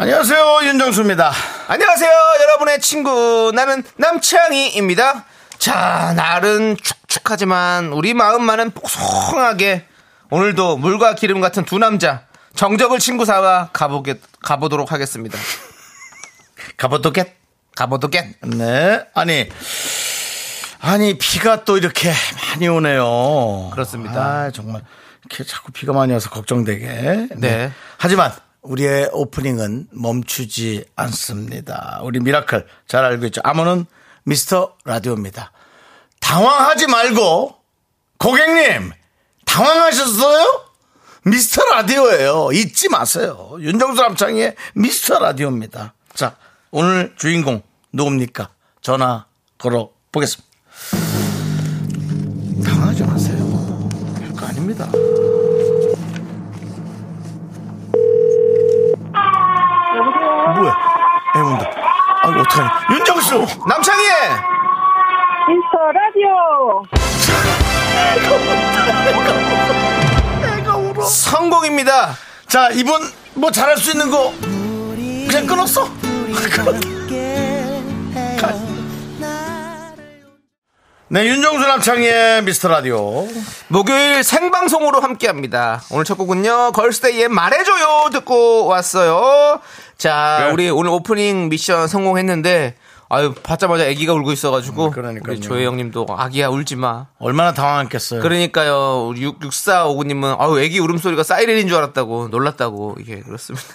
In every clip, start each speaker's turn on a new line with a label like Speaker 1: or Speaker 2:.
Speaker 1: 안녕하세요 윤정수입니다.
Speaker 2: 안녕하세요, 여러분의 친구. 나는 남창희입니다. 자, 날은 축축하지만 우리 마음만은 뽀송하게 오늘도 물과 기름 같은 두 남자 정적을 친구 삼아 가보게, 가보도록 하겠습니다.
Speaker 1: 가보도겠.
Speaker 2: 가보도겠.
Speaker 1: 네. 아니 아니 비가 또 이렇게 많이 오네요.
Speaker 2: 그렇습니다.
Speaker 1: 아, 정말 이렇게 자꾸 비가 많이 와서 걱정되게.
Speaker 2: 네.
Speaker 1: 하지만 우리의 오프닝은 멈추지 않습니다. 우리 미라클 잘 알고 있죠. 아무는 미스터 라디오입니다. 당황하지 말고 고객님 당황하셨어요? 미스터 라디오예요. 잊지 마세요. 윤정수 남창의 미스터 라디오입니다. 자, 오늘 주인공 누굽니까? 전화 걸어 보겠습니다. 당황하지 마세요. 별거 아닙니다. 뭐야? 애 온다. 아이고, 어떡하냐. 윤정수!
Speaker 2: 남창희!
Speaker 3: 미스터 라디오
Speaker 2: 성공입니다.
Speaker 1: 자, 이분 뭐 잘할 수 있는 거 그냥 끊었어? 가. 네, 윤정수 남창희의 미스터 라디오.
Speaker 2: 목요일 생방송으로 함께합니다. 오늘 첫 곡은요 걸스데이의 말해줘요 듣고 왔어요. 자
Speaker 1: 네.
Speaker 2: 우리 오늘 오프닝 미션 성공했는데 아유 받자마자 아기가 울고 있어가지고
Speaker 1: 음, 그러니까요.
Speaker 2: 우리 조혜영님도 아기야 울지 마.
Speaker 1: 얼마나 당황했겠어요.
Speaker 2: 그러니까요 6459님은 아유 아기 울음소리가 사이렌인 줄 알았다고 놀랐다고 이게 그렇습니다.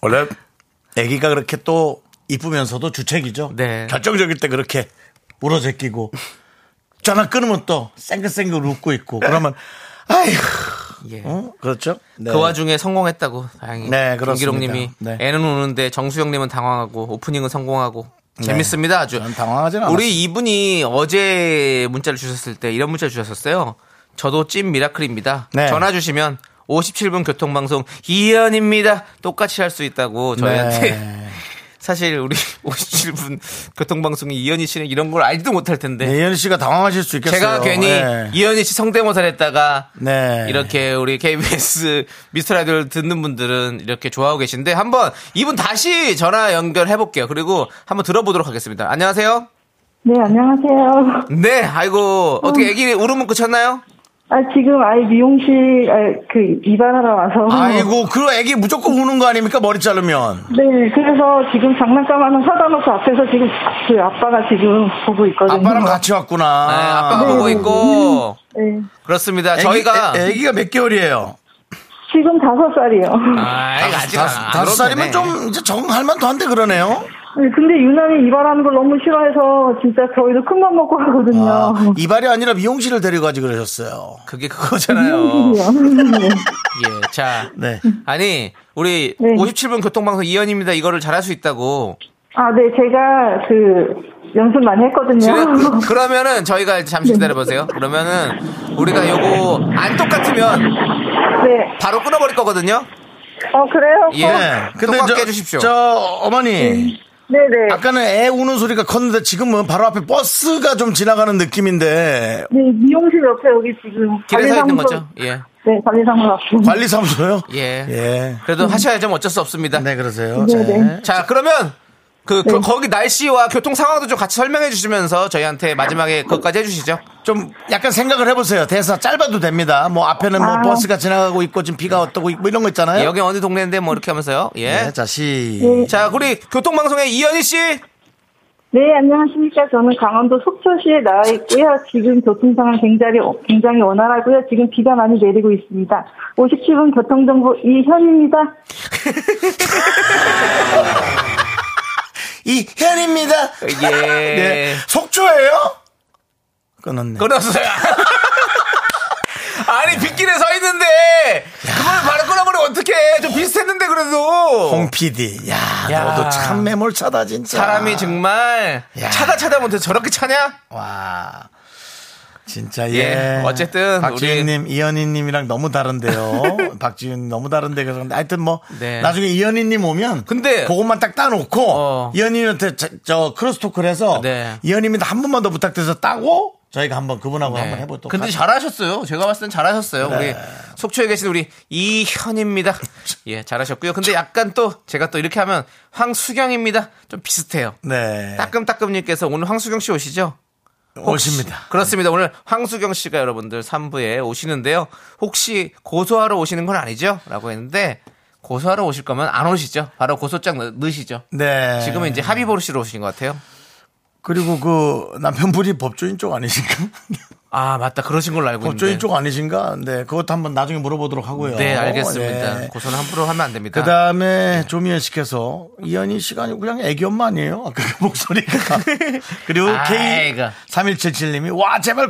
Speaker 1: 원래 아기가 그렇게 또 이쁘면서도 주책이죠.
Speaker 2: 네.
Speaker 1: 결정적일 때 그렇게 울어제끼고 전화 끊으면 또 쌩글쌩글 웃고 있고 그러면 아이고
Speaker 2: 네. 예.
Speaker 1: 어? 그렇죠. 네.
Speaker 2: 그 와중에 성공했다고 다행히
Speaker 1: 네, 그렇습니다.
Speaker 2: 김기록님이
Speaker 1: 네.
Speaker 2: 애는 우는데 정수영님은 당황하고 오프닝은 성공하고 재밌습니다 아주.
Speaker 1: 저는 네. 당황하진 않았어요.
Speaker 2: 우리 이분이 어제 문자를 주셨을 때 이런 문자를 주셨었어요. 저도 찐 미라클입니다.
Speaker 1: 네.
Speaker 2: 전화 주시면 57분 교통방송 이현입니다. 똑같이 할 수 있다고 저희한테
Speaker 1: 네.
Speaker 2: 사실 우리 57분 교통방송이 이현희 씨는 이런 걸 알지도 못할 텐데
Speaker 1: 네, 이현 씨가 당황하실 수 있겠어요.
Speaker 2: 제가 괜히
Speaker 1: 네.
Speaker 2: 이현희 씨 성대모사를 했다가
Speaker 1: 네.
Speaker 2: 이렇게 우리 KBS 미스터 라디오를 듣는 분들은 이렇게 좋아하고 계신데 한번 이분 다시 전화 연결해 볼게요. 그리고 한번 들어보도록 하겠습니다. 안녕하세요.
Speaker 3: 네 안녕하세요
Speaker 2: 네, 아이고 어떻게 아기 울음은 그쳤나요? 네,
Speaker 3: 아 지금 아이 미용실 아, 그 이발하러 와서
Speaker 1: 아이고 그 애기 무조건 우는 거 아닙니까 머리 자르면.
Speaker 3: 네 그래서 지금 장난감 하나 사다 놓고 앞에서 지금 그 아빠가 지금 보고 있거든요
Speaker 1: 아빠랑 같이 왔구나. 음.
Speaker 2: 네, 아빠가 보고 있고
Speaker 3: 네.
Speaker 2: 그렇습니다.
Speaker 1: 애기,
Speaker 2: 저희가
Speaker 1: 애, 기가몇 개월이에요?
Speaker 3: 지금 다섯 살이요
Speaker 2: 아이, 아직 안
Speaker 1: 다섯, 다섯
Speaker 2: 울었네.
Speaker 1: 살이면 좀 이제 적응할 만도 한데 그러네요.
Speaker 3: 네, 근데 유난히 이발하는 걸 너무 싫어해서 진짜 저희도 큰 맘 먹고 하거든요
Speaker 1: 아, 이발이 아니라 미용실을 데려가지 그러셨어요.
Speaker 2: 그게 음, 그거잖아요.
Speaker 3: 미용실이요.
Speaker 2: 예, 자
Speaker 1: 네.
Speaker 2: 아니 우리
Speaker 3: 네.
Speaker 2: 57분 교통방송 이현입니다. 이거를 잘할 수 있다고
Speaker 3: 아, 네, 제가 그 연습 많이 했거든요.
Speaker 2: 지금 그- 그러면은 저희가 이제 잠시 기다려보세요. 그러면은 우리가 요거 안 똑같으면
Speaker 3: 네.
Speaker 2: 바로 끊어버릴 거거든요.
Speaker 3: 어, 그래요?
Speaker 2: 예.
Speaker 3: 어,
Speaker 2: 똑같게
Speaker 1: 네. 저,
Speaker 2: 해주십시오.
Speaker 1: 저
Speaker 3: 네.
Speaker 1: 어머니
Speaker 3: 네네.
Speaker 1: 아까는 애 우는 소리가 컸는데 지금은 바로 앞에 버스가 좀 지나가는 느낌인데
Speaker 3: 네, 미용실 옆에 여기 지금.
Speaker 2: 길에 서 있는
Speaker 3: 관리사무소-
Speaker 2: 거죠. 예.
Speaker 3: 네, 관리사무소 앞에.
Speaker 1: 관리사무소요?
Speaker 2: 예.
Speaker 1: 예.
Speaker 2: 그래도 하셔야죠. 뭐 어쩔 수 없습니다.
Speaker 1: 네 그러세요.
Speaker 3: 네,
Speaker 1: 네.
Speaker 3: 네.
Speaker 2: 자, 그러면 그, 그 거기 날씨와 교통 상황도 좀 같이 설명해 주시면서 저희한테 마지막에 그것까지 해주시죠.
Speaker 1: 좀 약간 생각을 해보세요. 대사 짧아도 됩니다. 뭐 앞에는 뭐
Speaker 3: 아.
Speaker 1: 버스가 지나가고 있고 지금 비가 어떠고 뭐 이런 거 있잖아요.
Speaker 2: 예, 여기 어느 동네인데 뭐 이렇게 하면서요. 예.
Speaker 1: 네, 자 시.
Speaker 2: 자, 우리 교통방송의 이현희 씨.
Speaker 3: 네, 안녕하십니까. 저는 강원도 속초시에 나와 있고요. 지금 교통 상황 굉장히, 굉장히 원활하고요. 지금 비가 많이 내리고 있습니다. 57분 교통정보 이현입니다.
Speaker 1: 이현입니다.
Speaker 2: 예.
Speaker 1: 네. 속초예요? 끊었네.
Speaker 2: 끊었어요. 아니 빗길에 서 있는데 그걸 바로 끊어버리면 어떡해. 좀 비슷했는데, 그래도.
Speaker 1: 홍 PD. 야,
Speaker 2: 야.
Speaker 1: 너도 참 매몰차다 진짜.
Speaker 2: 사람이 정말
Speaker 1: 야.
Speaker 2: 차다 차다 못해 저렇게 차냐?
Speaker 1: 와. 진짜 예.
Speaker 2: 예, 어쨌든
Speaker 1: 박지윤님, 이현희님이랑 너무 다른데요. 박지윤 너무 다른데 그런데 하여튼 뭐
Speaker 2: 네.
Speaker 1: 나중에 이현희님 오면
Speaker 2: 근데-
Speaker 1: 그것만 딱 따놓고
Speaker 2: 어.
Speaker 1: 이현희한테 저, 저 크로스토크를 해서
Speaker 2: 네.
Speaker 1: 이현희님한테 한 번만 더 부탁드려서 따고 저희가 한번 그분하고
Speaker 2: 네.
Speaker 1: 어, 한번 해보도록.
Speaker 2: 근데
Speaker 1: 하죠.
Speaker 2: 잘하셨어요. 제가 봤을 땐 잘하셨어요.
Speaker 1: 네.
Speaker 2: 우리 속초에 계신 우리 이현입니다. 예, 잘하셨고요. 근데 약간 또 제가 또 이렇게 하면 황수경입니다. 좀 비슷해요.
Speaker 1: 네.
Speaker 2: 따끔따끔님께서 오늘 황수경 씨 오시죠?
Speaker 1: 오십니다.
Speaker 2: 그렇습니다. 오늘 황수경 씨가 여러분들 3부에 오시는데요. 혹시 고소하러 오시는 건 아니죠? 라고 했는데 고소하러 오실 거면 안 오시죠? 바로 고소장 넣- 넣으시죠?
Speaker 1: 네.
Speaker 2: 지금은 이제 합의 보르시러 오신 것 같아요.
Speaker 1: 그리고 그 남편분이 법조인 쪽 아니신가?
Speaker 2: 아 맞다 그러신 걸로 알고 있는데.
Speaker 1: 법조인 뭐 쪽 아니신가? 네. 그것도 한번 나중에 물어보도록 하고요.
Speaker 2: 네 알겠습니다. 네.
Speaker 1: 네.
Speaker 2: 고소는 함부로 하면 안 됩니다.
Speaker 1: 그 다음에 조미연 씨께서 이현희 씨가 아니고 그냥 애기 엄마 아니에요? 아까 그 목소리가. 그리고
Speaker 2: 아이고.
Speaker 1: K3177님이 와, 제발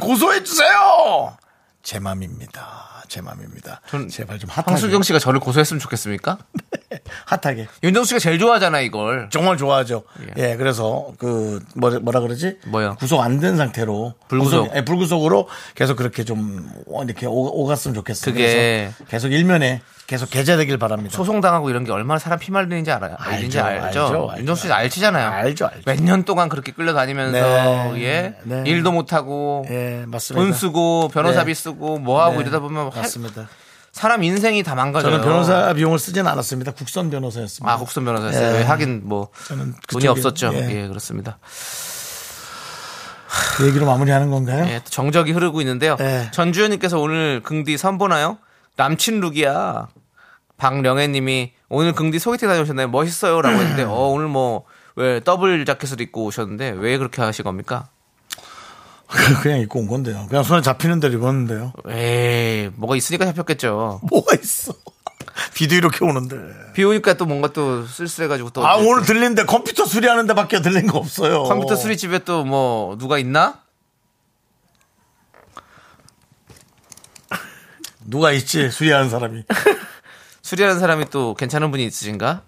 Speaker 1: 고소해주세요! 제 맘입니다. 제 맘입니다.
Speaker 2: 전
Speaker 1: 제발 좀 핫하게.
Speaker 2: 황수경 씨가 저를 고소했으면 좋겠습니까?
Speaker 1: 핫하게.
Speaker 2: 윤정 씨가 제일 좋아하잖아 이걸.
Speaker 1: 정말 좋아하죠.
Speaker 2: 예.
Speaker 1: 예, 그래서 그 뭐라, 뭐라 그러지?
Speaker 2: 뭐요?
Speaker 1: 구속 안 된 상태로
Speaker 2: 불구속.
Speaker 1: 구속, 예, 불구속으로 계속 그렇게 좀 오- 이렇게 오, 갔으면 좋겠어요.
Speaker 2: 그게-
Speaker 1: 그래서 계속 일면에 계속 게재되길 바랍니다.
Speaker 2: 소송 당하고 이런 게 얼마나 사람 피말리는지 알아요. 알죠,
Speaker 1: 알죠,
Speaker 2: 알죠.
Speaker 1: 알죠,
Speaker 2: 윤정 씨
Speaker 1: 알죠.
Speaker 2: 알지잖아요.
Speaker 1: 알죠, 알죠.
Speaker 2: 몇 년 동안 그렇게 끌려다니면서
Speaker 1: 네,
Speaker 2: 예
Speaker 1: 네.
Speaker 2: 일도 못 하고
Speaker 1: 예, 맞습니다.
Speaker 2: 돈 쓰고 변호사비
Speaker 1: 네.
Speaker 2: 쓰고 뭐 하고
Speaker 1: 네,
Speaker 2: 이러다 보면 할- 그
Speaker 1: 맞습니다.
Speaker 2: 사람 인생이 다 망가져요.
Speaker 1: 저는 변호사 비용을 쓰진 않았습니다. 국선 변호사였습니다.
Speaker 2: 아 국선 변호사였어요.
Speaker 1: 예.
Speaker 2: 하긴 뭐
Speaker 1: 저는
Speaker 2: 돈이
Speaker 1: 그쪽에-
Speaker 2: 없었죠.
Speaker 1: 예.
Speaker 2: 예 그렇습니다.
Speaker 1: 그 얘기로 마무리하는 건가요?
Speaker 2: 예, 또 정적이 흐르고 있는데요.
Speaker 1: 예.
Speaker 2: 전주현님께서 오늘 긍디 선보나요? 남친 룩이야. 박령애님이 오늘 긍디 소개팅 다녀오셨나요? 멋있어요라고 했는데 어 오늘 뭐 왜 더블 자켓을 입고 오셨는데 왜 그렇게 하신 겁니까?
Speaker 1: 그냥 입고 온 건데요. 그냥 손에 잡히는 대로 입었는데요.
Speaker 2: 에이 뭐가 있으니까 잡혔겠죠.
Speaker 1: 뭐가 있어? 비도 이렇게 오는데.
Speaker 2: 비 오니까 또 뭔가 또 쓸쓸해가지고 또
Speaker 1: 아
Speaker 2: 어, 어디-
Speaker 1: 오늘 들리는데 컴퓨터 수리하는 데밖에 들린 거 없어요.
Speaker 2: 컴퓨터 수리집에 또 뭐 누가 있나?
Speaker 1: 누가 있지 수리하는 사람이
Speaker 2: 수리하는 사람이 또 괜찮은 분이 있으신가?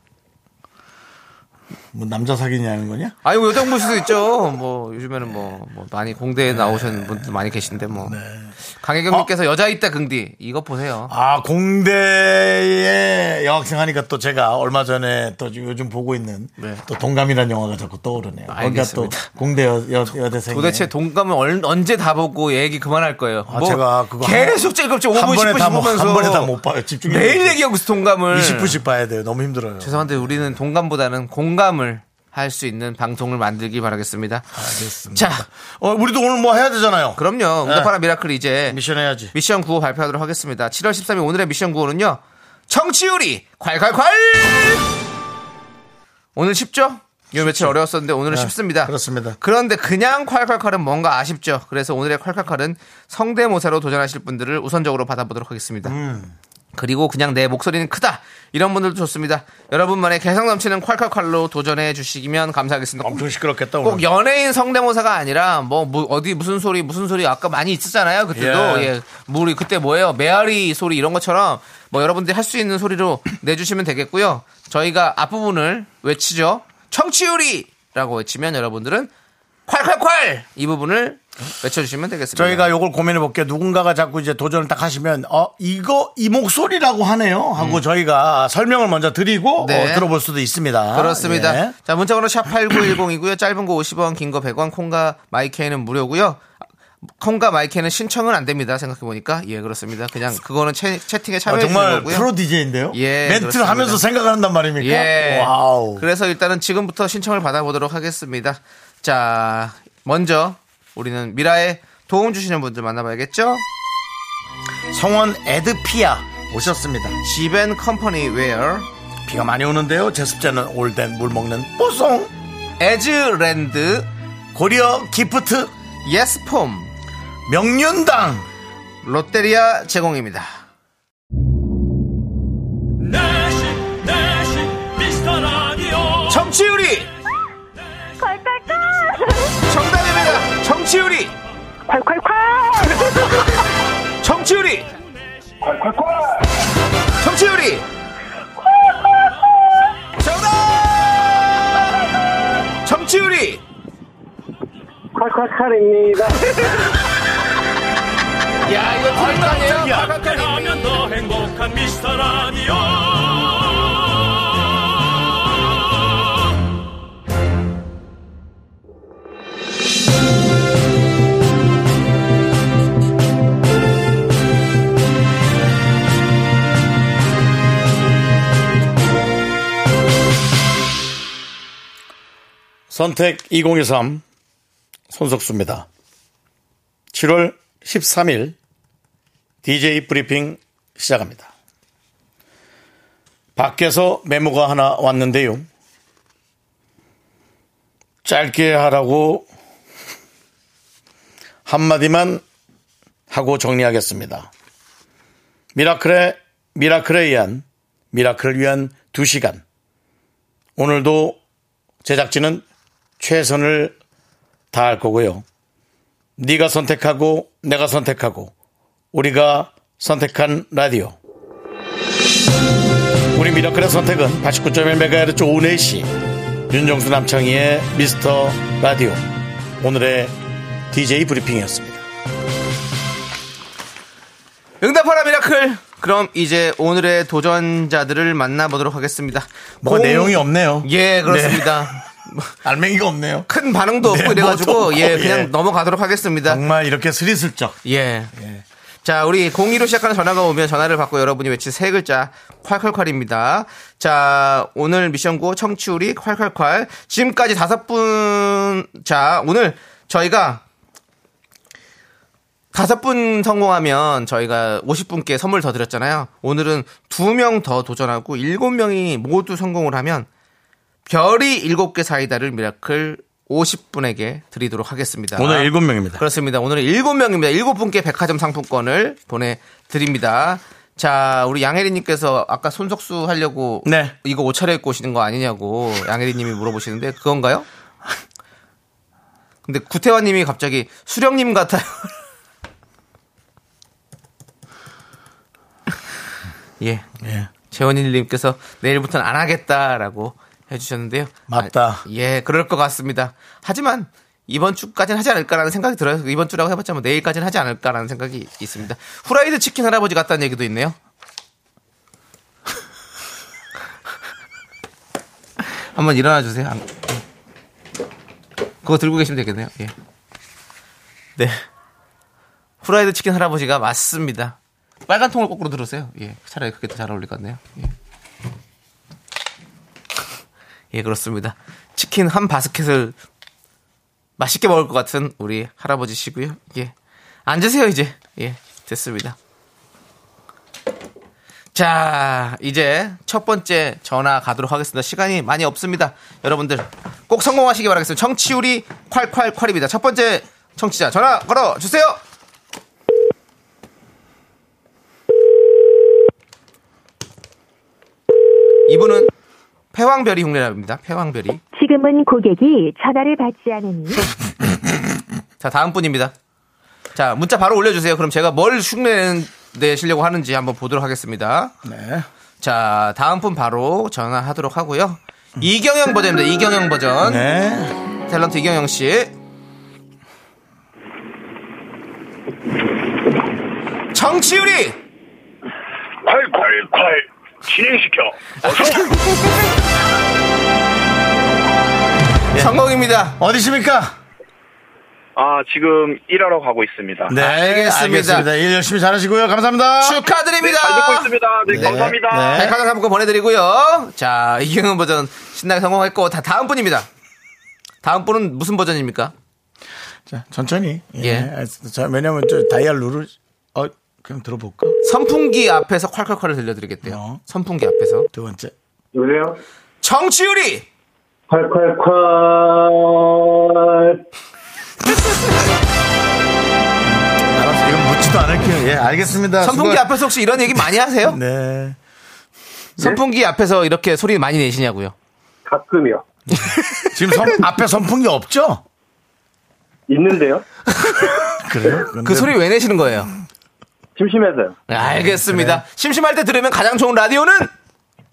Speaker 1: 뭐 남자 사귀냐는 거냐?
Speaker 2: 아니 뭐 여자분 수도 있죠. 뭐 요즘에는 뭐, 뭐 많이
Speaker 1: 네.
Speaker 2: 공대에 나오신 분들 많이 계신데 뭐 강혜경님께서 여자 있다 긍디 이거 보세요.
Speaker 1: 어? 아 공대에 여학생 하니까 또 제가 얼마 전에 또 요즘 보고 있는
Speaker 2: 네.
Speaker 1: 또 동감이라는 영화가 자꾸 떠오르네요. 거기가 또
Speaker 2: 알겠습니다.
Speaker 1: 공대 여, 여, 여대생
Speaker 2: 도대체 동감은 얼- 언제 다 보고 얘기 그만할 거예요.
Speaker 1: 네.
Speaker 2: 뭐
Speaker 1: 아, 제가 그거 한-
Speaker 2: 계속 찔끔찔 5분
Speaker 1: 한
Speaker 2: 10분씩
Speaker 1: 번에 다 못-
Speaker 2: 보면서
Speaker 1: 한 번에 다못 봐요. 집중이 안
Speaker 2: 매일
Speaker 1: 돼요.
Speaker 2: 얘기하고 있어 동감을
Speaker 1: 20분씩 봐야 돼요. 너무 힘들어요.
Speaker 2: 죄송한데 우리는 동감보다는 공감을 할 수 있는 방송을 만들기 바라겠습니다.
Speaker 1: 알겠습니다.
Speaker 2: 자,
Speaker 1: 어, 우리도 오늘 뭐 해야 되잖아요.
Speaker 2: 그럼요. 응답하라 미라클 이제
Speaker 1: 미션 해야지.
Speaker 2: 미션 구호 발표하도록 하겠습니다. 7월 13일 오늘의 미션 구호는요 청취율이 콸콸콸! 오늘 쉽죠? 요 며칠 어려웠었는데 오늘은
Speaker 1: 네,
Speaker 2: 쉽습니다.
Speaker 1: 그렇습니다.
Speaker 2: 그런데 그냥 콸콸콸은 뭔가 아쉽죠. 그래서 오늘의 콸콸콸은 성대모사로 도전하실 분들을 우선적으로 받아보도록 하겠습니다.
Speaker 1: 음.
Speaker 2: 그리고 그냥 내 목소리는 크다 이런 분들도 좋습니다. 여러분만의 개성 넘치는 콸콸콸로 도전해 주시면 감사하겠습니다. 꼭
Speaker 1: 엄청 시끄럽겠다 오늘.
Speaker 2: 꼭 연예인 성대모사가 아니라 뭐, 뭐 어디 무슨 소리 무슨 소리 아까 많이 있었잖아요 그때도
Speaker 1: 예.
Speaker 2: 예, 뭐 우리 그때 뭐예요 메아리 소리 이런 것처럼 뭐 여러분들이 할 수 있는 소리로 내주시면 되겠고요 저희가 앞부분을 외치죠 청취율이라고 외치면 여러분들은 콸콸콸 이 부분을 외쳐주시면 되겠습니다
Speaker 1: 저희가 요걸 고민해 볼게요. 누군가가 자꾸 이제 도전을 딱 하시면 어 이거 이 목소리라고 하네요 하고 저희가 설명을 먼저 드리고
Speaker 2: 음. 네.
Speaker 1: 어, 들어볼 수도 있습니다.
Speaker 2: 아, 그렇습니다.
Speaker 1: 예.
Speaker 2: 자, 문자번호 샵 8910이고요. 짧은 거 50원, 긴 거 100원, 콩과 마이케이는 무료고요. 콩과 마이케이는 신청은 안 됩니다. 생각해 보니까 예 그렇습니다. 그냥 그거는 채, 팅에
Speaker 1: 아,
Speaker 2: 참여해 주는
Speaker 1: 정말
Speaker 2: 거고요.
Speaker 1: 프로 DJ인데요.
Speaker 2: 예,
Speaker 1: 멘트를
Speaker 2: 그렇습니다.
Speaker 1: 하면서 생각을 한단 말입니까?
Speaker 2: 예.
Speaker 1: 와우.
Speaker 2: 그래서 일단은 지금부터 신청을 받아보도록 하겠습니다. 자, 먼저 우리는 미라에 도움 주시는 분들 만나봐야겠죠.
Speaker 1: 성원 에드피아 오셨습니다.
Speaker 2: 지벤 컴퍼니 웨어,
Speaker 1: 비가 많이 오는데요. 제습제는 올덴 물 먹는 뽀송
Speaker 2: 에즈랜드,
Speaker 1: 고리어 기프트
Speaker 2: 예스폼,
Speaker 1: 명륜당
Speaker 2: 롯데리아 제공입니다.
Speaker 4: 내시 내시 미스터 라디오
Speaker 2: 정치율이 정답입니다. 정치율이
Speaker 3: 콸콸콸!
Speaker 2: 정치율이 정치율이 소리. 정답! 정치우리.
Speaker 5: 콸콸콸입니다.
Speaker 2: 야 이거 탈당이에요. 파각하니.
Speaker 4: 함께하면 더 행복한 미스터 라디오
Speaker 1: 선택 2023 손석수입니다. 7월 13일 DJ 브리핑 시작합니다. 밖에서 메모가 하나 왔는데요. 짧게 하라고 한마디만 하고 정리하겠습니다. 미라클의 미라클에 의한 미라클을 위한 2시간. 오늘도 제작진은 최선을 다할 거고요. 네가 선택하고 내가 선택하고 우리가 선택한 라디오. 우리 미라클의 선택은 89.1MHz 오후 4시 윤정수 남창희의 미스터 라디오 오늘의 DJ 브리핑이었습니다.
Speaker 2: 응답하라 미라클. 그럼 이제 오늘의 도전자들을 만나보도록 하겠습니다.
Speaker 1: 뭐
Speaker 2: 공-
Speaker 1: 내용이 없네요.
Speaker 2: 예 그렇습니다.
Speaker 1: 알맹이가 없네요.
Speaker 2: 큰 반응도
Speaker 1: 네,
Speaker 2: 없고 이래가지고
Speaker 1: 뭐도 없고,
Speaker 2: 예
Speaker 1: 예.
Speaker 2: 그냥 넘어가도록 하겠습니다.
Speaker 1: 정말 이렇게 스리슬쩍
Speaker 2: 예. 자, 우리 02로 시작하는 전화가 오면 전화를 받고 여러분이 외친 세 글자 콸콸콸입니다. 자, 오늘 미션고 청취율이 콸콸콸. 지금까지 다섯 분 자, 오늘 저희가 다섯 분 성공하면 저희가 50분께 선물 더 드렸잖아요. 오늘은 두 명 더 도전하고 일곱 명이 모두 성공을 하면 별이 일곱 개 사이다를 미라클 50분에게 드리도록 하겠습니다.
Speaker 1: 오늘 7명입니다.
Speaker 2: 그렇습니다. 오늘은 일곱 명입니다. 일곱 분께 백화점 상품권을 보내드립니다. 자, 우리 양혜리님께서 아까 손석수 하려고
Speaker 1: 네.
Speaker 2: 이거 옷차려 입고 오시는 거 아니냐고 양혜리님이 물어보시는데 그건가요? 근데 구태환님이 갑자기 수령님 같아요. 예,
Speaker 1: 예.
Speaker 2: 재원이님께서 내일부터는 안 하겠다라고 해주셨는데요.
Speaker 1: 맞다.
Speaker 2: 아, 예, 그럴 것 같습니다. 하지만 이번 주까지는 하지 않을까라는 생각이 들어요. 이번 주라고 해봤자 뭐 내일까지는 하지 않을까라는 생각이 있습니다. 후라이드 치킨 할아버지 같다는 얘기도 있네요. 한번 일어나 주세요. 안- 그거 들고 계시면 되겠네요. 예. 네. 후라이드 치킨 할아버지가 맞습니다. 빨간 통을 거꾸로 들으세요. 예. 차라리 그게 더 잘 어울릴 것 같네요. 예. 예, 그렇습니다. 치킨 한 바스켓을 맛있게 먹을 것 같은 우리 할아버지시고요. 예. 앉으세요, 이제. 예, 됐습니다. 자, 이제 첫 번째 전화 가도록 하겠습니다. 시간이 많이 없습니다. 여러분들 꼭 성공하시기 바라겠습니다. 청취율이 콸콸콸입니다. 첫 번째 청취자 전화 걸어 주세요. 이분은 패왕별이 흉내랍니다. 패왕별이.
Speaker 6: 지금은 고객이 전화를 받지 않으니
Speaker 2: 자, 다음 분입니다. 자, 문자 바로 올려주세요. 그럼 제가 뭘 흉내 내시려고 하는지 한번 보도록 하겠습니다.
Speaker 1: 네.
Speaker 2: 자, 다음 분 바로 전화하도록 하고요. 이경영 버전입니다. 이경영 버전.
Speaker 1: 네.
Speaker 2: 탤런트 이경영 씨. 정치율이!
Speaker 7: 콸콸콸 진행시켜
Speaker 2: 성공입니다.
Speaker 1: 어디십니까?
Speaker 7: 아 지금 일하러 가고 있습니다
Speaker 1: 네,
Speaker 2: 알겠습니다.
Speaker 1: 알겠습니다. 일 열심히 잘하시고요. 감사합니다.
Speaker 2: 축하드립니다.
Speaker 7: 잘 듣고 있습니다 네, 감사합니다
Speaker 1: 네.
Speaker 2: 백화점 상품권 보내드리고요. 자, 이경영 버전 신나게 성공했고, 다 다음 분입니다. 다음 분은 무슨 버전입니까?
Speaker 1: 자, 천천히. 예.
Speaker 2: 예.
Speaker 1: 자, 왜냐면 저 다이얼 룰을 어, 그럼 들어볼까?
Speaker 2: 선풍기 앞에서 콸콸콸을 들려드리겠대요.
Speaker 1: 어.
Speaker 2: 선풍기 앞에서.
Speaker 1: 두 번째.
Speaker 5: 여보세요?
Speaker 2: 정치율이!
Speaker 5: 콸콸콸.
Speaker 1: 알았어. 이건 묻지도 않을게요. 예, 알겠습니다.
Speaker 2: 선풍기
Speaker 1: 수고-
Speaker 2: 앞에서 혹시 이런 얘기 많이 하세요?
Speaker 1: 네.
Speaker 2: 선풍기 앞에서 이렇게 소리 많이 내시냐고요.
Speaker 5: 가끔이요.
Speaker 1: 지금 선- 앞에 선풍기 없죠?
Speaker 5: 있는데요?
Speaker 1: 그래요?
Speaker 2: 네. 그 소리 왜 내시는 거예요?
Speaker 5: 심심해서요.
Speaker 2: 알겠습니다. 심심할 때 들으면 가장 좋은 라디오는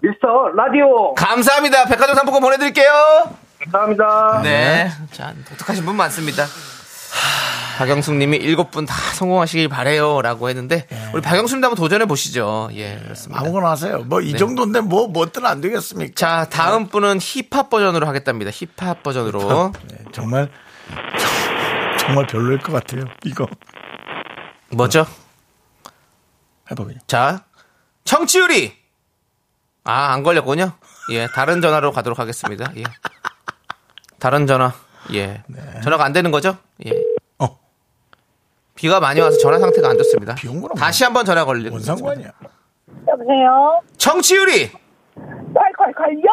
Speaker 5: 미스터 라디오
Speaker 2: 감사합니다. 백화점 상품권 보내드릴게요.
Speaker 5: 감사합니다.
Speaker 2: 네. 자, 독특하신 분 많습니다. 박영숙 님이 일곱 분 다 성공하시길 바래요 라고 했는데
Speaker 5: 네.
Speaker 2: 우리 박영숙 님도 한번 도전해 보시죠. 예, 그렇습니다.
Speaker 1: 아무거나 하세요. 뭐 이 정도인데 뭐 뭐든 안 되겠습니까?
Speaker 2: 자, 다음
Speaker 5: 네.
Speaker 2: 분은 힙합 버전으로 하겠답니다. 힙합 버전으로.
Speaker 1: 네, 정말 정말 별로일 것 같아요. 이거
Speaker 2: 뭐죠?
Speaker 1: 해봐 그냥.
Speaker 2: 자, 청취율이 아, 안 걸렸군요. 예, 다른 전화로 가도록 하겠습니다. 예. 다른 전화. 예. 전화가 안 되는 거죠? 예.
Speaker 1: 네. 어,
Speaker 2: 비가 많이 와서 전화 상태가 안 좋습니다.
Speaker 1: 비 온 거랑
Speaker 2: 다시 한번 전화 걸리는
Speaker 1: 뭔 상관이야?
Speaker 8: 여보세요?
Speaker 2: 청취율이
Speaker 8: 콸콸콸, 요!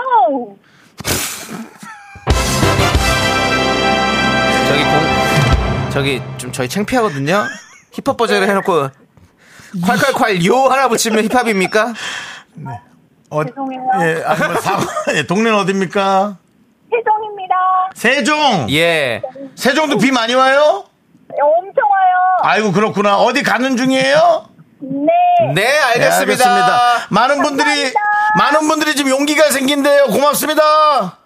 Speaker 2: 저기 공 저기 좀 저희 창피하거든요. 힙합 버전을 해놓고 콸콸콸 요 하나 붙이면 힙합입니까?
Speaker 1: 어,
Speaker 8: 죄송해요.
Speaker 1: 예, 아니 뭐 사과. 예, 동네는 어디입니까?
Speaker 8: 혜정입니다.
Speaker 1: 세종.
Speaker 2: 예.
Speaker 1: 세종도 비 많이 와요?
Speaker 8: 네, 엄청 와요.
Speaker 1: 아이고 그렇구나. 어디 가는 중이에요?
Speaker 8: 네.
Speaker 2: 네
Speaker 1: 예,
Speaker 2: 알겠습니다.
Speaker 1: 알겠습니다. 많은 분들이 많은 분들이 지금 용기가 생긴대요. 고맙습니다.
Speaker 8: 아,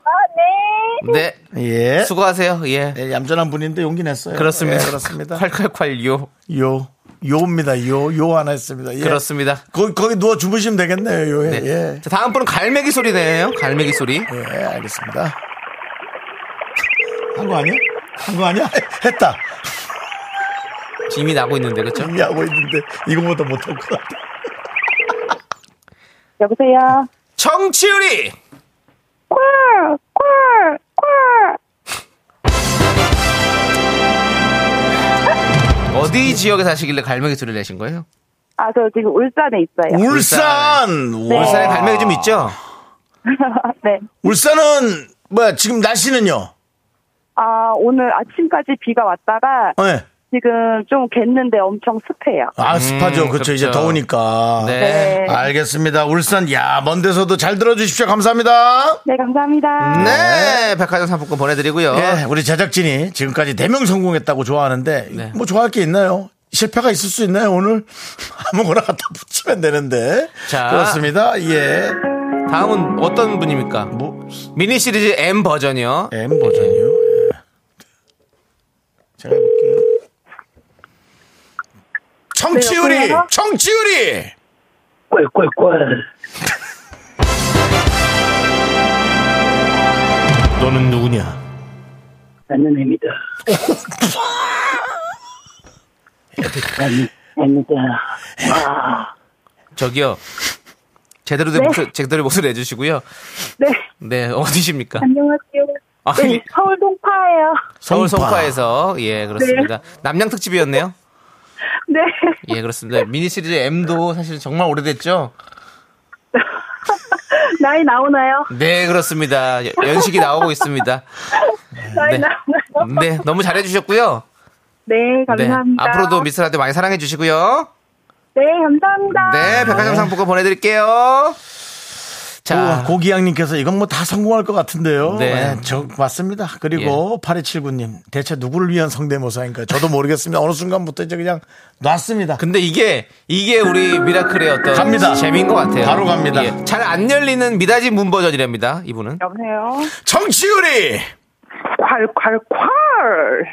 Speaker 8: 네.
Speaker 2: 네
Speaker 1: 예.
Speaker 2: 수고하세요. 예.
Speaker 1: 예, 얌전한 분인데 용기 냈어요.
Speaker 2: 그렇습니다.
Speaker 1: 예, 그렇습니다.
Speaker 2: 콸콸콸 요
Speaker 1: 요 요입니다. 요 요 하나 했습니다. 예.
Speaker 2: 그렇습니다.
Speaker 1: 거기 거기 누워 주무시면 되겠네요. 요에.
Speaker 2: 네.
Speaker 1: 예.
Speaker 2: 자, 다음 분은 갈매기 소리네요. 갈매기 소리.
Speaker 1: 예, 알겠습니다. 한 거 아니야? 한 거 아니야? 했다.
Speaker 2: 이미 나고 있는데 그렇죠?
Speaker 1: 이미 하고 있는데 이거보다 못할 것 같아.
Speaker 8: 여보세요?
Speaker 2: 청취율이
Speaker 8: 콜! 콜! 콜!
Speaker 1: 예.
Speaker 2: 어디 지역에 사시길래 갈매기 소리를 내신 거예요?
Speaker 8: 아, 저 지금 울산에 있어요.
Speaker 1: 울산.
Speaker 2: 울산에
Speaker 1: 와.
Speaker 2: 갈매기 좀 있죠? 예?
Speaker 8: 네.
Speaker 1: 울산은 뭐야? 지금 날씨는요?
Speaker 8: 아, 오늘 아침까지 비가 왔다가
Speaker 1: 예.
Speaker 8: 지금 좀 갰는데 엄청 습해요.
Speaker 1: 아 습하죠. 그렇죠.
Speaker 2: 그렇죠.
Speaker 1: 이제 더우니까.
Speaker 2: 네.
Speaker 1: 알겠습니다. 울산 야, 먼 데서도 잘 들어 주십시오.
Speaker 2: 어?
Speaker 1: 감사합니다.
Speaker 8: 네, 감사합니다.
Speaker 2: 네. 백화점 상품권 보내드리고요.
Speaker 1: 예, 우리 제작진이 지금까지 네 대명 성공했다고 좋아하는데
Speaker 2: 네.
Speaker 1: 뭐 좋아할 게 있나요? 실패가 있을 수 있나요 오늘 아무거나 갖다 붙이면 되는데
Speaker 2: 자.
Speaker 1: 그렇습니다 예
Speaker 2: 다음은 어떤 분입니까?
Speaker 1: 뭐,
Speaker 2: 미니 시리즈 M 버전이요.
Speaker 1: M 버전이요? 예. 제가 해볼게요. 청취율이!
Speaker 8: 네, 여보세요?
Speaker 1: 청취율이!
Speaker 5: 꿀꿀꿀.
Speaker 1: 너는 누구냐?
Speaker 5: 안녕입니다. 아닙니다.
Speaker 2: 저기요. 제대로 된 목소리, 제대로 목소리 내주시고요.
Speaker 8: 네,
Speaker 2: 네, 어디십니까?
Speaker 8: 안녕하세요.
Speaker 2: 아,
Speaker 8: 네, 서울 동파예요.
Speaker 2: 서울
Speaker 1: 송파.
Speaker 2: 송파에서.
Speaker 1: 네.
Speaker 2: 예, 그렇습니다. 남양특집이었네요.
Speaker 8: 네.
Speaker 2: 예, 그렇습니다. 미니 시리즈 M도 사실 정말 오래됐죠?
Speaker 8: 나이 나오나요?
Speaker 2: 네, 그렇습니다. 여- 연식이 나오고 있습니다.
Speaker 8: 나이
Speaker 2: 네.
Speaker 8: 나오나요?
Speaker 2: 네, 너무 잘해주셨고요.
Speaker 8: 네, 감사합니다.
Speaker 2: 네, 앞으로도 미스라디 많이 사랑해주시고요.
Speaker 8: 네, 감사합니다.
Speaker 1: 아,
Speaker 2: 네, 백화점 상품권 보내드릴게요. 자,
Speaker 1: 우와, 고기양님께서 이건 뭐 다 성공할 것 같은데요.
Speaker 2: 네. 예.
Speaker 1: 네. 저, 맞습니다. 그리고 8279님, 대체 누구를 위한 성대모사인가? 저도 모르겠습니다. 어느 순간부터 이제 그냥 놨습니다.
Speaker 2: 근데 이게 이게 우리 미라클의 어떤
Speaker 1: 갑니다.
Speaker 2: 재미인 것 같아요. 예,
Speaker 1: 바로 갑니다.
Speaker 2: 잘 안 열리는 미다지 문 버전이랍니다. 이분은
Speaker 8: 여보세요?
Speaker 1: 정치율이!
Speaker 8: 콸콸콸!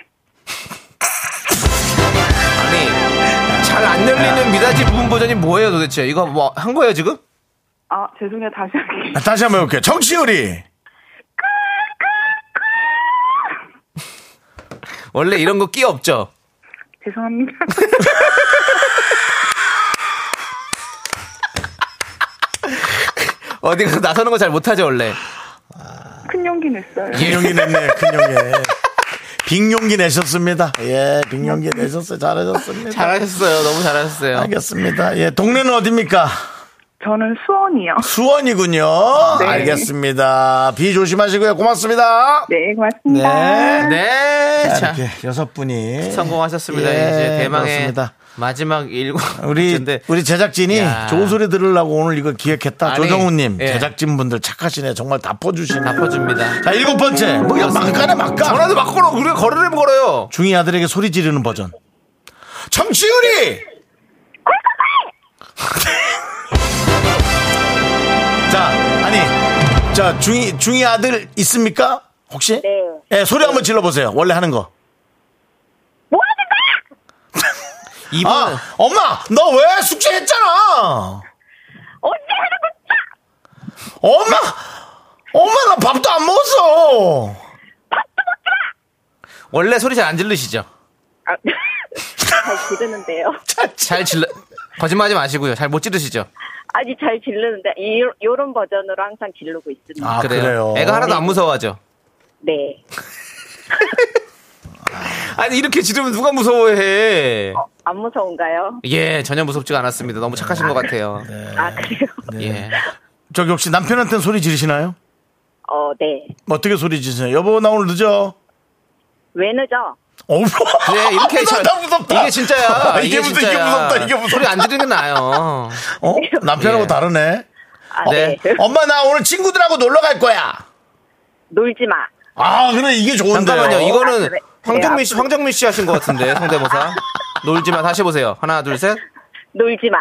Speaker 2: 아니 잘 안 열리는 미다지 문 버전이 뭐예요 도대체? 이거 뭐 한 거예요 지금?
Speaker 8: 아, 죄송해요. 다시 할게요.
Speaker 1: 아, 다시 한번 해볼게요.
Speaker 2: 예.
Speaker 1: 정치율이!
Speaker 2: 원래 이런 거 끼 없죠.
Speaker 8: 죄송합니다.
Speaker 2: 어디 가서 나서는 거 잘 못하죠 원래.
Speaker 8: 큰 용기 냈어요.
Speaker 1: 큰 용기 냈네, 큰 용기. 빅 용기 내셨습니다. 예, 빅 용기 내셨어요. 잘하셨습니다.
Speaker 2: 음. 잘하셨어요. 너무 잘하셨어요.
Speaker 1: 알겠습니다. 예, 동네는 어딥니까?
Speaker 8: 저는 수원이요.
Speaker 1: 수원이군요.
Speaker 8: 네.
Speaker 1: 알겠습니다. 비 조심하시고요. 고맙습니다.
Speaker 8: 네, 고맙습니다.
Speaker 2: 네,
Speaker 1: 자,
Speaker 2: 자
Speaker 1: 이렇게 여섯 분이
Speaker 2: 성공하셨습니다.
Speaker 1: 예,
Speaker 2: 이제 대망의
Speaker 1: 그렇습니다.
Speaker 2: 마지막 일곱
Speaker 1: 우리
Speaker 2: 번째인데
Speaker 1: 우리 제작진이
Speaker 2: 야.
Speaker 1: 좋은 소리 들으려고 오늘 이거 기획했다.
Speaker 2: 아니,
Speaker 1: 조정우님
Speaker 2: 예.
Speaker 1: 제작진 분들 착하시네. 정말 다 퍼주시네.
Speaker 2: 다 퍼줍니다.
Speaker 1: 자 일곱 번째 뭐 그냥 막가네 막가.
Speaker 2: 전화도 막 걸어 우리가 걸으려면 걸어요.
Speaker 1: 중이 아들에게 소리 지르는 버전. 정치율이
Speaker 8: 콸콸콸!
Speaker 1: 자, 중이, 중이 아들 있습니까? 혹시?
Speaker 9: 네.
Speaker 1: 예, 소리 한번 질러보세요. 원래 하는 거.
Speaker 9: 뭐 하는 거야?
Speaker 2: 이분
Speaker 1: 아, 엄마! 너 왜 숙제 했잖아!
Speaker 9: 언제 하는 거야?
Speaker 1: 엄마! 엄마, 나 밥도 안 먹었어!
Speaker 2: 원래 소리 잘 안 질르시죠?
Speaker 9: 아, 잘 지르는데요.
Speaker 2: 잘 질러 거짓말하지 마시고요. 잘 못 지르시죠?
Speaker 9: 아니 잘 지르는데 이 요런 버전으로 항상 지르고 있습니다.
Speaker 1: 아, 그래요?
Speaker 2: 애가 하나도 안 무서워하죠.
Speaker 9: 네.
Speaker 2: 아니 이렇게 지르면 누가 무서워해?
Speaker 9: 안 무서운가요?
Speaker 2: 예, 전혀 무섭지가 않았습니다. 너무 착하신 것 같아요.
Speaker 1: 네.
Speaker 9: 아 그래요?
Speaker 2: 예.
Speaker 1: 저기 혹시 남편한테는 소리 지르시나요?
Speaker 9: 어 네.
Speaker 1: 어떻게 소리 지르세요? 여보, 나 오늘 늦어.
Speaker 9: 왜 늦어?
Speaker 1: 어우,
Speaker 2: 네, 이렇게
Speaker 1: 나,
Speaker 2: 저-
Speaker 1: 아, 나 무섭다. 아,
Speaker 2: 이게 진짜야.
Speaker 1: 이게, 무섭,
Speaker 2: 진짜야.
Speaker 1: 이게 무섭다. 이게 무섭다.
Speaker 2: 소리 안 지르는 게 나아요.
Speaker 1: 어? 남편하고
Speaker 2: 예.
Speaker 1: 다르네. 어,
Speaker 9: 아
Speaker 2: 네.
Speaker 9: 네.
Speaker 1: 엄마 나 오늘 친구들하고 놀러 갈 거야.
Speaker 9: 놀지 마.
Speaker 1: 아 그래 이게 좋은데.
Speaker 2: 잠깐만요. 이거는
Speaker 9: 그래.
Speaker 2: 황정민
Speaker 9: 네,
Speaker 2: 씨, 황정민 씨 하신 것 같은데 성대모사. 놀지 마. 다시 보세요. 하나, 둘, 셋.
Speaker 9: 놀지 마.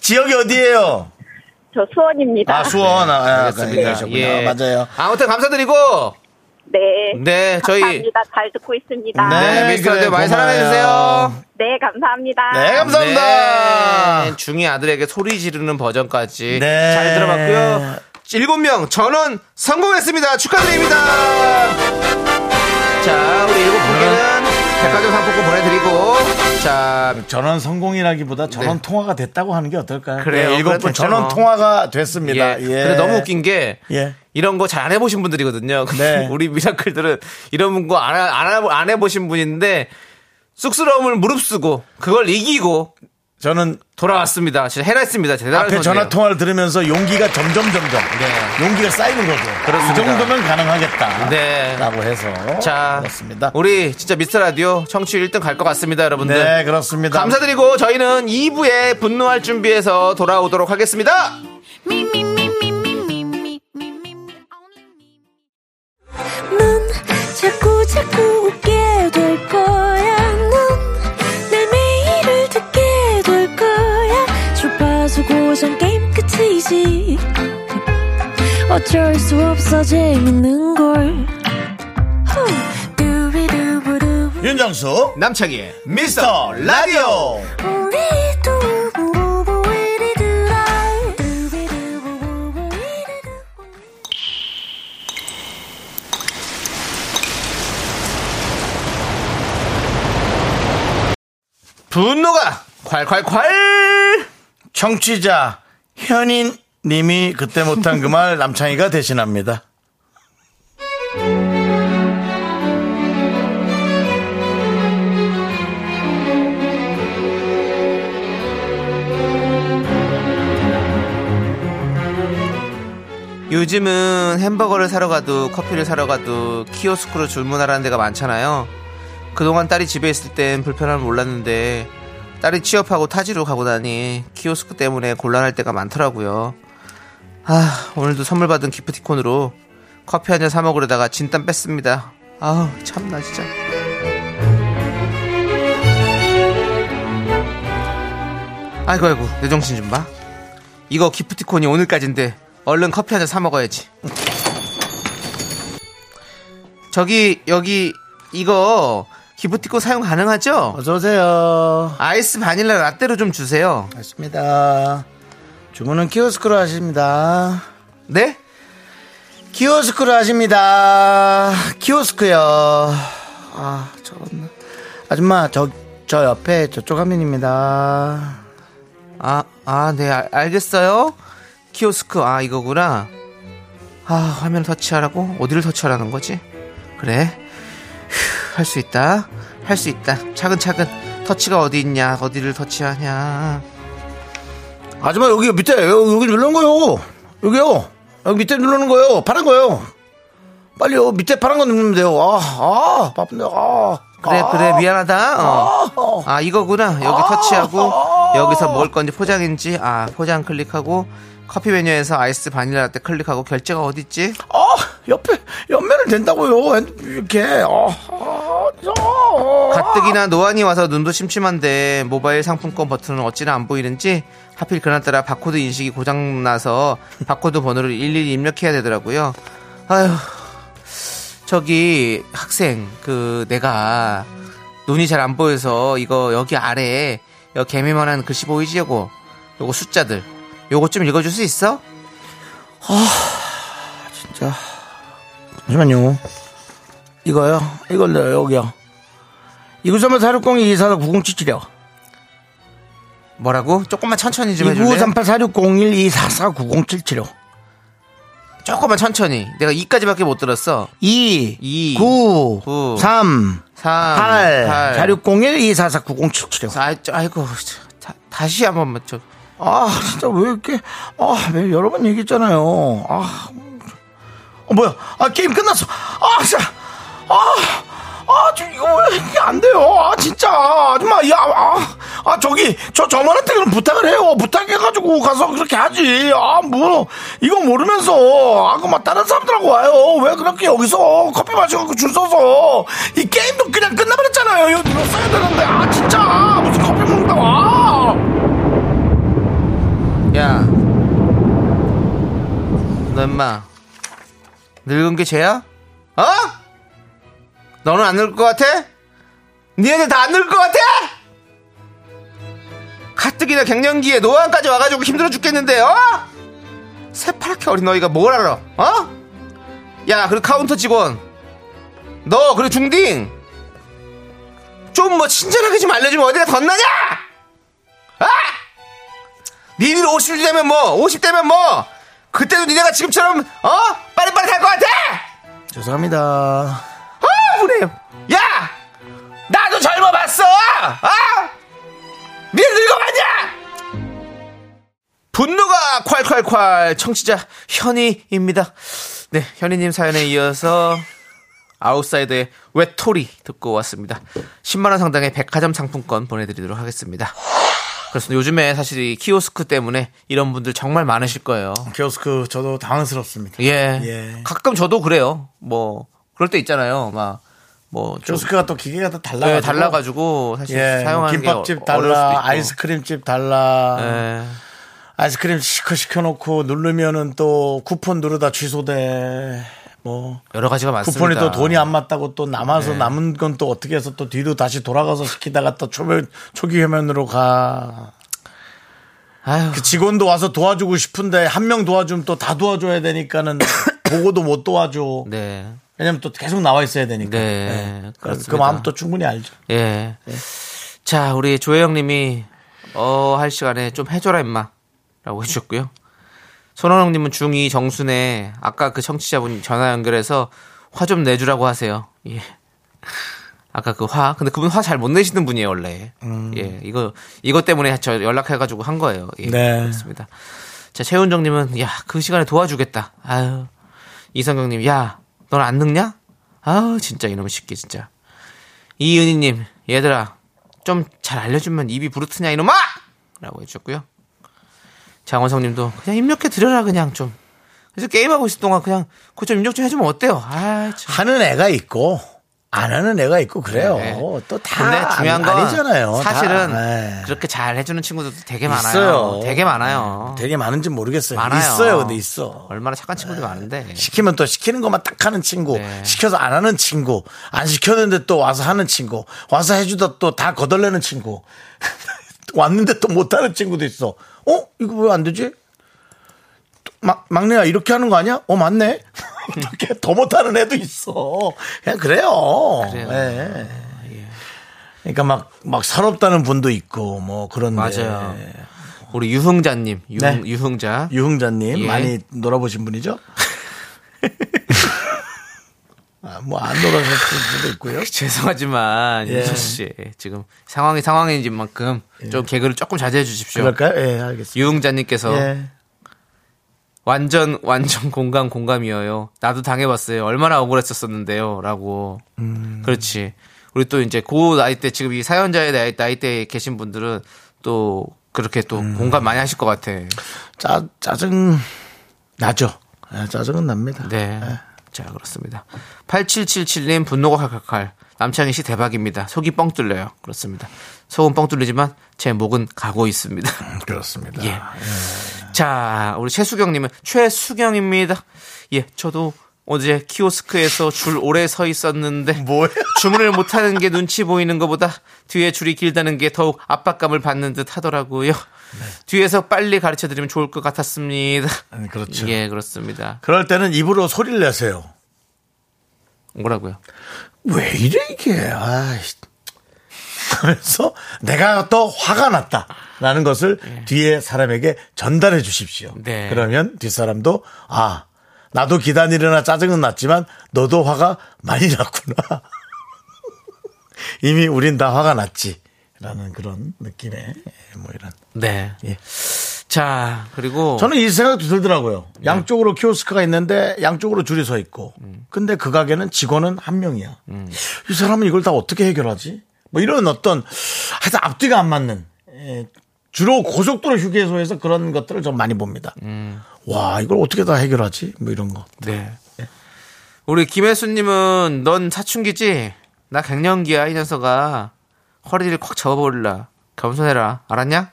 Speaker 1: 지역이 어디예요?
Speaker 9: 저 수원입니다.
Speaker 1: 아 수원. 아, 아,
Speaker 2: 네. 알겠습니다. 예.
Speaker 1: 그러셨구나. 맞아요.
Speaker 2: 아무튼 감사드리고
Speaker 9: 네.
Speaker 2: 네, 저희-
Speaker 9: 감사합니다. 잘 듣고 있습니다.
Speaker 2: 네,
Speaker 1: 네,
Speaker 2: 미스터 라디오
Speaker 1: 그래,
Speaker 2: 많이
Speaker 1: 고마워요.
Speaker 2: 사랑해 주세요.
Speaker 9: 네, 감사합니다.
Speaker 1: 네 감사합니다.
Speaker 2: 네, 중이 아들에게 소리 지르는 버전까지
Speaker 1: 네.
Speaker 2: 잘 들어봤고요. 일곱 명 전원 성공했습니다. 축하드립니다. 자, 우리 일곱 분께는
Speaker 1: 네.
Speaker 2: 백화점 상품권 보내드리고 자,
Speaker 1: 전원 성공이라기보다 전원 통화가 됐다고 하는 게 어떨까요?
Speaker 2: 네. 그래요.
Speaker 1: 예, 일곱
Speaker 2: 그래도
Speaker 1: 분
Speaker 2: 됐죠,
Speaker 1: 전원
Speaker 2: 뭐.
Speaker 1: 통화가 됐습니다.
Speaker 2: 예.
Speaker 1: 예.
Speaker 2: 근데 너무 웃긴 게
Speaker 1: 예.
Speaker 2: 이런 거 잘 안 해보신 분들이거든요.
Speaker 1: 네.
Speaker 2: 우리 미라클들은 이런 거 안 안, 안 해보신 분인데 쑥스러움을 무릅쓰고 그걸 이기고
Speaker 1: 예. 저는
Speaker 2: 돌아왔습니다. 진짜 해냈습니다. 대단한
Speaker 1: 앞에 전화
Speaker 2: 선수예요.
Speaker 1: 통화를 들으면서 용기가 점점 점점
Speaker 2: 네.
Speaker 1: 용기가 쌓이는 거죠.
Speaker 2: 그렇습니다.
Speaker 1: 이 정도면 가능하겠다.
Speaker 2: 네.
Speaker 1: 라고 해서
Speaker 2: 자,
Speaker 1: 그렇습니다.
Speaker 2: 우리 진짜 미스터 라디오 청취 1등 갈 것 같습니다, 여러분들.
Speaker 1: 네 그렇습니다.
Speaker 2: 감사드리고 저희는 2부에 분노할 준비해서 돌아오도록 하겠습니다.
Speaker 10: 넌 자꾸 자꾸 웃게 될 거야. 넌내 매일을 듣게 될 거야. 주파수 고정 게임 끝이지. 어쩔 수 없어 재밌는 걸. 후. 두비두부두.
Speaker 1: 윤정수
Speaker 2: 남창희의
Speaker 1: 미스터 라디오
Speaker 10: 우리 두부부부 우리 두라. 두비두부부부 우리 두부.
Speaker 2: 분노가 콸콸콸!
Speaker 1: 청취자 현인 님이 그때 못한 그 말 남창희가 대신합니다.
Speaker 2: 요즘은 햄버거를 사러 가도 커피를 사러 가도 키오스크로 주문하라는 데가 많잖아요. 그동안 딸이 집에 있을 땐 불편함을 몰랐는데 딸이 취업하고 타지로 가고 나니 키오스크 때문에 곤란할 때가 많더라고요. 아 오늘도 선물 받은 기프티콘으로 커피 한 잔 사 먹으려다가 진땀 뺐습니다. 아우 참나 진짜. 아이고 아이고 내 정신 좀 봐. 이거 기프티콘이 오늘까지인데 얼른 커피 한 잔 사 먹어야지. 저기 여기 이거 기프티콘 사용 가능하죠?
Speaker 1: 어서 오세요.
Speaker 2: 아이스 바닐라 라떼로 좀 주세요.
Speaker 1: 맞습니다. 주문은 키오스크로 하십니다.
Speaker 2: 네?
Speaker 1: 키오스크로 하십니다. 키오스크요. 아, 저런. 아줌마, 저, 저 옆에 저쪽 화면입니다.
Speaker 2: 아, 아, 네, 알- 알겠어요. 키오스크, 아, 이거구나. 아, 화면 터치하라고? 어디를 터치하라는 거지? 그래. 할 수 있다. 할 수 있다. 차근차근. 터치가 어디 있냐? 어디를 터치하냐?
Speaker 1: 아줌마, 여기 밑에, 여기, 여기 누르는 거요. 여기요. 여기 밑에 누르는 거요. 파란 거요. 빨리요. 밑에 파란 거 누르면 돼요. 아, 아, 바쁜데, 아.
Speaker 2: 그래
Speaker 1: 아.
Speaker 2: 그래 미안하다 어. 아 이거구나 여기 터치하고 여기서 먹을 건지 포장인지 아 포장 클릭하고 커피 메뉴에서 아이스 바닐라 라떼 클릭하고 결제가 어딨지
Speaker 1: 아, 옆에, 옆면을 된다고요. 이렇게. 아, 아, 아.
Speaker 2: 가뜩이나 노안이 와서 눈도 심심한데 모바일 상품권 버튼은 어찌나 안 보이는지 하필 그날따라 바코드 인식이 고장나서 바코드 번호를 일일이 입력해야 되더라고요. 아휴, 저기 학생, 그 내가 눈이 잘 안 보여서 이거 여기 아래에 여 개미만한 글씨 보이지? 요거, 요거 숫자들. 요거 좀 읽어줄 수 있어?
Speaker 1: 자, 잠시만요. 이거요? 이걸 넣어요, 여기요. 이구삼만 사육공이 이사사 구공칠칠이요.
Speaker 2: 뭐라고? 조금만 천천히 좀 해줄래?
Speaker 1: 이구삼팔 사육공일 이사사 구공칠칠이요.
Speaker 2: 조금만 천천히. 내가 2까지밖에 못 들었어.
Speaker 1: 이,
Speaker 2: 이,
Speaker 1: 구,
Speaker 2: 구,
Speaker 1: 삼,
Speaker 2: 3,
Speaker 1: 팔, 사육공일 이사사 구공칠칠이요.
Speaker 2: 아, 저, 아이고, 저, 다, 다시 한 번만 저.
Speaker 1: 아, 진짜 왜 이렇게, 아, 왜 여러 번 얘기했잖아요. 아, 어, 뭐야. 아, 게임 끝났어. 아, 진짜. 아, 아, 저, 이거 왜 이게 안 돼요. 아, 진짜. 아줌마, 야, 아, 아, 저기, 저, 저만한테 그럼 부탁을 해요. 부탁해가지고 가서 그렇게 하지. 아, 뭐, 이거 모르면서. 아, 그만 다른 사람들하고 와요. 왜 그렇게 여기서 커피 마셔갖고 줄 서서. 이 게임도 그냥 끝나버렸잖아요. 이거 눌렀어야 되는데. 아, 진짜. 무슨 커피 아. 먹는다. 와.
Speaker 2: 야. 너 임마. 늙은 게 죄야? 어? 너는 안 늙을 것 같아? 니네들 다 안 늙을 것 같아? 가뜩이나 갱년기에 노안까지 와가지고 힘들어 죽겠는데, 어? 새파랗게 어린 너희가 뭘 알아, 어? 야, 그리고 카운터 직원. 너, 그리고 중딩. 좀 뭐 친절하게 좀 알려주면 어디가 덧나냐? 아! 니들 50 되면 뭐, 50 되면 뭐, 그때도 니네가 지금처럼, 어? 빠리빠리 갈 것 같아!
Speaker 1: 죄송합니다.
Speaker 2: 아, 그래요. 야! 나도 젊어봤어! 아! 니네 늙어봤냐! 분노가 콸콸콸, 청취자 현희입니다. 네, 현희님 사연에 이어서, 아웃사이드의 외톨이 듣고 왔습니다. 10만원 상당의 백화점 상품권 보내드리도록 하겠습니다. 그렇습니다. 요즘에 사실 이 키오스크 때문에 이런 분들 정말 많으실 거예요.
Speaker 1: 키오스크 저도 당황스럽습니다.
Speaker 2: 예.
Speaker 1: 예.
Speaker 2: 가끔 저도 그래요. 뭐 그럴 때 있잖아요. 막뭐
Speaker 1: 키오스크가 또 기계가 다 달라.
Speaker 2: 예, 달라가지고 사실
Speaker 1: 예,
Speaker 2: 사용하는
Speaker 1: 김밥집
Speaker 2: 게 어- 어려울 수도 있고.
Speaker 1: 달라, 아이스크림집 달라,
Speaker 2: 예.
Speaker 1: 아이스크림 시커 시켜놓고 누르면은 또 쿠폰 누르다 취소돼. 뭐
Speaker 2: 여러 가지가 많습니다. 네.
Speaker 1: 쿠폰이 또 돈이 안 맞다고 또 남아서 남은 건 또 어떻게 해서 또 뒤로 다시 돌아가서 시키다가 또 초면, 초기 회면으로 가.
Speaker 2: 아유,
Speaker 1: 그 직원도 와서 도와주고 싶은데 한 명 도와주면 또 다 도와줘야 되니까는 보고도 못 도와줘.
Speaker 2: 네.
Speaker 1: 왜냐면 또 계속 나와 있어야 되니까.
Speaker 2: 네,
Speaker 1: 예.
Speaker 2: 그렇습니다.
Speaker 1: 그 마음 또 충분히 알죠.
Speaker 2: 예. 자, 우리 조혜영님이 어 할 시간에 좀 해줘라 임마라고 해주셨고요. 손원영님은 중2 정순에 아까 그 청취자분 전화 연결해서 화 좀 내주라고 하세요. 예. 아까 그 화. 근데 그분 화 잘 못 내시는 분이에요 원래. 예. 이거 이것 때문에 저 연락해가지고 한 거예요. 예.
Speaker 1: 네.
Speaker 2: 그렇습니다. 자 최은정님은 야 그 시간에 도와주겠다. 아유. 이성경님 야넌 안 늙냐? 아우 진짜 이놈의 쉽게 진짜. 이은희님, 얘들아, 좀 잘 알려주면 입이 부르트냐, 이놈아! 라고 해주셨고요. 장원성님도 그냥 입력해 드려라, 그냥 좀. 그래서 게임하고 있을 동안 그냥 그거 좀 입력 좀 해주면 어때요? 아, 참.
Speaker 1: 하는 애가 있고 안 하는 애가 있고 그래요.
Speaker 2: 네.
Speaker 1: 또다
Speaker 2: 근데 중요한 건
Speaker 1: 아니잖아요. 다.
Speaker 2: 사실은
Speaker 1: 네.
Speaker 2: 그렇게 잘 해주는 친구들도 되게 많아요.
Speaker 1: 있어요.
Speaker 2: 되게 많아요.
Speaker 1: 되게 많은지 모르겠어요.
Speaker 2: 많아요. 네.
Speaker 1: 있어요, 근데 있어.
Speaker 2: 얼마나 착한 친구들 이 많은데.
Speaker 1: 시키면 또 시키는 것만 딱 하는 친구,
Speaker 2: 네.
Speaker 1: 시켜서 안 하는 친구, 안 시켰는데 또 와서 하는 친구, 와서 해주다 또 다 거덜내는 친구, 왔는데 또 못하는 친구도 있어. 어? 이거 왜 안 되지? 또 막, 막내야, 이렇게 하는 거 아니야? 어, 맞네? 어떻게 더 못하는 애도 있어. 그냥 그래요.
Speaker 2: 그래요.
Speaker 1: 예. 그러니까 막, 막 서럽다는 분도 있고, 뭐, 그런데.
Speaker 2: 맞아요. 네. 우리 유흥자님, 유흥,
Speaker 1: 네.
Speaker 2: 유흥자.
Speaker 1: 유흥자님
Speaker 2: 예.
Speaker 1: 많이 놀아보신 분이죠? 아, 뭐 안 놀아보신 분도 있고요.
Speaker 2: 죄송하지만
Speaker 1: 예.
Speaker 2: 윤서 씨 지금 상황이 상황인 만큼 좀 예. 개그를 조금 자제해 주십시오.
Speaker 1: 그럴까요? 예, 알겠습니다.
Speaker 2: 유흥자님께서
Speaker 1: 예.
Speaker 2: 완전 완전 공감 공감이어요. 나도 당해봤어요. 얼마나 억울했었었는데요.라고. 음. 그렇지. 우리 또 이제 고 나이 때 지금 이 사연자의 나이, 나이 때 계신 분들은 또 그렇게 또 공감 많이 하실 것 같아.
Speaker 1: 짜, 짜증 나죠. 예, 짜증은 납니다.
Speaker 2: 네. 자, 그렇습니다. 8777님, 분노가 칼칼칼. 남창희 씨 대박입니다. 속이 뻥 뚫려요. 그렇습니다. 속은 뻥 뚫리지만 제 목은 가고 있습니다.
Speaker 1: 음, 그렇습니다.
Speaker 2: 예. 자, 우리 최수경님은 최수경입니다. 예, 저도 어제 키오스크에서 줄 오래 서 있었는데
Speaker 1: 뭐예요?
Speaker 2: 주문을 못하는 게 눈치 보이는 것보다 뒤에 줄이 길다는 게 더욱 압박감을 받는 듯 하더라고요. 뒤에서 빨리 가르쳐 드리면 좋을 것 같았습니다.
Speaker 1: 음, 그렇죠.
Speaker 2: 예, 그렇습니다.
Speaker 1: 그럴 때는 입으로 소리를 내세요.
Speaker 2: 뭐라고요?
Speaker 1: 왜 이래 이게 아이씨. 그래서 내가 또 화가 났다라는 것을 뒤에 사람에게 전달해 주십시오.
Speaker 2: 네.
Speaker 1: 그러면 뒷사람도 아 나도 기다리려나 짜증은 났지만 너도 화가 많이 났구나. 이미 우린 다 화가 났지라는 그런 느낌의 뭐 이런.
Speaker 2: 네.
Speaker 1: 예.
Speaker 2: 자, 그리고
Speaker 1: 저는 이 생각도 들더라고요. 양쪽으로 키오스크가 있는데 양쪽으로 줄이 서 있고. 근데 그 가게는 직원은 한 명이야. 이 사람은 이걸 다 어떻게 해결하지? 뭐 이런 어떤 하여튼 앞뒤가 안 맞는 예, 주로 고속도로 휴게소에서 그런 것들을 좀 많이 봅니다. 와 이걸 어떻게 다 해결하지? 뭐 이런 거.
Speaker 2: 네.
Speaker 1: 예.
Speaker 2: 우리 김혜수님은 넌 사춘기지? 나 갱년기야 이 녀석아. 허리를 콱 접어버릴라. 겸손해라. 알았냐?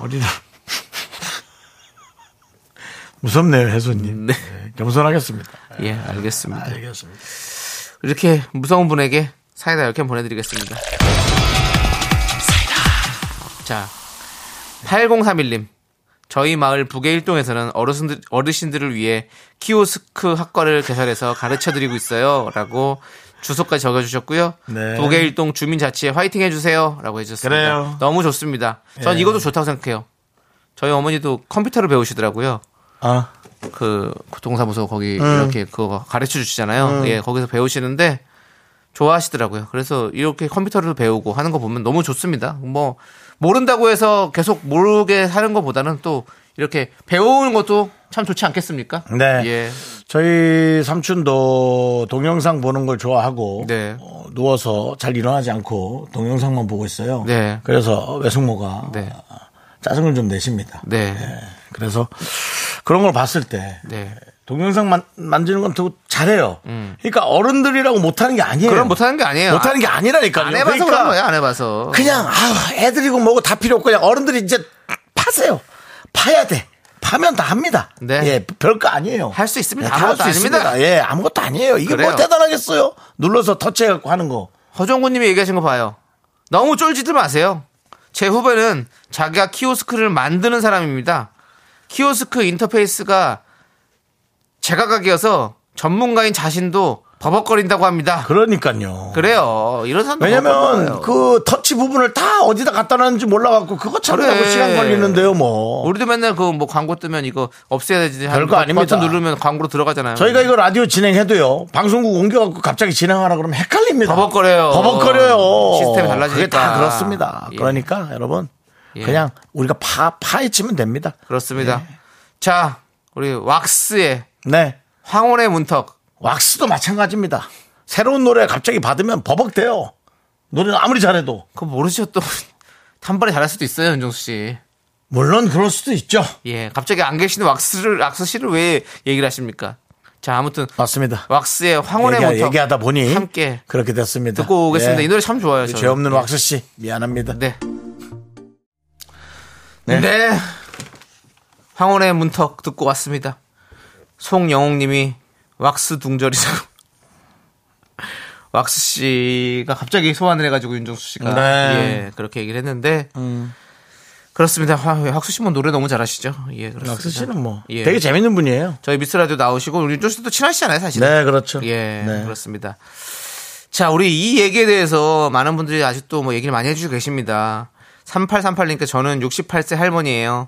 Speaker 1: 허리를 무섭네요, 해수님.
Speaker 2: 네.
Speaker 1: 네, 겸손하겠습니다.
Speaker 2: 예, 알겠습니다.
Speaker 1: 알겠습니다.
Speaker 2: 이렇게 무서운 분에게 사이다 10캔 보내드리겠습니다. 자, 8031님. 저희 마을 북의 일동에서는 어르신들, 어르신들을 위해 키오스크 학과를 개설해서 가르쳐드리고 있어요. 라고 주소까지 적어주셨고요.
Speaker 1: 네.
Speaker 2: 북의 일동 주민자치에 화이팅 해주세요. 라고 해주셨습니다.
Speaker 1: 그래요.
Speaker 2: 너무 좋습니다. 전
Speaker 1: 예.
Speaker 2: 이것도 좋다고 생각해요. 저희 어머니도 컴퓨터를 배우시더라고요.
Speaker 1: 아,
Speaker 2: 그 교통사무소
Speaker 1: 음.
Speaker 2: 거기 이렇게 그거 가르쳐 주시잖아요. 예, 거기서 배우시는데 좋아하시더라고요. 그래서 이렇게 컴퓨터를 배우고 하는 거 보면 너무 좋습니다. 뭐 모른다고 해서 계속 모르게 하는 것보다는 또 이렇게 배우는 것도 참 좋지 않겠습니까?
Speaker 1: 네.
Speaker 2: 예.
Speaker 1: 저희 삼촌도 동영상 보는 걸 좋아하고
Speaker 2: 네.
Speaker 1: 어, 누워서 잘 일어나지 않고 동영상만 보고 있어요.
Speaker 2: 네.
Speaker 1: 그래서 외숙모가
Speaker 2: 네.
Speaker 1: 짜증을 좀 내십니다.
Speaker 2: 네.
Speaker 1: 예. 그래서 그런 걸 봤을 때
Speaker 2: 네.
Speaker 1: 동영상 만, 만지는 건 되게 잘해요. 그러니까 어른들이라고 못하는 게 아니에요.
Speaker 2: 음. 그럼 못하는 게 아니에요.
Speaker 1: 예. 못하는 게 아니라니까요. 그러니까
Speaker 2: 안 해봐서 그런 어. 거예요. 안 해봐서.
Speaker 1: 그냥 아 애들이고 뭐고 다 필요 없고 그냥 어른들이 이제 파세요. 파야 돼. 파면 다 합니다.
Speaker 2: 네.
Speaker 1: 예, 별거 아니에요.
Speaker 2: 할수 있습니다.
Speaker 1: 다
Speaker 2: 아무것도
Speaker 1: 할수
Speaker 2: 아닙니다.
Speaker 1: 예, 아무것도 아니에요. 이게
Speaker 2: 그래요.
Speaker 1: 뭐 대단하겠어요? 눌러서 터치해갖고 하는 거.
Speaker 2: 허정구님이 얘기하신 거 봐요. 너무 쫄지들 마세요. 제 후배는 자기가 키오스크를 만드는 사람입니다. 키오스크 인터페이스가 제가 가게여서 전문가인 자신도 버벅거린다고 합니다.
Speaker 1: 그러니까요.
Speaker 2: 그래요. 이런 사람도
Speaker 1: 왜냐면
Speaker 2: 버벅거려요.
Speaker 1: 그 터치 부분을 다 어디다 갖다 놨는지 몰라갖고 그거 찾느라고
Speaker 2: 그래.
Speaker 1: 시간 걸리는데요, 뭐.
Speaker 2: 우리도 맨날 그 뭐 광고 뜨면 이거 없애야 되지. 하는
Speaker 1: 별거
Speaker 2: 버-
Speaker 1: 아닙니다.
Speaker 2: 버튼 누르면 광고로 들어가잖아요.
Speaker 1: 저희가 이거 라디오 진행해도요. 방송국 옮겨갖고 갑자기 진행하라 그러면 헷갈립니다.
Speaker 2: 버벅거려요.
Speaker 1: 버벅거려요.
Speaker 2: 시스템이 달라지니까.
Speaker 1: 그게 다 그렇습니다.
Speaker 2: 예.
Speaker 1: 그러니까 여러분
Speaker 2: 예.
Speaker 1: 그냥 우리가 파 파헤치면 됩니다.
Speaker 2: 그렇습니다. 자, 우리 왁스의
Speaker 1: 네.
Speaker 2: 황혼의 문턱.
Speaker 1: 왁스도 마찬가지입니다. 새로운 노래 갑자기 받으면 버벅대요. 노래는 아무리 잘해도
Speaker 2: 그거 모르죠 또. 단발에 잘할 수도 있어요, 윤정수 씨.
Speaker 1: 물론 그럴 수도 있죠.
Speaker 2: 예, 갑자기 안 계시는 왁스를 왁스 씨를 왜 얘기를 하십니까? 자, 아무튼
Speaker 1: 맞습니다.
Speaker 2: 왁스의 황혼의
Speaker 1: 얘기하,
Speaker 2: 문턱
Speaker 1: 얘기하다 보니
Speaker 2: 함께
Speaker 1: 그렇게 됐습니다.
Speaker 2: 듣고 오겠습니다.
Speaker 1: 예.
Speaker 2: 이 노래 참 좋아요. 저는. 예.
Speaker 1: 죄 없는 왁스 씨 미안합니다.
Speaker 2: 네.
Speaker 1: 네.
Speaker 2: 네. 황혼의 문턱 듣고 왔습니다. 송영웅님이 왁스 둥절이라고. 왁스 씨가 갑자기 소환을 해가지고 윤정수 씨가
Speaker 1: 네. 음.
Speaker 2: 예 그렇게 얘기를 했는데 그렇습니다. 화- 왁스 씨뭐 노래 너무 잘하시죠. 예 그렇습니다.
Speaker 1: 왁스 씨는 뭐
Speaker 2: 예.
Speaker 1: 되게 재밌는 분이에요.
Speaker 2: 저희 미스 라디오 나오시고 우리 윤종 씨도 친하시잖아요, 사실.
Speaker 1: 네, 그렇죠.
Speaker 2: 예,
Speaker 1: 네.
Speaker 2: 그렇습니다. 자, 우리 이 얘기에 대해서 많은 분들이 아직도 뭐 얘기를 많이 해주시고 계십니다. 3838님께 저는 68세 할머니예요.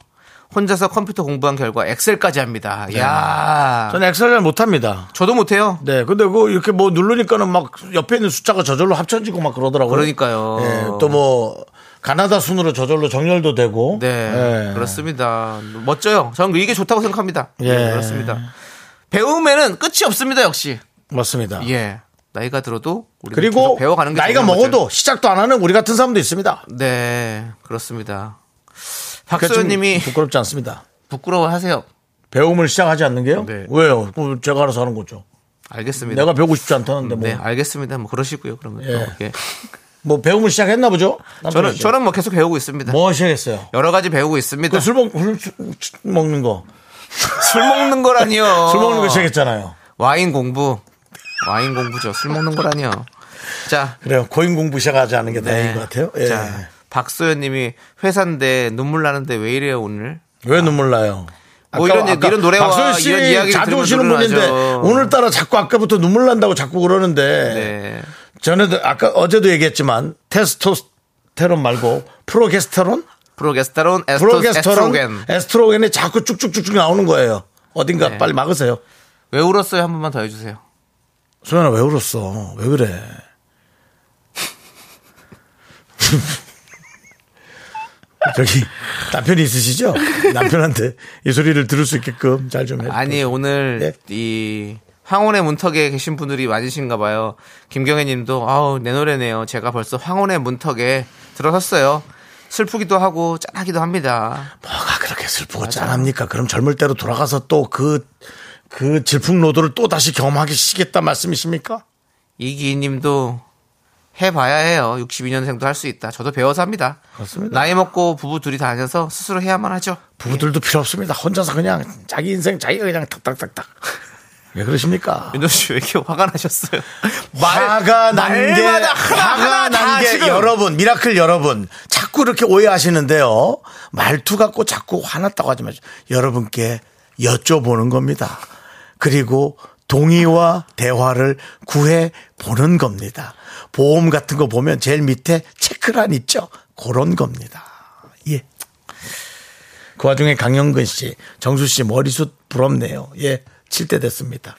Speaker 2: 혼자서 컴퓨터 공부한 결과 엑셀까지 합니다.
Speaker 1: 네.
Speaker 2: 야,
Speaker 1: 저는 엑셀 잘 못합니다.
Speaker 2: 저도 못해요.
Speaker 1: 네, 근데 그 이렇게 뭐 누르니까는 막 옆에 있는 숫자가 저절로 합쳐지고 막 그러더라고요.
Speaker 2: 그러니까요.
Speaker 1: 또 뭐 가나다 순으로 저절로 정렬도 되고.
Speaker 2: 네,
Speaker 1: 예.
Speaker 2: 그렇습니다. 멋져요. 저는 이게 좋다고 생각합니다.
Speaker 1: 예.
Speaker 2: 네, 그렇습니다. 배움에는 끝이 없습니다, 역시.
Speaker 1: 맞습니다.
Speaker 2: 예, 나이가 들어도 우리
Speaker 1: 그리고
Speaker 2: 배워가는 게
Speaker 1: 나이가
Speaker 2: 좋은 거죠.
Speaker 1: 먹어도 시작도 안 하는 우리 같은 사람도 있습니다.
Speaker 2: 네, 그렇습니다.
Speaker 1: 그게 그러니까 좀
Speaker 2: 박소연님이
Speaker 1: 부끄럽지 않습니다.
Speaker 2: 부끄러워하세요.
Speaker 1: 배움을 시작하지 않는 게요?
Speaker 2: 네.
Speaker 1: 왜요? 그걸 제가 알아서 하는 거죠.
Speaker 2: 알겠습니다.
Speaker 1: 내가 배우고 싶지 않다는데 뭐,
Speaker 2: 네, 알겠습니다. 뭐 그러시고요. 그러면
Speaker 1: 예.
Speaker 2: 또, 예.
Speaker 1: 뭐 배움을 시작했나 보죠? 남편이
Speaker 2: 저는
Speaker 1: 씨.
Speaker 2: 저는 뭐 계속 배우고 있습니다.
Speaker 1: 뭐 시작했어요?
Speaker 2: 여러 가지 배우고 있습니다.
Speaker 1: 그 술 먹, 술, 먹는 거.
Speaker 2: 술 먹는 거라니요.
Speaker 1: 술 먹는 거 시작했잖아요.
Speaker 2: 와인 공부. 와인 공부죠. 술 먹는 거라니요. 자,
Speaker 1: 그래요. 고인 공부 시작하지 않은 게
Speaker 2: 네.
Speaker 1: 다행인 것 같아요. 예.
Speaker 2: 자, 박소연님이 회사인데 눈물 나는데 왜 이래요 오늘?
Speaker 1: 왜 눈물 나요?
Speaker 2: 뭐 이런- 이런 노래와
Speaker 1: 박소연 씨
Speaker 2: 이런 이야기를
Speaker 1: 자주
Speaker 2: 들으면
Speaker 1: 오시는
Speaker 2: 눈물
Speaker 1: 분인데
Speaker 2: 나죠.
Speaker 1: 오늘따라 자꾸 아까부터 눈물 난다고 자꾸 그러는데
Speaker 2: 네.
Speaker 1: 전에도 아까 어제도 얘기했지만 테스토스테론 말고 프로게스테론,
Speaker 2: 프로게스테론, 에스토,
Speaker 1: 프로게스테론,
Speaker 2: 에스트로겐.
Speaker 1: 에스트로겐이 자꾸 쭉쭉쭉쭉 나오는 거예요. 어딘가
Speaker 2: 네.
Speaker 1: 빨리 막으세요.
Speaker 2: 왜 울었어요? 한 번만 더 해주세요.
Speaker 1: 소연아 왜 울었어? 왜 그래? 저기 남편이 있으시죠? 남편한테 이 소리를 들을 수 있게끔 잘 좀 해.
Speaker 2: 아니
Speaker 1: 네.
Speaker 2: 오늘 이 황혼의 문턱에 계신 분들이 많으신가 봐요. 김경애님도 아우 내 노래네요. 제가 벌써 황혼의 문턱에 들어섰어요. 슬프기도 하고 짠하기도 합니다.
Speaker 1: 뭐가 그렇게 슬프고 짠합니까? 그럼 젊을 때로 돌아가서 또 그 그 질풍노도를 또 다시 경험하시겠다 말씀이십니까?
Speaker 2: 이기희님도 해봐야 해요. 62년생도 할 수 있다. 저도 배워서 합니다.
Speaker 1: 그렇습니다.
Speaker 2: 나이 먹고 부부 둘이 다녀서 스스로 해야만 하죠. 네.
Speaker 1: 부부들도 필요 없습니다. 혼자서 그냥 자기 인생 자기가 그냥 탁탁탁탁. 왜 그러십니까?
Speaker 2: 윤정 씨왜 이렇게 화가 나셨어요?
Speaker 1: 화가 난 게
Speaker 2: 말마다 하나,
Speaker 1: 화가
Speaker 2: 하나
Speaker 1: 난
Speaker 2: 다
Speaker 1: 게
Speaker 2: 지금.
Speaker 1: 여러분 미라클 여러분 자꾸 이렇게 오해하시는데요 말투 갖고 자꾸 화났다고 하지 마시고 여러분께 여쭤보는 겁니다 그리고 동의와 대화를 구해 보는 겁니다 보험 같은 거 보면 제일 밑에 체크란 있죠 그런 겁니다 예. 그 와중에 강영근 씨, 정수 씨 머리숱 부럽네요. 예, 칠 때 됐습니다.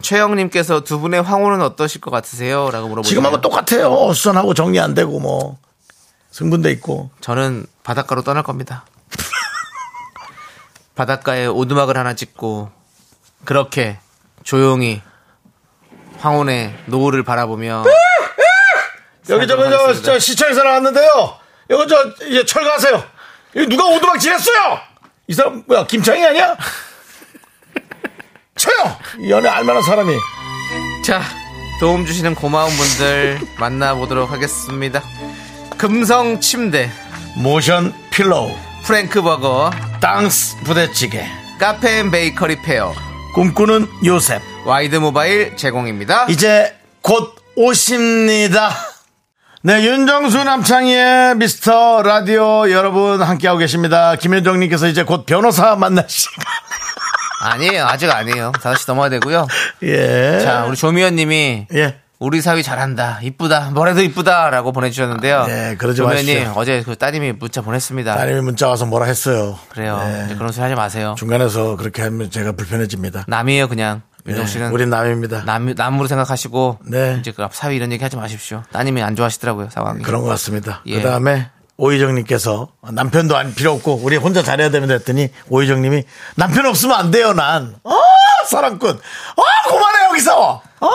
Speaker 2: 최영님께서 두 분의 황혼은 어떠실 것 같으세요? 라고 물어보시네요.
Speaker 1: 지금하고 똑같아요. 어수선하고 정리 안 되고 뭐 승분돼 있고
Speaker 2: 저는 바닷가로 떠날 겁니다. 바닷가에 오두막을 하나 짓고 그렇게 조용히 황혼의 노을을 바라보며
Speaker 1: 여기 저거 저, 저 시청에서 나왔는데요. 이거 저 이제 철거하세요. 여기 누가 오두막 지냈어요? 이 사람 뭐야 김창희 아니야? 쳐요. 이 연애 알만한 사람이
Speaker 2: 자 도움 주시는 고마운 분들 만나보도록 하겠습니다. 금성 침대,
Speaker 1: 모션 필로우,
Speaker 2: 프랭크 버거,
Speaker 1: 땅스 부대찌개,
Speaker 2: 카페 앤 베이커리 페어,
Speaker 1: 꿈꾸는 요셉
Speaker 2: 와이드 모바일 제공입니다.
Speaker 1: 이제 곧 오십니다. 네, 윤정수 남창희의 미스터 라디오 여러분 함께하고 계십니다. 김현정님께서 이제 곧 변호사 만나실
Speaker 2: 아니에요, 아직 아니에요. 5시 넘어야 되고요.
Speaker 1: 예.
Speaker 2: 자, 우리 조미연 님이
Speaker 1: 예.
Speaker 2: 우리 사위 잘한다. 이쁘다. 뭐래도 이쁘다라고 보내 주셨는데요.
Speaker 1: 네, 그러지
Speaker 2: 조미연 님
Speaker 1: 마십시오.
Speaker 2: 어제 그 따님이 문자 보냈습니다.
Speaker 1: 따님이 문자 와서 뭐라 했어요.
Speaker 2: 그래요.
Speaker 1: 네.
Speaker 2: 이제 그런 소리 하지 마세요.
Speaker 1: 중간에서 그렇게 하면 제가 불편해집니다.
Speaker 2: 남이에요, 그냥. 음,
Speaker 1: 예,
Speaker 2: 윤정 씨는
Speaker 1: 우린 남입니다.
Speaker 2: 남 남으로 생각하시고
Speaker 1: 네.
Speaker 2: 이제 그 사위 이런 얘기 하지 마십시오. 따님이 안 좋아하시더라고요, 상황이.
Speaker 1: 그런 것 같습니다.
Speaker 2: 예.
Speaker 1: 그 다음에 오희정님께서 남편도 안 필요 없고 우리 혼자 잘해야 됩니다 했더니 오희정님이 남편 없으면 안 돼요 난. 어 사랑꾼. 어 그만해 여기서. 어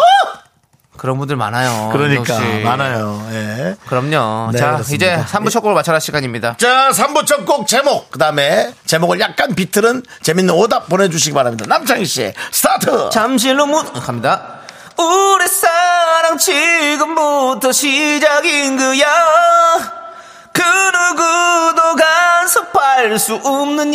Speaker 2: 그런 분들 많아요.
Speaker 1: 그러니까
Speaker 2: 윤정 씨.
Speaker 1: 많아요. 예.
Speaker 2: 그럼요.
Speaker 1: 네,
Speaker 2: 자,
Speaker 1: 그렇습니다.
Speaker 2: 이제 3부 첫 곡을 맞춰라 시간입니다.
Speaker 1: 자, 3부 첫 곡 제목. 그 다음에 제목을 약간 비틀은 재밌는 오답 보내주시기 바랍니다. 남창희 씨, 스타트!
Speaker 2: 잠실로 문 갑니다. 우리 사랑 지금부터 시작인 거야. 그 누구도 간섭할 수 없는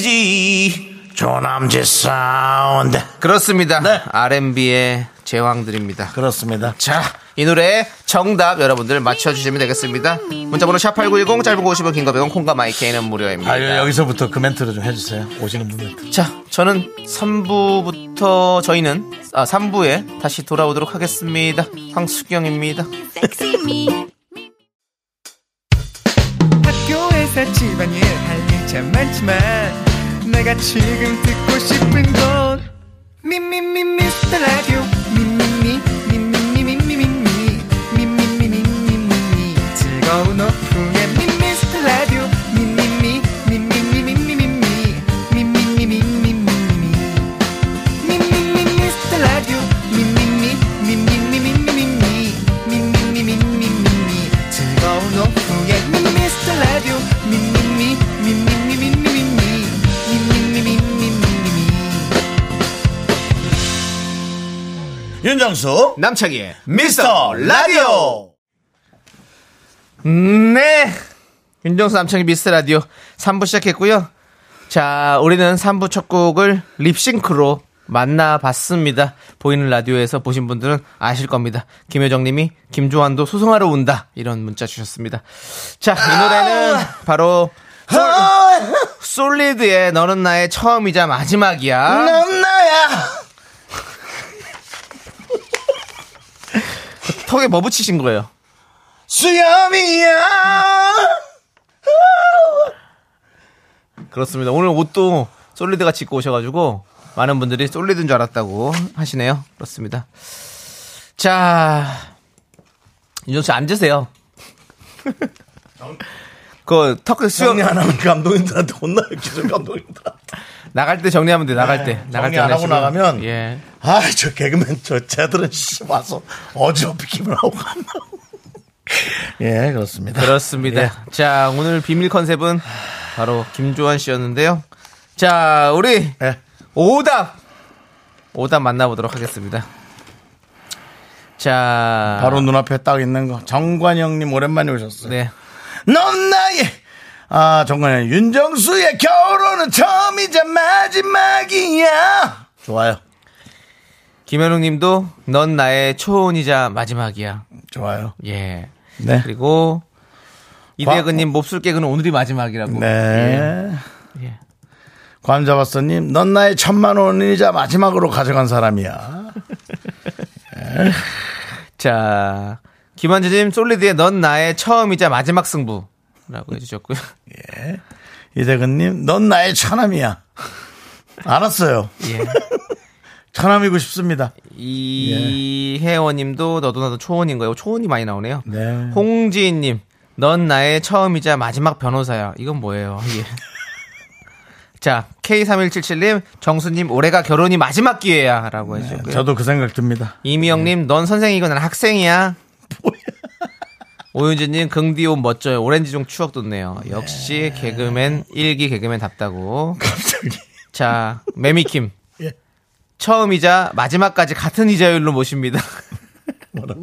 Speaker 2: 얘기지.
Speaker 1: 조남지 사운드.
Speaker 2: 그렇습니다. R&B의 제왕들입니다.
Speaker 1: 그렇습니다.
Speaker 2: 자, 이 노래 정답 여러분들 맞춰주시면 되겠습니다. 문자번호 샵8910 짧은 50원 긴거 100원 콩과 마이케이는 무료입니다.
Speaker 1: 아, 여- 여기서부터 그 멘트를 좀 해주세요. 오시는 분들.
Speaker 2: 자, 저는 3부부터 저희는 아, 3부에 다시 돌아오도록 하겠습니다. 황수경입니다.
Speaker 10: Sexy me.
Speaker 11: 학교에서 집안일 할 일 참 많지만 내가 지금 듣고 싶은 건 미미미 미스터 라디오 미미미 미미미 미미미 미미미 미미미 즐거운 오후에 미스터 라디오 미미미 미미미 미미미 미미미 미미미
Speaker 1: 윤정수
Speaker 2: 남창희의
Speaker 1: 미스터 라디오
Speaker 2: 네. 윤정수 남창희 미스 라디오 3부 시작했고요. 자, 우리는 3부 첫 곡을 립싱크로 만나봤습니다. 보이는 라디오에서 보신 분들은 아실 겁니다. 김효정 님이 김조한도 소송하러 온다. 이런 문자 주셨습니다. 자, 이 노래는 바로 솔-
Speaker 1: 어!
Speaker 2: 솔리드의 너는 나의 처음이자 마지막이야.
Speaker 1: 넌 나야
Speaker 2: 턱에 뭐 붙이신 거예요?
Speaker 1: 수염이야
Speaker 2: 그렇습니다. 오늘 옷도 솔리드 같이 입고 오셔가지고 많은 분들이 솔리드인 줄 알았다고 하시네요. 그렇습니다. 자, 윤정씨 앉으세요. 그 터크 수염
Speaker 1: 수염이 안 하면 감독님들한테 혼나요 기술 감독님들한테
Speaker 2: 나갈 때 정리하면 돼. 나갈 때 나갈
Speaker 1: 네, 정리
Speaker 2: 때
Speaker 1: 안 하고
Speaker 2: 하시고.
Speaker 1: 나가면
Speaker 2: 예.
Speaker 1: 아 저 개그맨 저 쟤들은 씨 와서 어지럽히기만 하고 간다고 예 그렇습니다
Speaker 2: 그렇습니다.
Speaker 1: 예.
Speaker 2: 자, 오늘 비밀 컨셉은 바로 김조한 씨였는데요. 자, 우리
Speaker 1: 예.
Speaker 2: 오답 오답 만나보도록 하겠습니다. 자,
Speaker 1: 바로 눈앞에 딱 있는 거 정관영님 오랜만에 오셨어요
Speaker 2: 아. 네.
Speaker 1: 넌 나의 아 정관영 윤정수의 결혼은 처음이자 마지막이야 좋아요
Speaker 2: 김현웅 님도 넌 나의 초혼이자 마지막이야.
Speaker 1: 좋아요
Speaker 2: 예.
Speaker 1: 네
Speaker 2: 그리고 이대근 님 몹쓸 깨그는 오늘이 마지막이라고.
Speaker 1: 네.
Speaker 2: 예.
Speaker 1: 관자바스님, 넌 나의 천만 원이자 마지막으로 가져간 사람이야.
Speaker 2: 자, 김한재 님 솔리드의 넌 나의 처음이자 마지막 승부라고 해 주셨고요.
Speaker 1: 이대근님, 넌 나의 처남이야. 알았어요.
Speaker 2: 예.
Speaker 1: 처남이고 싶습니다.
Speaker 2: 이혜원님도 너도 나도 초원인 거예요. 초원이 많이 나오네요.
Speaker 1: 네.
Speaker 2: 홍지인님, 넌 나의 처음이자 마지막 변호사야. 이건 뭐예요? 예. 자, K3177님, 정수님, 올해가 결혼이 마지막 기회야. 라고 해주셨고요.
Speaker 1: 저도 그 생각 듭니다.
Speaker 2: 이미영님, 넌 선생이고 난 학생이야. 오윤진님, 긍디 옷 멋져요. 오렌지종 추억 돋네요. 역시 개그맨, 일기 개그맨 답다고.
Speaker 1: 갑자기.
Speaker 2: 자, 매미킴.
Speaker 1: 예.
Speaker 2: 처음이자 마지막까지 같은 이자율로 모십니다.
Speaker 1: 뭐라고?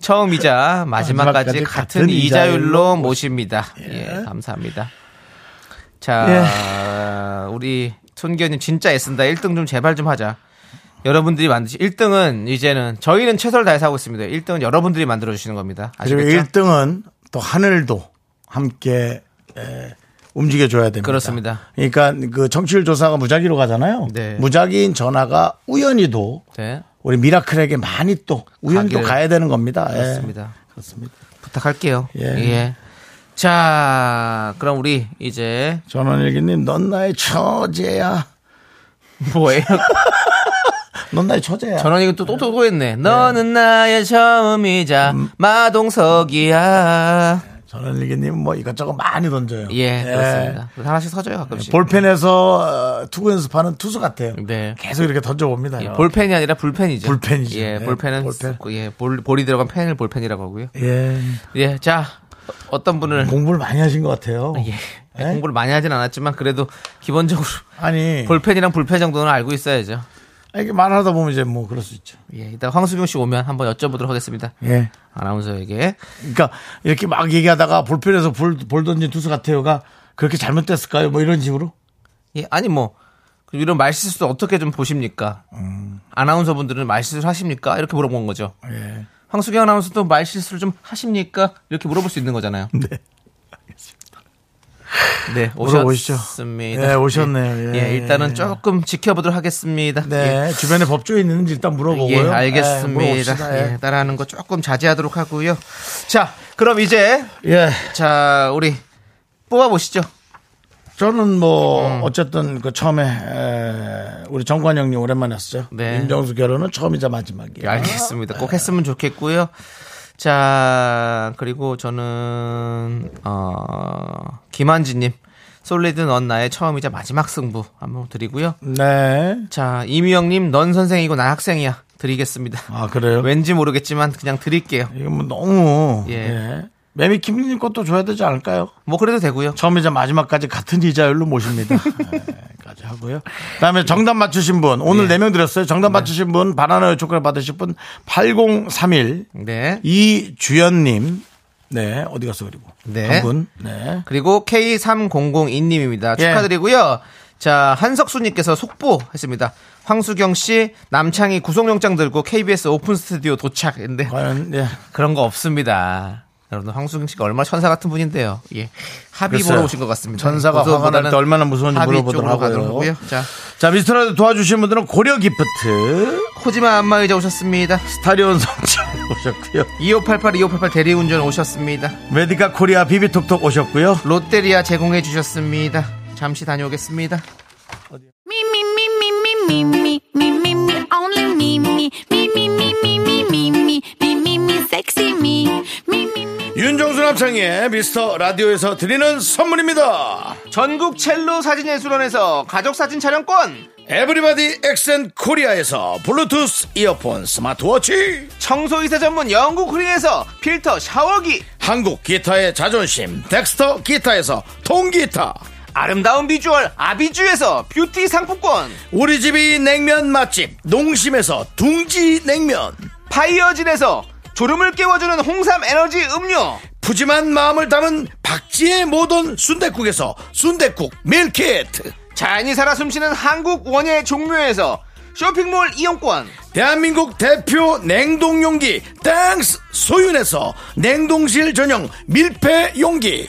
Speaker 2: 처음이자 마지막까지
Speaker 1: 마지막까지
Speaker 2: 같은,
Speaker 1: 같은
Speaker 2: 이자율로
Speaker 1: 이자율로
Speaker 2: 모십니다. 예, 감사합니다. 자, 우리 손견님 진짜 애쓴다. 1등 좀 제발 좀 하자. 여러분들이 만드시 1등은 이제는 저희는 최선을 다해서 하고 있습니다. 1등은 여러분들이 만들어 주시는 겁니다.
Speaker 1: 그리고
Speaker 2: 아시겠죠?
Speaker 1: 1등은 또 하늘도 함께 에, 움직여줘야 됩니다.
Speaker 2: 그렇습니다.
Speaker 1: 그러니까 그 정치율 조사가 무작위로 가잖아요.
Speaker 2: 네.
Speaker 1: 무작위인 전화가 우연히도
Speaker 2: 네.
Speaker 1: 우리 미라클에게 많이 또 우연히 또
Speaker 2: 가길.
Speaker 1: 가야 되는 겁니다. 예.
Speaker 2: 그렇습니다.
Speaker 1: 그렇습니다.
Speaker 2: 부탁할게요.
Speaker 1: 예.
Speaker 2: 예. 자, 그럼 우리 이제
Speaker 1: 전원일기님, 넌 나의 처제야.
Speaker 2: 뭐예요?
Speaker 1: 넌 나의 처제야.
Speaker 2: 전원 이거 또또 또, 또
Speaker 1: 예.
Speaker 2: 했네. 너는 나의 처음이자 마동석이야.
Speaker 1: 전원일기님, 뭐 이것저것 많이 던져요.
Speaker 2: 예, 그렇습니다. 하나씩 서져요 가끔씩.
Speaker 1: 볼펜에서 어, 투구 연습하는 투수 같아요.
Speaker 2: 네.
Speaker 1: 계속 이렇게 던져봅니다.
Speaker 2: 예, 볼펜이 아니라 불펜이죠.
Speaker 1: 불펜이죠.
Speaker 2: 예,
Speaker 1: 네,
Speaker 2: 볼펜은
Speaker 1: 볼펜.
Speaker 2: 쓰고, 예, 볼, 볼이 들어간 펜을 볼펜이라고 하고요.
Speaker 1: 예.
Speaker 2: 예, 자 어- 어떤 분을
Speaker 1: 공부를 많이 하신 것 같아요.
Speaker 2: 예,
Speaker 1: 예?
Speaker 2: 공부를 많이 하진 않았지만 그래도 기본적으로
Speaker 1: 아니,
Speaker 2: 볼펜이랑 불펜 정도는 알고 있어야죠.
Speaker 1: 아, 이렇게 말하다 보면 이제 뭐 그럴 수 있죠.
Speaker 2: 예, 이따 황수경 씨 오면 한번 여쭤보도록 하겠습니다.
Speaker 1: 예.
Speaker 2: 아나운서에게
Speaker 1: 그러니까 이렇게 막 얘기하다가 볼펜에서 볼, 볼 던진 투수 같아요가 그렇게 잘못됐을까요? 뭐 이런 식으로?
Speaker 2: 예, 아니 뭐 이런 말실수 어떻게 좀 보십니까? 음. 아나운서분들은 말실수 하십니까? 이렇게 물어본 거죠.
Speaker 1: 예.
Speaker 2: 황수경 아나운서도 말실수를 좀 하십니까? 이렇게 물어볼 수 있는 거잖아요.
Speaker 1: 네.
Speaker 2: 네,
Speaker 1: 물어보시죠.
Speaker 2: 오셨습니다.
Speaker 1: 네, 오셨네요. 예,
Speaker 2: 예, 일단은
Speaker 1: 예.
Speaker 2: 조금 지켜보도록 하겠습니다. 예.
Speaker 1: 네. 주변에 법조인 있는지 일단 물어보고요.
Speaker 2: 예,
Speaker 1: 예, 물어봅시다.
Speaker 2: 알겠습니다. 예,
Speaker 1: 예.
Speaker 2: 따라하는 거 조금 자제하도록 하고요. 자, 그럼 이제
Speaker 1: 예.
Speaker 2: 자 우리 뽑아보시죠.
Speaker 1: 저는 뭐
Speaker 2: 음.
Speaker 1: 어쨌든 그 처음에 에, 우리 정관영님 오랜만에 왔어요.
Speaker 2: 네.
Speaker 1: 임정수 결혼은 처음이자
Speaker 2: 예,
Speaker 1: 마지막이에요.
Speaker 2: 알겠습니다. 꼭 했으면 좋겠고요. 자, 그리고 저는 어 김한지님 솔리드 넌 나의 처음이자 마지막 승부 한번 드리고요.
Speaker 1: 네.
Speaker 2: 자, 이미영님 넌 선생이고 나 학생이야 드리겠습니다.
Speaker 1: 아 그래요?
Speaker 2: 왠지 모르겠지만 그냥 드릴게요.
Speaker 1: 이거 뭐 너무
Speaker 2: 예.
Speaker 1: 예. 매미 김님 것도 줘야 되지 않을까요?
Speaker 2: 뭐 그래도 되고요.
Speaker 1: 처음이자 마지막까지 같은 이자율로 모십니다. 예, 자, 뭐요? 그다음에 정답 맞추신 분 오늘 네 명 드렸어요. 정답 맞추신 분 바나나 초콜릿 받으실 분 8031.
Speaker 2: 네.
Speaker 1: 이주연님. 네 어디 갔어 그리고
Speaker 2: 네.
Speaker 1: 한 분. 네.
Speaker 2: 그리고 K3002님입니다.
Speaker 1: 예.
Speaker 2: 축하드리고요. 자, 한석수님께서 속보했습니다. 황수경 씨, 남창희 구속영장 들고 KBS 오픈 스튜디오 도착인데.
Speaker 1: 과연
Speaker 2: 네,
Speaker 1: 예.
Speaker 2: 그런 거 없습니다. 여러분, 황수경 씨가 얼마나 천사 같은 분인데요. 예. 합의
Speaker 1: 글쎄요.
Speaker 2: 보러 오신 것 같습니다.
Speaker 1: 천사가 화가 날때 얼마나 무서운지
Speaker 2: 합의
Speaker 1: 물어보도록
Speaker 2: 쪽으로 가도록
Speaker 1: 하고요.
Speaker 2: 하고요. 자,
Speaker 1: 자 미스터라도 도와주신 분들은 고려 기프트,
Speaker 2: 코지마 안마의자 오셨습니다.
Speaker 1: 스타리온 성철 오셨고요.
Speaker 2: 2588, 2588 대리운전 오셨습니다.
Speaker 1: 메디카 코리아 비비톡톡 오셨고요.
Speaker 2: 롯데리아 제공해 주셨습니다. 잠시 다녀오겠습니다.
Speaker 10: Me, me, me, me, me, me, me, me, me, me, only me, me, me, me, me, me, me, me, me, me, me, me, sexy me, me, me, me.
Speaker 1: 윤종수 남창의 미스터 라디오에서 드리는 선물입니다.
Speaker 2: 전국 첼로 사진예술원에서 가족사진 촬영권
Speaker 1: 에브리바디 엑센 코리아에서 블루투스 이어폰 스마트워치
Speaker 2: 청소이사 전문 영국 크린에서 필터 샤워기
Speaker 1: 한국 기타의 자존심 덱스터 기타에서 통기타
Speaker 2: 아름다운 비주얼 아비주에서 뷰티 상품권
Speaker 1: 우리 집이 냉면 맛집 농심에서 둥지 냉면
Speaker 2: 파이어진에서 졸음을 깨워주는 홍삼 에너지 음료
Speaker 1: 푸짐한 마음을 담은 박지의 모던 순댓국에서순댓국 밀키트
Speaker 2: 자연이 살아 숨쉬는 한국 원예 종묘에서 쇼핑몰 이용권
Speaker 1: 대한민국 대표 냉동용기 땡스 소윤에서 냉동실 전용 밀폐 용기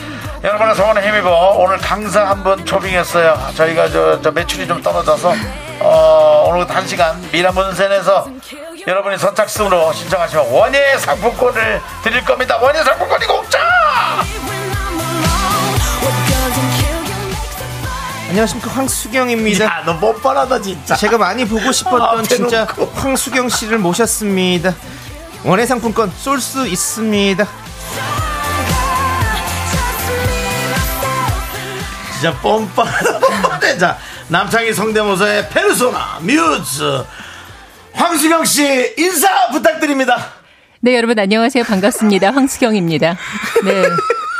Speaker 1: 여러분의 성원에 힘입어 오늘 강사 한 분 초빙했어요. 저희가 저, 저 매출이 좀 떨어져서 어, 오늘 한 시간 미라문센에서 여러분이 선착순으로 신청하시면 원예 상품권을 드릴 겁니다. 원예 상품권이 공짜!
Speaker 10: When I'm alone, what doesn't kill you makes you fly.
Speaker 2: 안녕하십니까 황수경입니다.
Speaker 1: 야, 너 못 바라다 진짜. 아,
Speaker 2: 제가 많이 보고 싶었던
Speaker 1: 앞에
Speaker 2: 진짜
Speaker 1: 놓고.
Speaker 2: 황수경 씨를 모셨습니다. 원예 상품권 쏠 수 있습니다.
Speaker 10: Just me, myself, and
Speaker 1: 진짜 뻔뻔하다 뻔뻔해 자 남창희 성대모사의 페르소나 뮤즈 황수경 씨 인사 부탁드립니다
Speaker 12: 네, 여러분 안녕하세요. 반갑습니다. 황수경입니다. 네.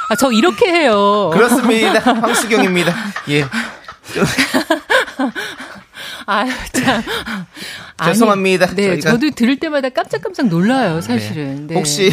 Speaker 12: 아, 저 이렇게 해요.
Speaker 2: 그렇습니다. 황수경입니다. 예.
Speaker 12: 아, 참. 아니,
Speaker 2: 죄송합니다.
Speaker 12: 네,
Speaker 2: 저희가-
Speaker 12: 저도 들을 때마다 깜짝깜짝 놀라요, 사실은. 네.
Speaker 2: 혹시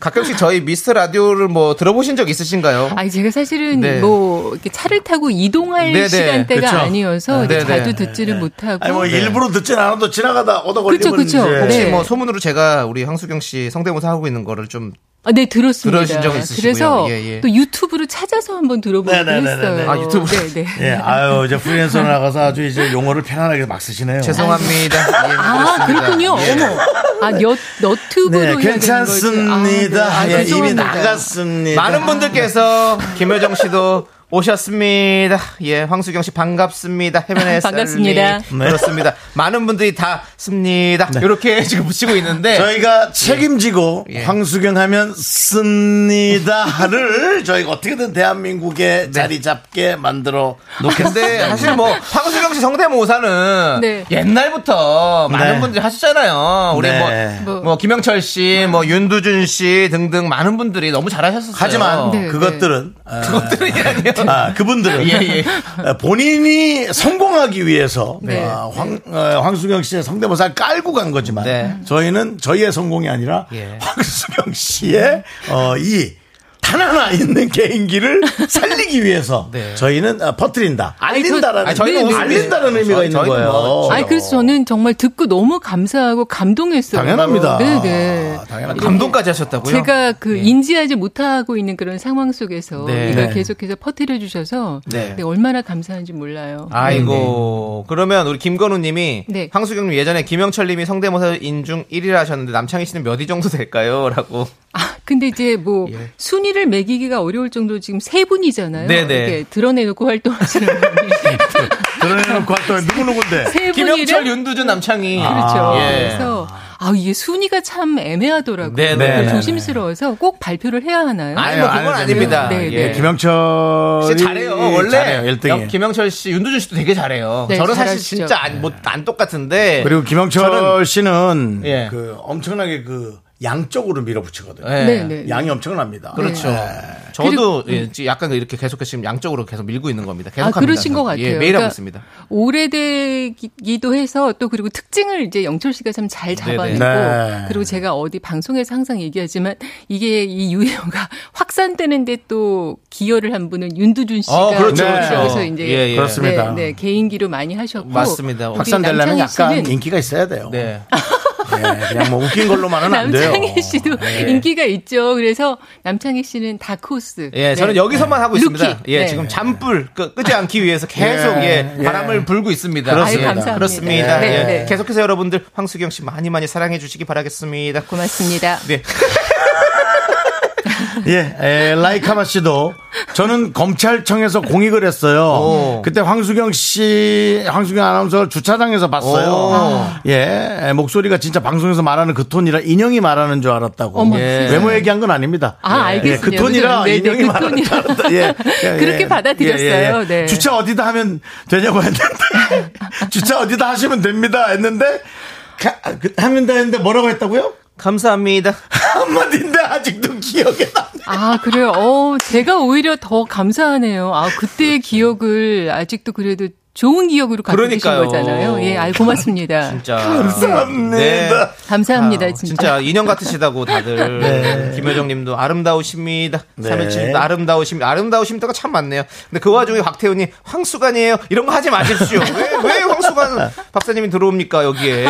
Speaker 2: 가끔씩 저희 미스 라디오를 뭐 들어보신 적 있으신가요?
Speaker 12: 아니 제가 사실은
Speaker 2: 네.
Speaker 12: 뭐 이렇게 차를 타고 이동할
Speaker 2: 네네,
Speaker 12: 시간대가
Speaker 2: 그쵸.
Speaker 12: 아니어서 이제
Speaker 2: 네네.
Speaker 12: 자주 듣지를 못하고
Speaker 1: 아니 뭐 일부러 듣진 않아도 지나가다 얻어
Speaker 12: 네. 그쵸,
Speaker 1: 걸리면
Speaker 12: 그쵸.
Speaker 1: 이제
Speaker 12: 네.
Speaker 2: 혹시 뭐 소문으로 제가 우리 황수경 씨 성대모사 하고 있는 거를 좀
Speaker 12: 아, 네 들었습니다.
Speaker 2: 들으신 적 있으시고요.
Speaker 12: 그래서
Speaker 2: 예, 예.
Speaker 12: 또 유튜브로 찾아서 한번 들어보기도
Speaker 1: 네네네네네.
Speaker 12: 했어요.
Speaker 1: 아,
Speaker 2: 유튜브로?
Speaker 12: 네, 네.
Speaker 1: 예 아유 이제 프리랜서로 나가서 아주 이제 용어를 편안하게 막 쓰시네요
Speaker 2: 죄송합니다. 예,
Speaker 12: 아,
Speaker 2: 그렇습니다.
Speaker 12: 그렇군요.
Speaker 2: 예.
Speaker 12: 어머. 아, 여, 너튜브로
Speaker 1: 네
Speaker 12: 해야 되는 거지.
Speaker 1: 괜찮습니다
Speaker 12: 아, 네.
Speaker 1: 예,
Speaker 12: 아,
Speaker 1: 이미
Speaker 12: 죄송합니다.
Speaker 1: 나갔습니다
Speaker 2: 많은 분들께서 김효정 씨도 오셨습니다. 예, 황수경 씨 반갑습니다. 해변의
Speaker 12: 반갑습니다.
Speaker 1: 네.
Speaker 2: 썰님. 그렇습니다. 많은 분들이 다 씁니다. 이렇게 지금 붙이고 있는데
Speaker 12: 네.
Speaker 1: 저희가 책임지고
Speaker 2: 예.
Speaker 1: 황수경 하면 씁니다를 저희가 어떻게든 대한민국에
Speaker 12: 네.
Speaker 1: 자리 잡게 만들어 놓겠습니다.
Speaker 2: 근데 사실 뭐 황수경 씨 성대모사는
Speaker 12: 네.
Speaker 2: 옛날부터 많은
Speaker 1: 네.
Speaker 2: 분들이 하시잖아요. 우리
Speaker 1: 네.
Speaker 2: 뭐, 뭐 김영철 씨, 뭐 윤두준 씨 등등 많은 분들이 너무 잘하셨어요.
Speaker 1: 하지만
Speaker 12: 네,
Speaker 1: 그것들은 어,
Speaker 2: 그것들이라니요.
Speaker 1: 아, 그분들은
Speaker 2: 예, 예.
Speaker 1: 어, 본인이 성공하기 위해서
Speaker 12: 네.
Speaker 1: 어, 황, 어, 황수경 씨의 성대모사를 깔고 간 거지만
Speaker 2: 네.
Speaker 1: 저희는 저희의 성공이 아니라
Speaker 2: 예.
Speaker 1: 황수경 씨의 어, 이단 하나 있는 개인기를 살리기 위해서
Speaker 2: 네.
Speaker 1: 저희는 어, 퍼뜨린다 알린다라는
Speaker 2: 아니, 저희는
Speaker 1: 네,
Speaker 2: 웃음이-
Speaker 1: 알린다는
Speaker 2: 저희-
Speaker 1: 의미가 있는
Speaker 2: 저희는
Speaker 1: 거예요.
Speaker 2: 뭐-
Speaker 12: 아니, 그래서 저는 정말 듣고 너무 감사하고 감동했어요.
Speaker 1: 당연합니다.
Speaker 12: 네네.
Speaker 1: 아, 당연합니다.
Speaker 2: 감동까지 하셨다고요?
Speaker 12: 제가 그
Speaker 2: 예.
Speaker 12: 인지하지 못하고 있는 그런 상황 속에서
Speaker 2: 네.
Speaker 12: 이걸
Speaker 1: 네.
Speaker 12: 계속해서 퍼뜨려 주셔서
Speaker 2: 네. 아.
Speaker 12: 네, 얼마나 감사한지 몰라요.
Speaker 2: 아이고 그러면 우리 김건우님이
Speaker 12: 네.
Speaker 2: 황수경님 예전에 김영철님이 성대모사 인중 1위를 하셨는데 남창희 씨는 몇 위 정도 될까요?라고
Speaker 12: 아, 근데 이제 뭐
Speaker 2: 예.
Speaker 12: 순위를 매기기가 어려울 정도로 지금 세 분이잖아요.
Speaker 2: 네네.
Speaker 12: 이렇게 드러내놓고 활동하시는 분이.
Speaker 1: 그래놓고 왔더니 누구누군데?
Speaker 12: 세 분이를-
Speaker 2: 김영철, 윤두준, 남창희.
Speaker 12: 그렇죠.
Speaker 2: 예.
Speaker 12: 그래서 아 이게 순위가 참 애매하더라고요.
Speaker 2: 네, 네,
Speaker 12: 그래서
Speaker 2: 네,
Speaker 12: 조심스러워서 꼭 발표를 해야 하나요?
Speaker 2: 아니, 뭐, 그건 아닙니다.
Speaker 12: 네,
Speaker 2: 예.
Speaker 12: 네.
Speaker 1: 김영철.
Speaker 2: 진짜 잘해요. 원래
Speaker 1: 잘해요, 1등이.
Speaker 2: 역- 김영철 씨, 윤두준 씨도 되게 잘해요.
Speaker 12: 네,
Speaker 2: 저는 사실
Speaker 12: 잘하시죠.
Speaker 2: 진짜 안, 뭐, 안 똑같은데.
Speaker 1: 그리고 김영철
Speaker 2: 저는-
Speaker 1: 씨는
Speaker 2: 예.
Speaker 1: 그 엄청나게 그 양쪽으로 밀어붙이거든요.
Speaker 2: 예.
Speaker 12: 네, 네.
Speaker 1: 양이 엄청납니다.
Speaker 2: 그렇죠.
Speaker 1: 아.
Speaker 2: 저도 예, 지- 약간 이렇게 계속해서 지금 양쪽으로 계속 밀고 있는 겁니다. 계속
Speaker 12: 아, 그러신 것 같아요.
Speaker 2: 예, 매일
Speaker 12: 그러니까
Speaker 2: 하고 있습니다.
Speaker 12: 오래되기도 해서 또 그리고 특징을 이제 영철 씨가 참 잘
Speaker 1: 네네.
Speaker 12: 잡아내고
Speaker 1: 네.
Speaker 12: 그리고 제가 어디 방송에서 항상 얘기하지만 이게 이 유행어가 확산되는데 또 기여를 한 분은 윤두준 씨가 네.
Speaker 2: 어, 그렇죠, 그렇죠.
Speaker 12: 그래서 이제
Speaker 2: 예, 예.
Speaker 1: 그렇습니다.
Speaker 12: 네, 네, 개인기로 많이 하셨고
Speaker 2: 맞습니다.
Speaker 12: 네. 우리
Speaker 1: 확산되려면
Speaker 12: 남창희
Speaker 1: 약간
Speaker 12: 씨는
Speaker 1: 인기가 있어야 돼요.
Speaker 2: 네.
Speaker 1: 예, 그냥 뭐 웃긴 걸로만은 안 돼요.
Speaker 12: 남창희 씨도
Speaker 2: 네.
Speaker 1: 예.
Speaker 12: 인기가 있죠. 그래서 남창희 씨는 다크호스.
Speaker 2: 예, 저는
Speaker 12: 네.
Speaker 2: 여기서만 하고
Speaker 12: 루키.
Speaker 2: 있습니다. 예,
Speaker 12: 네.
Speaker 2: 지금 잔불 끄, 끄지 않기 위해서 계속
Speaker 1: 예,
Speaker 2: 예,
Speaker 1: 예.
Speaker 2: 바람을 불고 있습니다. 예,
Speaker 1: 그렇습니다. 아유,
Speaker 12: 감사합니다.
Speaker 2: 그렇습니다.
Speaker 12: 네,
Speaker 2: 예.
Speaker 12: 네.
Speaker 2: 계속해서 여러분들 황수경 씨 많이 많이 사랑해 주시기 바라겠습니다.
Speaker 12: 고맙습니다.
Speaker 2: 네.
Speaker 1: 예, 에, 라이카마 씨도 저는 검찰청에서 공익을 했어요.
Speaker 2: 오.
Speaker 1: 그때 황수경 씨, 황수경 아나운서를 주차장에서
Speaker 2: 오.
Speaker 1: 봤어요. 예, 에, 목소리가 진짜 방송에서 말하는 그 톤이라 인형이 말하는 줄 알았다고.
Speaker 12: 어머.
Speaker 1: 예. 외모 얘기한 건 아닙니다.
Speaker 12: 아, 알겠습니다.
Speaker 1: 그 톤이라
Speaker 12: 네, 네,
Speaker 1: 인형이
Speaker 12: 그
Speaker 1: 말하는 줄
Speaker 12: 톤이라.
Speaker 1: 알았다. 예, 예, 예.
Speaker 12: 그렇게 받아들였어요. 네.
Speaker 1: 주차 어디다 하면 되냐고 했는데 주차 어디다 하시면 됩니다 했는데 가- 그- 하면 되는데 뭐라고 했다고요?
Speaker 2: 감사합니다.
Speaker 1: 한마디인데 아직도 기억에 남.
Speaker 12: 아, 그래요? 어, 제가 오히려 더 감사하네요. 아, 그때의 기억을 아직도 그래도 좋은 기억으로 갖고 계신
Speaker 2: 그렇죠. 그러니까요.
Speaker 12: 거잖아요. 예, 아, 고맙습니다.
Speaker 2: 진짜. 감사합니다. 네.
Speaker 12: 감사합니다,
Speaker 2: 아우,
Speaker 12: 진짜.
Speaker 2: 진짜 인형 같으시다고 다들. 김효정 님도 아름다우십니다.
Speaker 1: 네.
Speaker 2: 317 님도 아름다우십니다. 아름다우십니다가 참 많네요. 근데 그 와중에 곽태훈 님 황수관이에요. 이런 거 하지 마십시오. 왜, 왜 황수관 박사님이 들어옵니까, 여기에.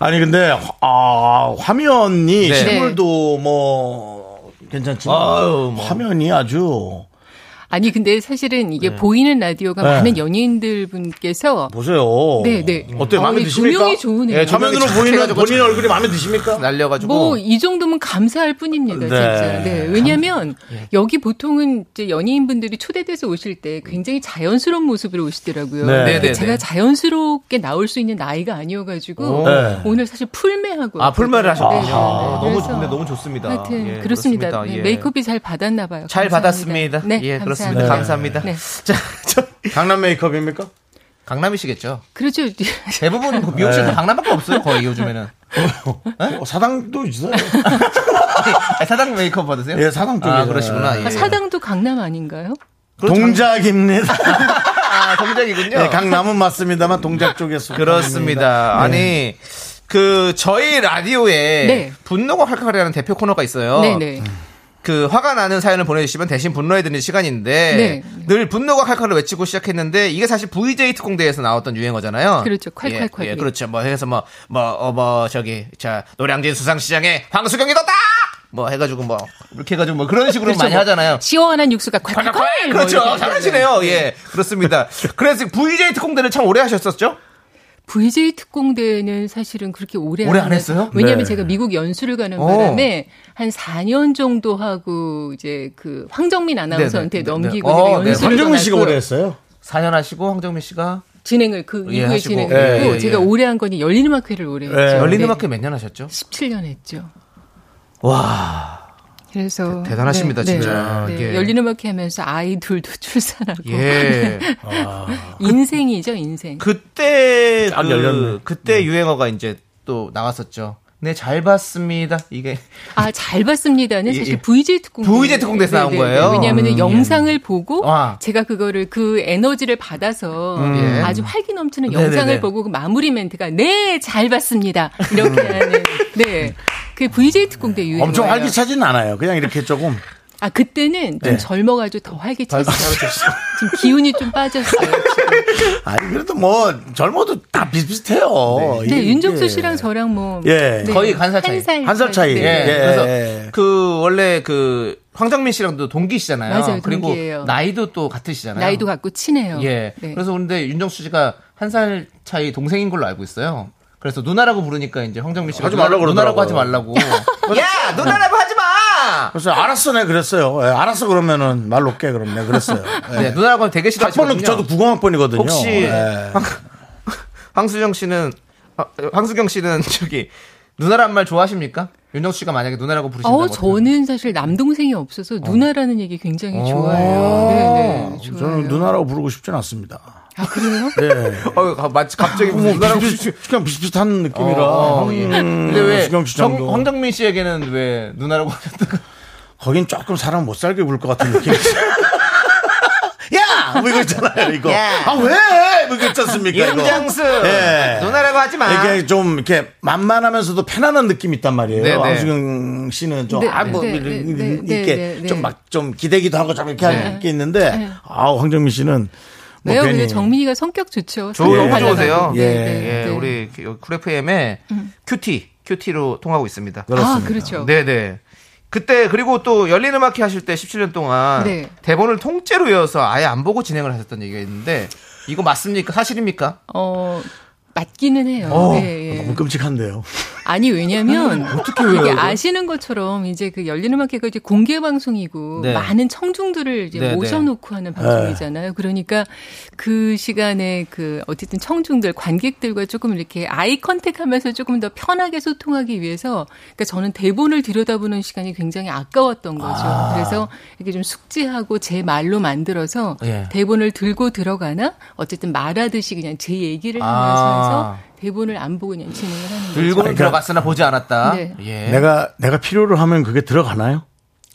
Speaker 1: 아니 근데 화- 아, 화면이
Speaker 2: 네.
Speaker 1: 실물도 뭐 괜찮지만
Speaker 2: 아유, 뭐.
Speaker 1: 화면이 아주
Speaker 12: 아니, 근데 사실은 이게 보이는 라디오가
Speaker 1: 네.
Speaker 12: 많은 연예인들
Speaker 2: 뭐
Speaker 12: 분께서
Speaker 1: 보세요.
Speaker 12: 네, 네.
Speaker 1: 어때요? 마음에
Speaker 12: 어, 이
Speaker 1: 드십니까?
Speaker 12: 조명이 좋으네요.
Speaker 1: 예, 화면으로
Speaker 2: 조명이
Speaker 1: 보이는
Speaker 2: 착해가지고
Speaker 1: 본인 얼굴이 마음에 드십니까?
Speaker 2: 날려가지고.
Speaker 12: 뭐 이 정도면 감사할 뿐입니다,
Speaker 1: 네.
Speaker 12: 진짜. 네. 왜냐하면
Speaker 2: 예.
Speaker 12: 여기 보통은 이제 연예인분들이 초대돼서 오실 때 굉장히 자연스러운 모습으로 오시더라고요.
Speaker 1: 네.
Speaker 12: 근데
Speaker 2: 네, 네, 네.
Speaker 12: 제가 자연스럽게 나올 수 있는 나이가 아니어가지고
Speaker 2: 오.
Speaker 1: 네.
Speaker 12: 오늘 사실 그 풀매하고
Speaker 2: 아, 풀말을 하셨군요.
Speaker 12: 네, 네.
Speaker 2: 너무
Speaker 12: 그래서
Speaker 2: 좋네, 너무 좋습니다.
Speaker 12: 하여튼
Speaker 2: 예,
Speaker 12: 그렇습니다. 네,
Speaker 2: 예.
Speaker 12: 메이크업이 잘 받았나 봐요.
Speaker 2: 잘
Speaker 12: 감사합니다.
Speaker 2: 받았습니다.
Speaker 12: 네,
Speaker 2: 예,
Speaker 12: 감사합니다.
Speaker 2: 그렇습니다. 감사합니다.
Speaker 12: 네.
Speaker 2: 자, 저,
Speaker 1: 강남 메이크업입니까?
Speaker 2: 강남이시겠죠?
Speaker 12: 그렇죠.
Speaker 2: 대부분
Speaker 1: 네.
Speaker 2: 뭐 미용실도 강남밖에 없어요, 거의 요즘에는.
Speaker 1: 어, 사당도 있어요.
Speaker 2: 아, 사당 메이크업 받으세요?
Speaker 1: 예, 사당 쪽에
Speaker 2: 아, 그러시구나. 예.
Speaker 12: 아, 사당도 강남 아닌가요?
Speaker 1: 동작입니다.
Speaker 2: 아, 정작이군요.
Speaker 12: 네,
Speaker 1: 예, 강남은 맞습니다만 동작 쪽에서
Speaker 2: 그렇습니다.
Speaker 1: 네.
Speaker 2: 아니 그 저희 라디오에
Speaker 12: 네.
Speaker 2: 분노가 활활하는 대표 코너가 있어요.
Speaker 12: 네네.
Speaker 2: 그 화가 나는 사연을 보내주시면 대신 분노해드리는 시간인데
Speaker 12: 네.
Speaker 2: 늘 분노가 칼칼을 외치고 시작했는데 이게 사실 VJ 특공대에서 나왔던 유행어잖아요.
Speaker 12: 그렇죠. 콸콸콸.
Speaker 2: 예, 예, 그렇죠. 뭐 해서 뭐 뭐 어 뭐 저기 자 노량진 수상시장에 황수경이 떴다. 뭐 해가지고 뭐 이렇게 해가지고 뭐 그런 식으로 많이 하잖아요.
Speaker 12: 시원한 육수가 콸콸콸. 그렇죠. 뭐 이렇게
Speaker 2: 그렇죠.
Speaker 12: 하잖아요.
Speaker 2: 잘하시네요. 예, 그렇습니다. 그래서 VJ 특공대를 참 오래 하셨었죠?
Speaker 12: VJ 특공대는 사실은 그렇게 오래
Speaker 2: 오래
Speaker 12: 안
Speaker 2: 안 했어요?
Speaker 12: 해서- 왜냐하면
Speaker 1: 네.
Speaker 12: 제가 미국 연수를 가는
Speaker 2: 어.
Speaker 12: 바람에 한 4년 정도 하고 이제 그 황정민 아나운서한테
Speaker 2: 네, 네, 네,
Speaker 12: 넘기고
Speaker 2: 네.
Speaker 12: 제가
Speaker 2: 어, 네.
Speaker 12: 연수를
Speaker 1: 황정민 씨가
Speaker 12: 떠나서
Speaker 1: 오래 했어요.
Speaker 2: 4년 하시고 황정민 씨가
Speaker 12: 진행을 그
Speaker 2: 예,
Speaker 12: 이후에
Speaker 2: 하시고.
Speaker 12: 진행을
Speaker 2: 예,
Speaker 12: 했고
Speaker 2: 예,
Speaker 12: 제가
Speaker 2: 예.
Speaker 12: 오래 한 거니 열린 음악회를 오래 했죠. 네,
Speaker 1: 예.
Speaker 2: 열린 음악회 몇 년 하셨죠?
Speaker 12: 17년 했죠.
Speaker 2: 와
Speaker 12: 그래서 네,
Speaker 2: 대- 대단하십니다, 진짜. 예.
Speaker 12: 열린 음악회 하면서 아이 둘도 출산하고
Speaker 2: 예.
Speaker 12: 인생이죠 인생.
Speaker 2: 그때
Speaker 1: 딱 열렸네.
Speaker 2: 그, 그때 유행어가 이제 또 나왔었죠. 네, 잘 봤습니다. 이게
Speaker 12: 아 잘 봤습니다는
Speaker 2: 예,
Speaker 12: 사실
Speaker 2: 예.
Speaker 12: VJ 특공대 네,
Speaker 2: VJ 특공대에서 나온 거예요? 음.
Speaker 12: 왜냐하면 영상을 보고
Speaker 2: 와.
Speaker 12: 제가 그거를 그 에너지를 받아서
Speaker 2: 음.
Speaker 12: 아주 활기 넘치는
Speaker 2: 네네네.
Speaker 12: 영상을 보고 그 마무리 멘트가 네 잘 봤습니다
Speaker 2: 음.
Speaker 12: 이렇게 하는 네. 그 VJ 특공대 유행.
Speaker 1: 엄청 활기차진 않아요. 그냥 이렇게 조금
Speaker 12: 아 그때는 좀
Speaker 1: 네. 아,
Speaker 12: 젊어가지고 더 활기찼어요. 지금 기운이 좀 빠졌어요.
Speaker 1: 네,
Speaker 12: 지금.
Speaker 1: 아니 그래도 뭐 젊어도 다 비슷비슷해요.
Speaker 12: 네,
Speaker 1: 이게-
Speaker 12: 윤종수 씨랑 저랑 뭐
Speaker 1: 예.
Speaker 12: 네,
Speaker 2: 거의 간사 차이.
Speaker 1: 한살 차이.
Speaker 12: 네.
Speaker 2: 예.
Speaker 1: 예.
Speaker 2: 그래서 그 원래 그 황정민 씨랑도 동기시잖아요.
Speaker 12: 맞아요,
Speaker 2: 그리고
Speaker 12: 동기예요.
Speaker 2: 나이도 또
Speaker 1: 예.
Speaker 2: 같으시잖아요.
Speaker 12: 나이도 같고 친해요.
Speaker 2: 예.
Speaker 12: 네.
Speaker 2: 그래서 근데 윤정수 씨가 한 살 차이 동생인 걸로 알고 있어요. 그래서 누나라고 부르니까 이제 황정민 씨가
Speaker 1: 하지 말라고
Speaker 2: 누나라고
Speaker 1: 그러더라고요.
Speaker 2: 하지 말라고. 야, 누나라고 하지 마. 누나.
Speaker 1: 그래서 알았어, 내 그랬어요. 예, 알았어 그러면은 말 높게 그럼 내 그랬어요. 예.
Speaker 2: 네, 누나라고 되게 싫어하시거든요.
Speaker 1: 학번은 저도 90학번이거든요. 예. 네.
Speaker 2: 혹시 네, 황, 황수정 씨는 아, 황수경 씨는 저기 누나란 말 좋아하십니까? 윤정수 씨가 만약에 누나라고 부르신다고.
Speaker 12: 어, 저는 사실 남동생이 없어서 누나라는 얘기
Speaker 1: 어.
Speaker 12: 굉장히 좋아해요. 네, 네.
Speaker 1: 저는 누나라고 부르고 싶진 않습니다.
Speaker 12: 아, 그래요?
Speaker 1: 예.
Speaker 2: 어, 가- 마치 갑자기 무슨 누나라고 부르시
Speaker 1: 그냥 비슷비슷한 느낌이라.
Speaker 2: 어, 예.
Speaker 1: 황-
Speaker 2: 근데 왜
Speaker 1: 수경 씨 정도.
Speaker 2: 정- 황정민 씨에게는 왜 누나라고 하셨다가
Speaker 1: 거긴 조금 사람 못 살게 부를 것 같은 느낌이 있어요. 야! 뭐 이거 있잖아요, 이거.
Speaker 2: 야!
Speaker 1: 아, 왜! 뭐 이거 있지 않습니까, 이거.
Speaker 2: 윤정수
Speaker 1: 예.
Speaker 2: 누나라고 하지 마.
Speaker 1: 이게 좀 이렇게 만만하면서도 편안한 느낌이 있단
Speaker 2: 네,
Speaker 1: 말이에요.
Speaker 2: 네.
Speaker 1: 안수경 씨는 좀,
Speaker 12: 네,
Speaker 1: 아, 뭐,
Speaker 12: 네, 네,
Speaker 1: 이렇게
Speaker 12: 네, 네, 네, 네.
Speaker 1: 좀 막 좀 기대기도 하고 좀 이렇게
Speaker 12: 네.
Speaker 1: 하는 게 있는데,
Speaker 12: 네.
Speaker 1: 아, 황정민 씨는 뭐
Speaker 12: 왜요?
Speaker 1: 괜히 예,
Speaker 12: 근데 정민이가 성격 좋죠.
Speaker 2: 저
Speaker 12: 성격
Speaker 2: 너무
Speaker 12: 발랄하고.
Speaker 2: 좋으세요.
Speaker 12: 네, 네,
Speaker 2: 예,
Speaker 12: 네.
Speaker 2: 우리 쿨FM의
Speaker 12: 음.
Speaker 2: 큐티, 큐티로 통하고 있습니다.
Speaker 12: 그렇습니다. 아, 그렇죠.
Speaker 2: 네네. 그때 그리고 또 열린 음악회 하실 때 17년 동안
Speaker 12: 네.
Speaker 2: 대본을 통째로 외워서 아예 안 보고 진행을 하셨던 얘기가 있는데 이거 맞습니까? 사실입니까?
Speaker 12: 어, 맞기는 해요.
Speaker 1: 어,
Speaker 12: 네, 예.
Speaker 1: 너무 끔찍한데요.
Speaker 12: 아니 왜냐면
Speaker 1: 어떻게 외워요,
Speaker 12: 이게
Speaker 1: 이걸?
Speaker 12: 아시는 것처럼 이제 그 열린음악회가 이제 공개 방송이고
Speaker 13: 네.
Speaker 12: 많은 청중들을 이제
Speaker 13: 네, 네.
Speaker 12: 모셔놓고 하는 방송이잖아요. 그러니까 그 시간에 그 어쨌든 청중들 관객들과 조금 이렇게 아이 컨택하면서 조금 더 편하게 소통하기 위해서 그러니까 저는 대본을 들여다보는 시간이 굉장히 아까웠던 거죠.
Speaker 13: 아.
Speaker 12: 그래서 이렇게 좀 숙지하고 제 말로 만들어서
Speaker 13: 예.
Speaker 12: 대본을 들고 들어가나 어쨌든 말하듯이 그냥 제 얘기를 하면서
Speaker 2: 아.
Speaker 12: 해서 대본을 안 보고 그냥 진행을 하는 거죠.
Speaker 2: 들고
Speaker 1: 그러니까-
Speaker 2: 들어갔으나 보지 않았다.
Speaker 12: 네.
Speaker 2: 예.
Speaker 1: 내가, 내가 필요로 하면 그게 들어가나요?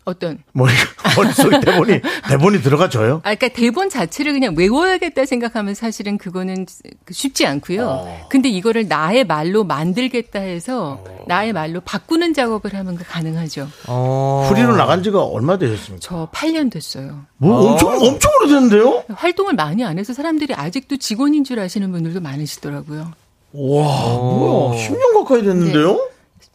Speaker 12: 어떤?
Speaker 1: 머리, 머릿속에 대본이, 대본이 들어가져요?
Speaker 12: 아, 그러니까 대본 자체를 그냥 외워야겠다 생각하면 사실은 그거는 쉽지 않고요. 근데 이거를 나의 말로 만들겠다 해서 나의 말로 바꾸는 작업을 하면 그 가능하죠.
Speaker 2: 어,
Speaker 12: 어.
Speaker 1: 프리로 나간 지가 얼마 되셨습니까?
Speaker 12: 저 8년 됐어요.
Speaker 1: 뭐 엄청 엄청 오래됐는데요?
Speaker 12: 활동을 많이 안 해서 사람들이 아직도 직원인 줄 아시는 분들도 많으시더라고요.
Speaker 1: 와 뭐야 10년 가까이 됐는데요?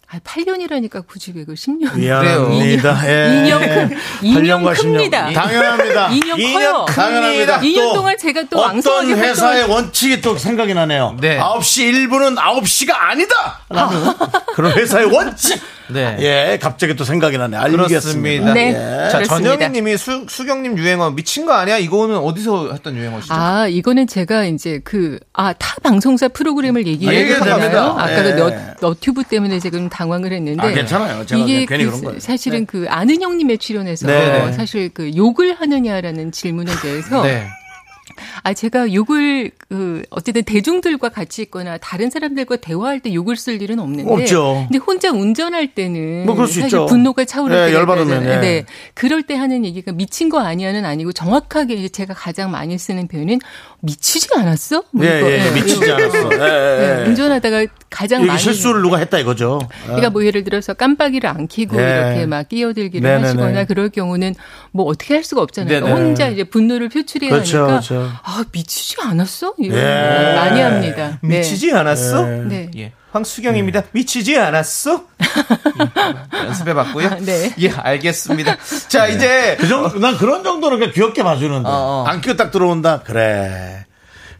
Speaker 12: 아, 8년이라니까 굳이 왜 그걸 10년?
Speaker 1: 아, 미안합니다.
Speaker 12: 인형 큰- 인형
Speaker 1: 예. 8년과 10년.
Speaker 12: 큽니다.
Speaker 1: 당연합니다.
Speaker 12: 인형 커요.
Speaker 1: 당연합니다.
Speaker 12: 이년
Speaker 1: 또
Speaker 12: 동안 제가 또
Speaker 1: 어떤
Speaker 12: 왕성하게
Speaker 1: 회사의
Speaker 12: 활동을-
Speaker 1: 원칙이 또 생각이 나네요.
Speaker 2: 네.
Speaker 1: 9시 1분은 9시가 아니다. 라는 그런 회사의 원칙.
Speaker 2: 네.
Speaker 1: 예, 갑자기 또 생각이 나네. 알겠습니다.
Speaker 2: 그렇습니다.
Speaker 12: 네,
Speaker 1: 예.
Speaker 2: 자,
Speaker 12: 그렇습니다.
Speaker 2: 전영희님이 수, 수경님 유행어 미친 거 아니야? 이거는 어디서 했던 유행어시죠?
Speaker 12: 아, 이거는 제가 이제 그, 아, 타 방송사 프로그램을
Speaker 2: 아,
Speaker 12: 얘기해도
Speaker 2: 얘기해도
Speaker 12: 되나요?
Speaker 2: 됩니다.
Speaker 12: 아까 그
Speaker 2: 예.
Speaker 12: 너, 너튜브 때문에 지금 당황을 했는데.
Speaker 1: 아, 괜찮아요. 제가
Speaker 12: 이게
Speaker 1: 그냥 괜히
Speaker 12: 그
Speaker 1: 그런 거예요.
Speaker 12: 사실은 그 아는 형님의 출연에서
Speaker 1: 네.
Speaker 12: 사실 그 욕을 하느냐라는 질문에 대해서.
Speaker 2: 네.
Speaker 12: 아, 제가 욕을, 그, 어쨌든 대중들과 같이 있거나 다른 사람들과 대화할 때 욕을 쓸 일은 없는데.
Speaker 1: 없죠.
Speaker 12: 근데 혼자 운전할 때는.
Speaker 1: 뭐 그럴 수
Speaker 12: 사실
Speaker 1: 있죠.
Speaker 12: 분노가 차오를
Speaker 1: 예,
Speaker 12: 때가
Speaker 1: 열받으면,
Speaker 12: 있잖아요.
Speaker 1: 예.
Speaker 12: 네. 그럴 때 하는 얘기가 미친 거 아니야는 아니고 정확하게 이제 제가 가장 많이 쓰는 표현은 미치지 않았어? 뭐
Speaker 1: 예,
Speaker 12: 이거,
Speaker 1: 예, 미치지 않았어. 예, 예,
Speaker 12: 네,
Speaker 1: 예.
Speaker 12: 운전하다가 가장
Speaker 1: 이게
Speaker 12: 많이
Speaker 1: 실수를 누가 했다 이거죠.
Speaker 12: 그러니까 뭐 예를 들어서 깜빡이를 안 켜고
Speaker 1: 아. 네.
Speaker 12: 이렇게 막 끼어들기를
Speaker 1: 네네네.
Speaker 12: 하시거나 그럴 경우는 뭐 어떻게 할 수가 없잖아요.
Speaker 1: 네네.
Speaker 12: 혼자 이제 분노를 표출해야
Speaker 1: 그렇죠,
Speaker 12: 하니까
Speaker 1: 그렇죠.
Speaker 12: 아 미치지 않았어? 이런
Speaker 1: 예.
Speaker 12: 거 많이 합니다. 네.
Speaker 2: 미치지 않았어?
Speaker 12: 네.
Speaker 2: 예. 황수경입니다. 미치지 않았어? 예. 연습해 봤고요.
Speaker 12: 네.
Speaker 2: 예, 알겠습니다. 자, 이제
Speaker 1: 그 정도, 난 그런 정도는 그냥 귀엽게
Speaker 12: 어,
Speaker 1: 봐주는데. 안 끼고 딱 들어온다? 그래.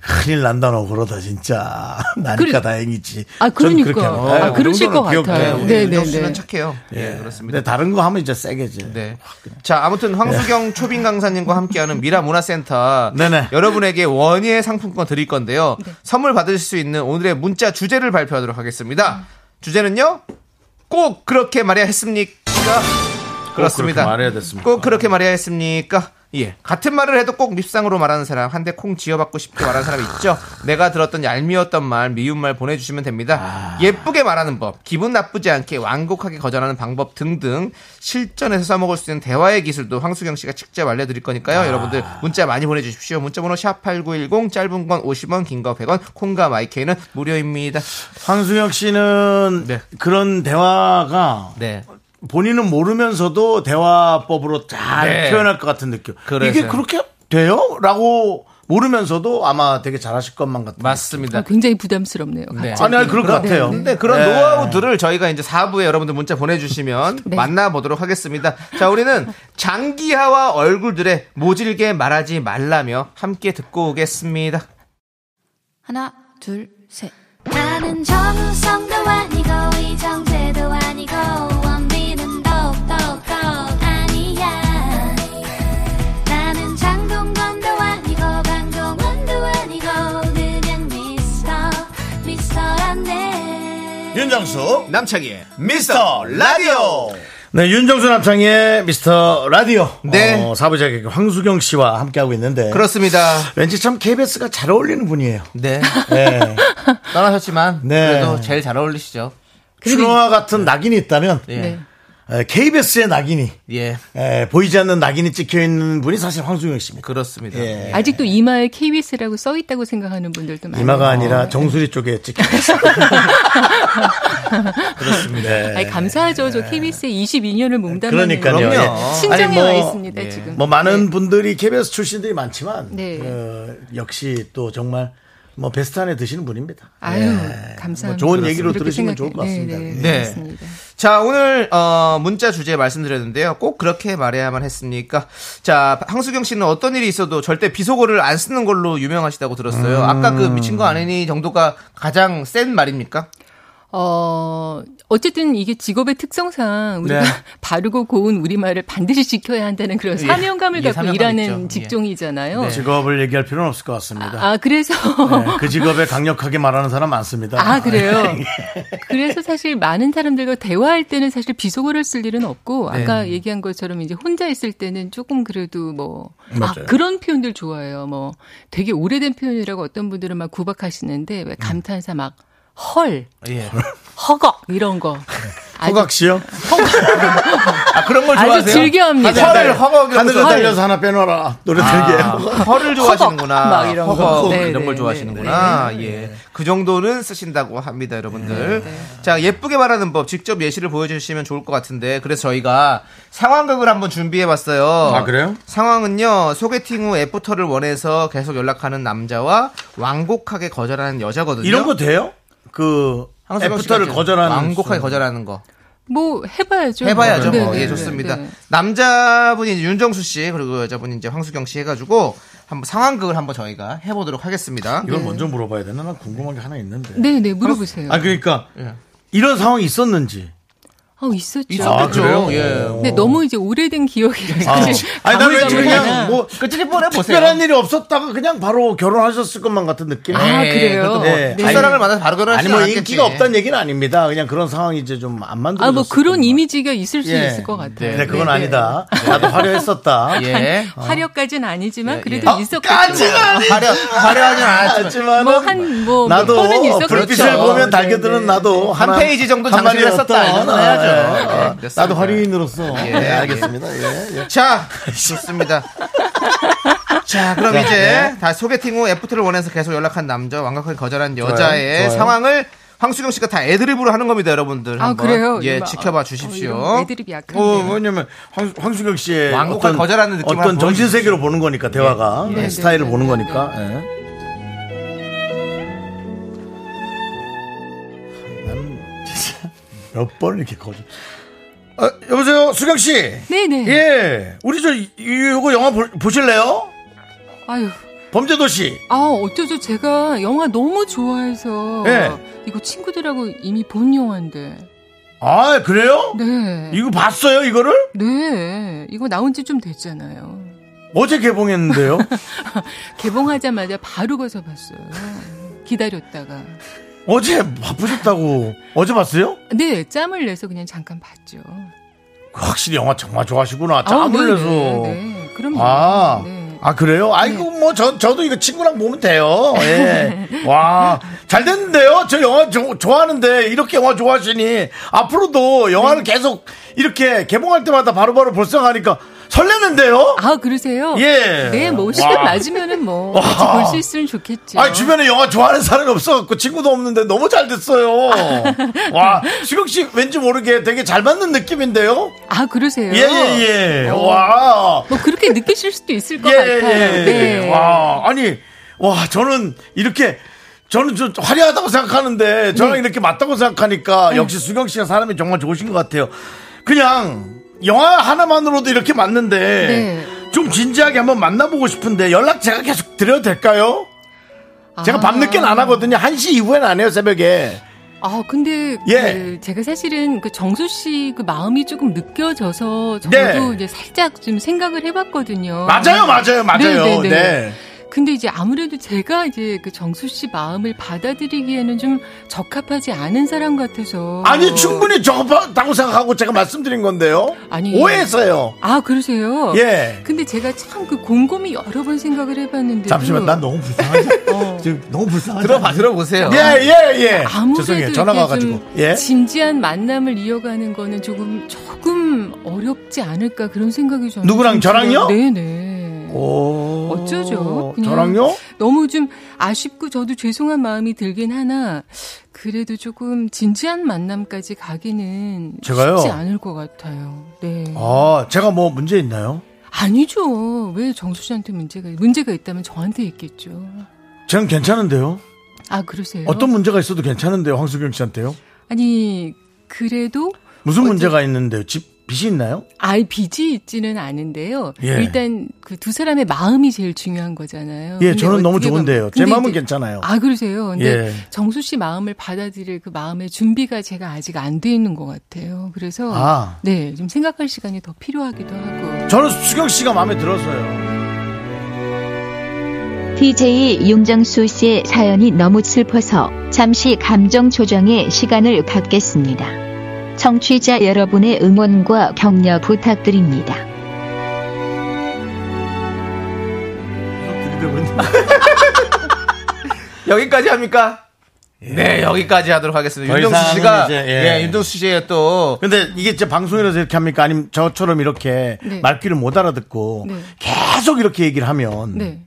Speaker 1: 큰일 난다, 너 그러다, 진짜. 나니까
Speaker 12: 그래.
Speaker 1: 다행이지.
Speaker 12: 아,
Speaker 1: 전 그렇게
Speaker 12: 그러니까요.
Speaker 1: 합니다.
Speaker 12: 아,
Speaker 1: 예,
Speaker 12: 그러실
Speaker 1: 그
Speaker 12: 것
Speaker 1: 정도는
Speaker 12: 같아요.
Speaker 1: 귀엽게.
Speaker 12: 네,
Speaker 1: 예.
Speaker 12: 네,
Speaker 2: 윤정수
Speaker 12: 네.
Speaker 2: 씨는 착해요. 예, 그렇습니다.
Speaker 1: 근데 다른 거 하면 이제 세게지.
Speaker 2: 네. 자, 아무튼
Speaker 12: 네.
Speaker 2: 황수경 초빙 강사님과 함께하는 미라 문화센터 여러분에게 원예 상품권 드릴 건데요.
Speaker 12: 네.
Speaker 2: 선물 받으실 수 있는 오늘의 문자 주제를 발표하도록
Speaker 12: 음.
Speaker 2: 하겠습니다. 주제는요. 꼭 그렇게 말해야 했습니까? 그렇습니다.
Speaker 1: 그렇게 말해야 됐습니까?
Speaker 2: 꼭 그렇게 말해야 했습니까? 예. 같은 말을 해도 꼭 밉상으로 말하는 사람, 한 대 콩 지어받고 싶고 말하는 사람 있죠? 내가 들었던 얄미웠던 말, 미운 말 보내주시면
Speaker 1: 아.
Speaker 2: 됩니다. 예쁘게 말하는 법, 기분 나쁘지 않게 완곡하게 거절하는 방법 등등 실전에서 써먹을 수 있는 대화의 기술도 황수경 씨가 직접 알려드릴 거니까요.
Speaker 1: 아.
Speaker 2: 여러분들 문자 많이 보내주십시오. 문자번호 샵8910, 짧은 건 50원, 긴 거 100원, 콩과 마이케이는 무료입니다.
Speaker 1: 황수혁 씨는 그런 대화가
Speaker 2: 네.
Speaker 1: 본인은 모르면서도 대화법으로 잘
Speaker 2: 네.
Speaker 1: 표현할 것 같은 느낌.
Speaker 2: 그래서요.
Speaker 1: 이게 그렇게 돼요? 라고 모르면서도 아마 되게 잘하실 것만 같아요.
Speaker 2: 맞습니다.
Speaker 12: 굉장히 부담스럽네요.
Speaker 2: 네.
Speaker 12: 갑자기.
Speaker 1: 아니, 아니, 그럴 것 같아요.
Speaker 2: 근데 그런
Speaker 1: 네.
Speaker 2: 노하우들을 저희가 이제 4부에 여러분들 문자 보내주시면 만나보도록 하겠습니다. 자, 우리는 장기하와 얼굴들의 모질게 말하지 말라며 함께 듣고 오겠습니다.
Speaker 14: 하나, 둘, 셋.
Speaker 10: 나는 정우성도 아니고 이정재도 아니고 원빈은 더욱더
Speaker 1: 윤정수
Speaker 2: 남창희의 미스터 라디오
Speaker 1: 네, 윤정수 남창의 미스터 라디오.
Speaker 2: 네.
Speaker 1: 어, 사부작 개그 황수경 씨와 함께하고 있는데.
Speaker 2: 그렇습니다.
Speaker 1: 왠지 참 KBS가 잘 어울리는 분이에요.
Speaker 2: 네.
Speaker 1: 네.
Speaker 2: 떠나셨지만
Speaker 1: 네.
Speaker 2: 그래도 제일 잘 어울리시죠 그러니까.
Speaker 1: 추노와 같은 낙인이 있다면
Speaker 2: 네.
Speaker 1: KBS의 낙인이
Speaker 2: 예
Speaker 1: 에, 보이지 않는 낙인이 찍혀 있는 분이 사실 황수경 씨입니다.
Speaker 2: 그렇습니다.
Speaker 1: 예.
Speaker 12: 아직도 이마에 KBS라고 써 있다고 생각하는 분들도 많아요.
Speaker 1: 이마가 아니라 정수리 쪽에 찍혀 있어요. 그렇습니다.
Speaker 12: 아니, 감사하죠. 저 KBS에 22년을 몽담하는
Speaker 1: 네. 그러니까요. 예.
Speaker 12: 신정에
Speaker 1: 아니, 뭐,
Speaker 12: 와 있습니다
Speaker 1: 예.
Speaker 12: 지금.
Speaker 1: 뭐 많은 분들이 KBS 출신들이 많지만
Speaker 12: 네.
Speaker 1: 어, 역시 또 정말 뭐 베스트 안에 드시는 분입니다.
Speaker 12: 아유
Speaker 1: 예.
Speaker 12: 감사합니다.
Speaker 1: 뭐 좋은 얘기로
Speaker 12: 그렇게
Speaker 1: 들으시면
Speaker 12: 생각해-
Speaker 1: 좋을 것 같습니다. 예.
Speaker 12: 네, 네.
Speaker 2: 네. 자, 오늘, 어, 문자 주제 말씀드렸는데요. 꼭 그렇게 말해야만 했습니까? 자, 황수경 씨는 어떤 일이 있어도 절대 비속어를 안 쓰는 걸로 유명하시다고 들었어요. 아까 그 미친 거 아니니 정도가 가장 센 말입니까?
Speaker 12: 어, 어쨌든 이게 직업의 특성상
Speaker 2: 네.
Speaker 12: 우리가 바르고 고운 우리말을 반드시 지켜야 한다는 그런
Speaker 1: 예.
Speaker 12: 사명감을
Speaker 1: 예,
Speaker 12: 갖고
Speaker 1: 사명감
Speaker 12: 일하는
Speaker 1: 있죠. 예.
Speaker 12: 직종이잖아요.
Speaker 1: 직업을 얘기할 필요는 없을 것 같습니다.
Speaker 12: 네. 아, 그래서.
Speaker 1: 네, 그 직업에 강력하게 말하는 사람 많습니다. 예.
Speaker 12: 아, 그래요? 그래서 사실 많은 사람들과 대화할 때는 사실 비속어를 쓸 일은 없고
Speaker 1: 네.
Speaker 12: 아까 얘기한 것처럼 이제 혼자 있을 때는 조금 그래도 뭐 아,
Speaker 1: 맞아요.
Speaker 12: 그런 표현들 좋아해요. 뭐 되게 오래된 표현이라고 어떤 분들은 막 구박하시는데 왜 감탄사 막 헐
Speaker 2: 예.
Speaker 12: 허걱 이런 거.
Speaker 1: 허각 씨요?
Speaker 2: 아, 그런 걸
Speaker 12: 아주
Speaker 2: 좋아하세요?
Speaker 12: 즐겨합니다.
Speaker 2: 하늘,
Speaker 12: 네.
Speaker 2: 허걱 이런
Speaker 1: 하늘에
Speaker 2: 거
Speaker 1: 달려서 하나 빼놔라. 노래 들게.
Speaker 2: 아, 허를 좋아하시는구나.
Speaker 12: 뭐. 허걱, 막 이런 거.
Speaker 2: 허걱
Speaker 12: 네,
Speaker 2: 이런
Speaker 12: 네,
Speaker 2: 걸
Speaker 12: 네, 네,
Speaker 2: 좋아하시는구나. 예. 그 정도는 쓰신다고 합니다, 여러분들. 자, 예쁘게 말하는 법 직접 예시를 보여주시면 좋을 것 같은데. 그래서 저희가 상황극을 한번 준비해봤어요.
Speaker 1: 아, 그래요?
Speaker 2: 상황은요, 소개팅 후 애프터를 원해서 계속 연락하는 남자와 완곡하게 거절하는 여자거든요.
Speaker 1: 이런 거 돼요? 그
Speaker 2: 황수경
Speaker 1: 애프터를
Speaker 2: 씨가
Speaker 1: 거절하는
Speaker 2: 완곡하게
Speaker 1: 수.
Speaker 2: 거절하는 거.
Speaker 12: 뭐 해봐야죠.
Speaker 2: 해봐야죠.
Speaker 12: 네,
Speaker 2: 뭐.
Speaker 12: 네,
Speaker 2: 예,
Speaker 12: 네,
Speaker 2: 좋습니다.
Speaker 12: 네.
Speaker 2: 남자분이 이제 윤정수 씨 그리고 여자분이 이제 황수경 씨 해가지고 한번 상황극을 한번 저희가 해보도록 하겠습니다.
Speaker 1: 이걸 먼저 물어봐야 되나? 난 궁금한 게 하나 있는데.
Speaker 12: 네, 네, 물어보세요.
Speaker 1: 아 그러니까 이런 상황이 있었는지.
Speaker 12: 아, 있었죠.
Speaker 1: 있었겠죠. 아, 그래요? 예.
Speaker 12: 근데 너무 이제 오래된 기억이라서.
Speaker 1: 아,
Speaker 12: 사실
Speaker 1: 아니 난 왠지
Speaker 12: 가물가물하나.
Speaker 1: 그냥 뭐
Speaker 2: 찌릿보내 보세요.
Speaker 1: 특별한 일이 없었다가 그냥 바로 결혼하셨을 것만 같은 느낌.
Speaker 12: 아, 그래요?
Speaker 1: 그래도 뭐
Speaker 12: 네.
Speaker 2: 첫사랑을 만나서 바로 결혼하진
Speaker 1: 아니 뭐
Speaker 2: 않았겠지.
Speaker 1: 인기가 없다는 얘기는 아닙니다. 그냥 그런 상황이 이제 좀 안 만들어졌어.
Speaker 12: 아, 뭐 그런 이미지가 있을 수 있을 것 같아요.
Speaker 1: 근데 예. 그건
Speaker 12: 네, 네.
Speaker 1: 아니다. 나도 화려했었다.
Speaker 2: 예.
Speaker 12: 화려까지는 아니지만 그래도
Speaker 1: 아,
Speaker 12: 있었겠죠. 뭐
Speaker 1: 까지는 아니-
Speaker 2: 화려 화려하진 않았지만
Speaker 12: 뭐한뭐
Speaker 1: 나도
Speaker 12: 번은 그렇죠. 있었겠죠.
Speaker 1: 불빛을 보면 달겨드는 나도
Speaker 2: 한
Speaker 1: 하나-
Speaker 2: 페이지 정도
Speaker 1: 한 마리
Speaker 2: 장식을 했었다. 이
Speaker 1: 어떤-
Speaker 2: 정도는
Speaker 1: 아,
Speaker 2: 해야죠.
Speaker 1: 아,
Speaker 2: 예,
Speaker 1: 아,
Speaker 2: 그렇습니다.
Speaker 1: 나도 화려인으로서
Speaker 2: 예.
Speaker 1: 네, 알겠습니다. 예, 예.
Speaker 2: 자, 좋습니다. 자, 그럼
Speaker 1: 네.
Speaker 2: 이제 다 소개팅 후 애프터를 원해서 계속 연락한 남자, 완벽하게 거절한 여자의
Speaker 1: 좋아요.
Speaker 2: 상황을 황수경 씨가 다 애드립으로 하는 겁니다, 여러분들.
Speaker 12: 아,
Speaker 2: 한번.
Speaker 12: 그래요?
Speaker 2: 예,
Speaker 12: 이거,
Speaker 2: 지켜봐
Speaker 12: 어,
Speaker 2: 주십시오.
Speaker 12: 어, 이런 애드립이
Speaker 1: 어,
Speaker 12: 약한데요.
Speaker 1: 뭐냐면 황, 황수경 씨의
Speaker 2: 완곡한
Speaker 1: 어떤,
Speaker 2: 예. 거절하는 느낌을
Speaker 1: 어떤
Speaker 2: 한번
Speaker 1: 정신 세계로 보는 거니까 대화가
Speaker 2: 예,
Speaker 1: 네,
Speaker 2: 예.
Speaker 1: 스타일을 보는 거니까.
Speaker 2: 네.
Speaker 1: 예. 몇 번 이렇게 거절. 아, 여보세요, 수경 씨.
Speaker 12: 네네.
Speaker 1: 예, 우리 저 이- 이거 영화 보, 보실래요?
Speaker 12: 아유.
Speaker 1: 범죄도시.
Speaker 12: 아, 어쩌죠. 제가 영화 너무 좋아해서.
Speaker 1: 예.
Speaker 12: 이거 친구들하고 이미 본 영화인데.
Speaker 1: 아, 그래요?
Speaker 12: 네.
Speaker 1: 이거 봤어요, 이거를?
Speaker 12: 네. 이거 나온 지 좀 됐잖아요.
Speaker 1: 어제 개봉했는데요.
Speaker 12: 개봉하자마자 바로 가서 봤어요. 기다렸다가.
Speaker 1: 어제 바쁘셨다고. 어제 봤어요?
Speaker 12: 네, 짬을 내서 그냥 잠깐 봤죠.
Speaker 1: 확실히 영화 정말 좋아하시구나.
Speaker 12: 아우, 네,
Speaker 1: 짬을 내서.
Speaker 12: 네, 네. 그럼요.
Speaker 1: 아,
Speaker 12: 네.
Speaker 1: 아 그래요? 아이고 뭐 저 저도 이거 친구랑 보면 돼요. 예. 와, 잘 됐는데요. 저 영화 조- 좋아하는데 이렇게 영화 좋아하시니 앞으로도 영화를
Speaker 12: 네.
Speaker 1: 계속 이렇게 개봉할 때마다 바로바로 볼성하니까 설레는데요.
Speaker 12: 아, 그러세요?
Speaker 1: 예.
Speaker 12: 네, 뭐, 시간
Speaker 1: 와.
Speaker 12: 맞으면은 뭐,
Speaker 1: 와.
Speaker 12: 같이 볼 수 있으면 좋겠죠.
Speaker 1: 아 주변에 영화 좋아하는 사람이 없어갖고 친구도 없는데 너무 잘 됐어요. 와, 수경 씨 왠지 모르게 되게 잘 맞는 느낌인데요.
Speaker 12: 아, 그러세요?
Speaker 1: 예, 예, 예.
Speaker 12: 어.
Speaker 1: 와.
Speaker 12: 뭐, 그렇게 느끼실 수도 있을 것
Speaker 1: 예,
Speaker 12: 같아요.
Speaker 1: 예,
Speaker 12: 네.
Speaker 1: 와, 아니, 와, 저는 이렇게. 저는 좀 화려하다고 생각하는데 저랑
Speaker 12: 네.
Speaker 1: 이렇게 맞다고 생각하니까 역시 수경 씨가 사람이 정말 좋으신 것 같아요. 그냥 영화 하나만으로도 이렇게 맞는데
Speaker 12: 네.
Speaker 1: 좀 진지하게 한번 만나보고 싶은데 연락 제가 계속 드려도 될까요? 제가
Speaker 12: 아.
Speaker 1: 밤늦게는 안 하거든요. 1시 이후엔 안 해요, 새벽에.
Speaker 12: 아, 근데,
Speaker 1: 예.
Speaker 12: 그 제가 사실은 그 정수 씨 그 마음이 조금 느껴져서 저도
Speaker 1: 네.
Speaker 12: 이제 살짝 좀 생각을 해봤거든요.
Speaker 1: 맞아요, 맞아요, 맞아요. 네.
Speaker 12: 어. 네, 네, 네. 근데 이제 아무래도 제가 이제 그 정수 씨 마음을 받아들이기에는 좀 적합하지 않은 사람 같아서
Speaker 1: 아니 충분히 적합하다고 생각하고 제가 말씀드린 건데요.
Speaker 12: 아니
Speaker 1: 오해했어요.
Speaker 12: 아 그러세요?
Speaker 1: 예.
Speaker 12: 근데 제가 참 그 곰곰이 여러 번 생각을 해봤는데
Speaker 1: 잠시만 난 너무 불쌍하지. 지금 너무 불쌍하지.
Speaker 2: 들어봐, 들어보세요.
Speaker 1: 예예 예. 예.
Speaker 12: 아무래도
Speaker 1: 죄송해요.
Speaker 12: 이렇게
Speaker 1: 전화가 와가지고.
Speaker 12: 좀
Speaker 1: 예.
Speaker 12: 진지한 만남을 이어가는 거는 조금 조금 어렵지 않을까 그런 생각이 좀
Speaker 1: 누구랑
Speaker 12: 좀 들어요.
Speaker 1: 저랑요?
Speaker 12: 네네.
Speaker 1: 오.
Speaker 12: 어쩌죠? 그냥
Speaker 1: 저랑요?
Speaker 12: 너무 좀 아쉽고 저도 죄송한 마음이 들긴 하나 그래도 조금 진지한 만남까지 가기는
Speaker 1: 제가요?
Speaker 12: 쉽지 않을 것 같아요. 네.
Speaker 1: 아 제가 뭐 문제 있나요?
Speaker 12: 아니죠. 왜 정수 씨한테 문제가 문제가 있다면 저한테 있겠죠.
Speaker 1: 저는 괜찮은데요.
Speaker 12: 아 그러세요?
Speaker 1: 어떤 문제가 있어도 괜찮은데요, 황수경 씨한테요.
Speaker 12: 아니 그래도
Speaker 1: 무슨 문제가 있는데요? 집 빚이 있나요?
Speaker 12: 아이 빚이 있지는 않은데요.
Speaker 1: 예.
Speaker 12: 일단 그 두 사람의 마음이 제일 중요한 거잖아요.
Speaker 1: 예,
Speaker 12: 근데
Speaker 1: 저는 너무
Speaker 12: 어떻게
Speaker 1: 좋은데요.
Speaker 12: 보면-
Speaker 1: 제
Speaker 12: 근데
Speaker 1: 마음은
Speaker 12: 이제-
Speaker 1: 괜찮아요.
Speaker 12: 아 그러세요. 근데
Speaker 1: 예.
Speaker 12: 정수 씨 마음을 받아들일 그 마음의 준비가 제가 아직 안 돼 있는 것 같아요. 그래서
Speaker 1: 아. 음.
Speaker 12: 네, 좀 생각할 시간이 더 필요하기도 하고.
Speaker 1: 저는 수경 씨가 마음에 들어서요.
Speaker 10: DJ 용정수 씨의 사연이 너무 슬퍼서 잠시 감정 조정의 시간을 갖겠습니다. 청취자 여러분의 응원과 격려 부탁드립니다.
Speaker 2: 여기까지 합니까? 네, 여기까지 하도록 하겠습니다.
Speaker 1: 더
Speaker 2: 윤정수
Speaker 1: 이상은
Speaker 2: 씨가
Speaker 1: 이제,
Speaker 2: 예.
Speaker 1: 예.
Speaker 2: 윤정수 씨의 또
Speaker 1: 근데 이게 제 방송이라서 이렇게 합니까? 아니면 저처럼 이렇게
Speaker 12: 네.
Speaker 1: 말귀를 못 알아듣고
Speaker 12: 네.
Speaker 1: 계속 이렇게 얘기를 하면
Speaker 12: 네.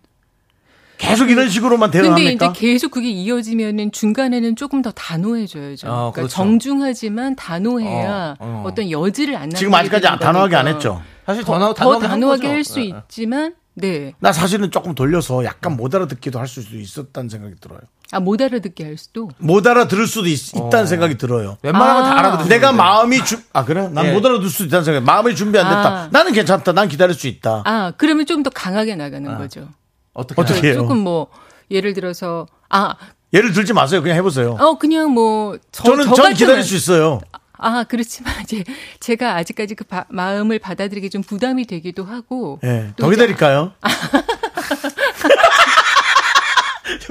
Speaker 1: 계속 이런 식으로만
Speaker 12: 음. 근데
Speaker 1: 대응합니까?
Speaker 12: 이제 계속 그게 이어지면은 중간에는 조금 더 단호해져야죠.
Speaker 1: 어,
Speaker 12: 그러니까
Speaker 1: 그렇죠.
Speaker 12: 정중하지만 단호해야
Speaker 1: 어, 어.
Speaker 12: 어, 떤 여지를 안
Speaker 1: 지금
Speaker 12: 남기게
Speaker 1: 아직까지
Speaker 12: 된다니까.
Speaker 1: 단호하게 안 했죠.
Speaker 2: 사실
Speaker 12: 더,
Speaker 2: 단호-
Speaker 12: 더
Speaker 2: 단호하게 한
Speaker 12: 단호하게
Speaker 2: 거죠.
Speaker 12: 할 수 있지만 네.
Speaker 1: 나 사실은 조금 돌려서 약간 못 알아듣기도 할 수도 있었다는 생각이 들어요.
Speaker 12: 아 못 알아듣게 할 수도.
Speaker 1: 못 알아들을 수도 있, 다는 생각이 들어요.
Speaker 12: 웬만하면 다 아. 알아듣는데.
Speaker 1: 내가 마음이 주, 아 그래? 난
Speaker 12: 예.
Speaker 1: 못 알아들 수도 있다는 생각. 마음이 준비 안 됐다.
Speaker 12: 아.
Speaker 1: 나는 괜찮다. 난 기다릴 수 있다.
Speaker 12: 아 그러면 좀 더 강하게
Speaker 1: 아,
Speaker 12: 나가는 거죠.
Speaker 1: 어떻게 어떻게 해요?
Speaker 12: 조금 뭐 예를 들어서 아
Speaker 1: 예를 들지 마세요. 그냥 해보세요.
Speaker 12: 어 그냥 뭐 저,
Speaker 1: 저는
Speaker 12: 저
Speaker 1: 전
Speaker 12: 같으면-
Speaker 1: 기다릴 수 있어요.
Speaker 12: 아 그렇지만 이제 제가 아직까지 그 바- 마음을 받아들이기 좀 부담이 되기도 하고
Speaker 1: 예,
Speaker 12: 또
Speaker 1: 더
Speaker 12: 이제-
Speaker 1: 기다릴까요?
Speaker 12: 아.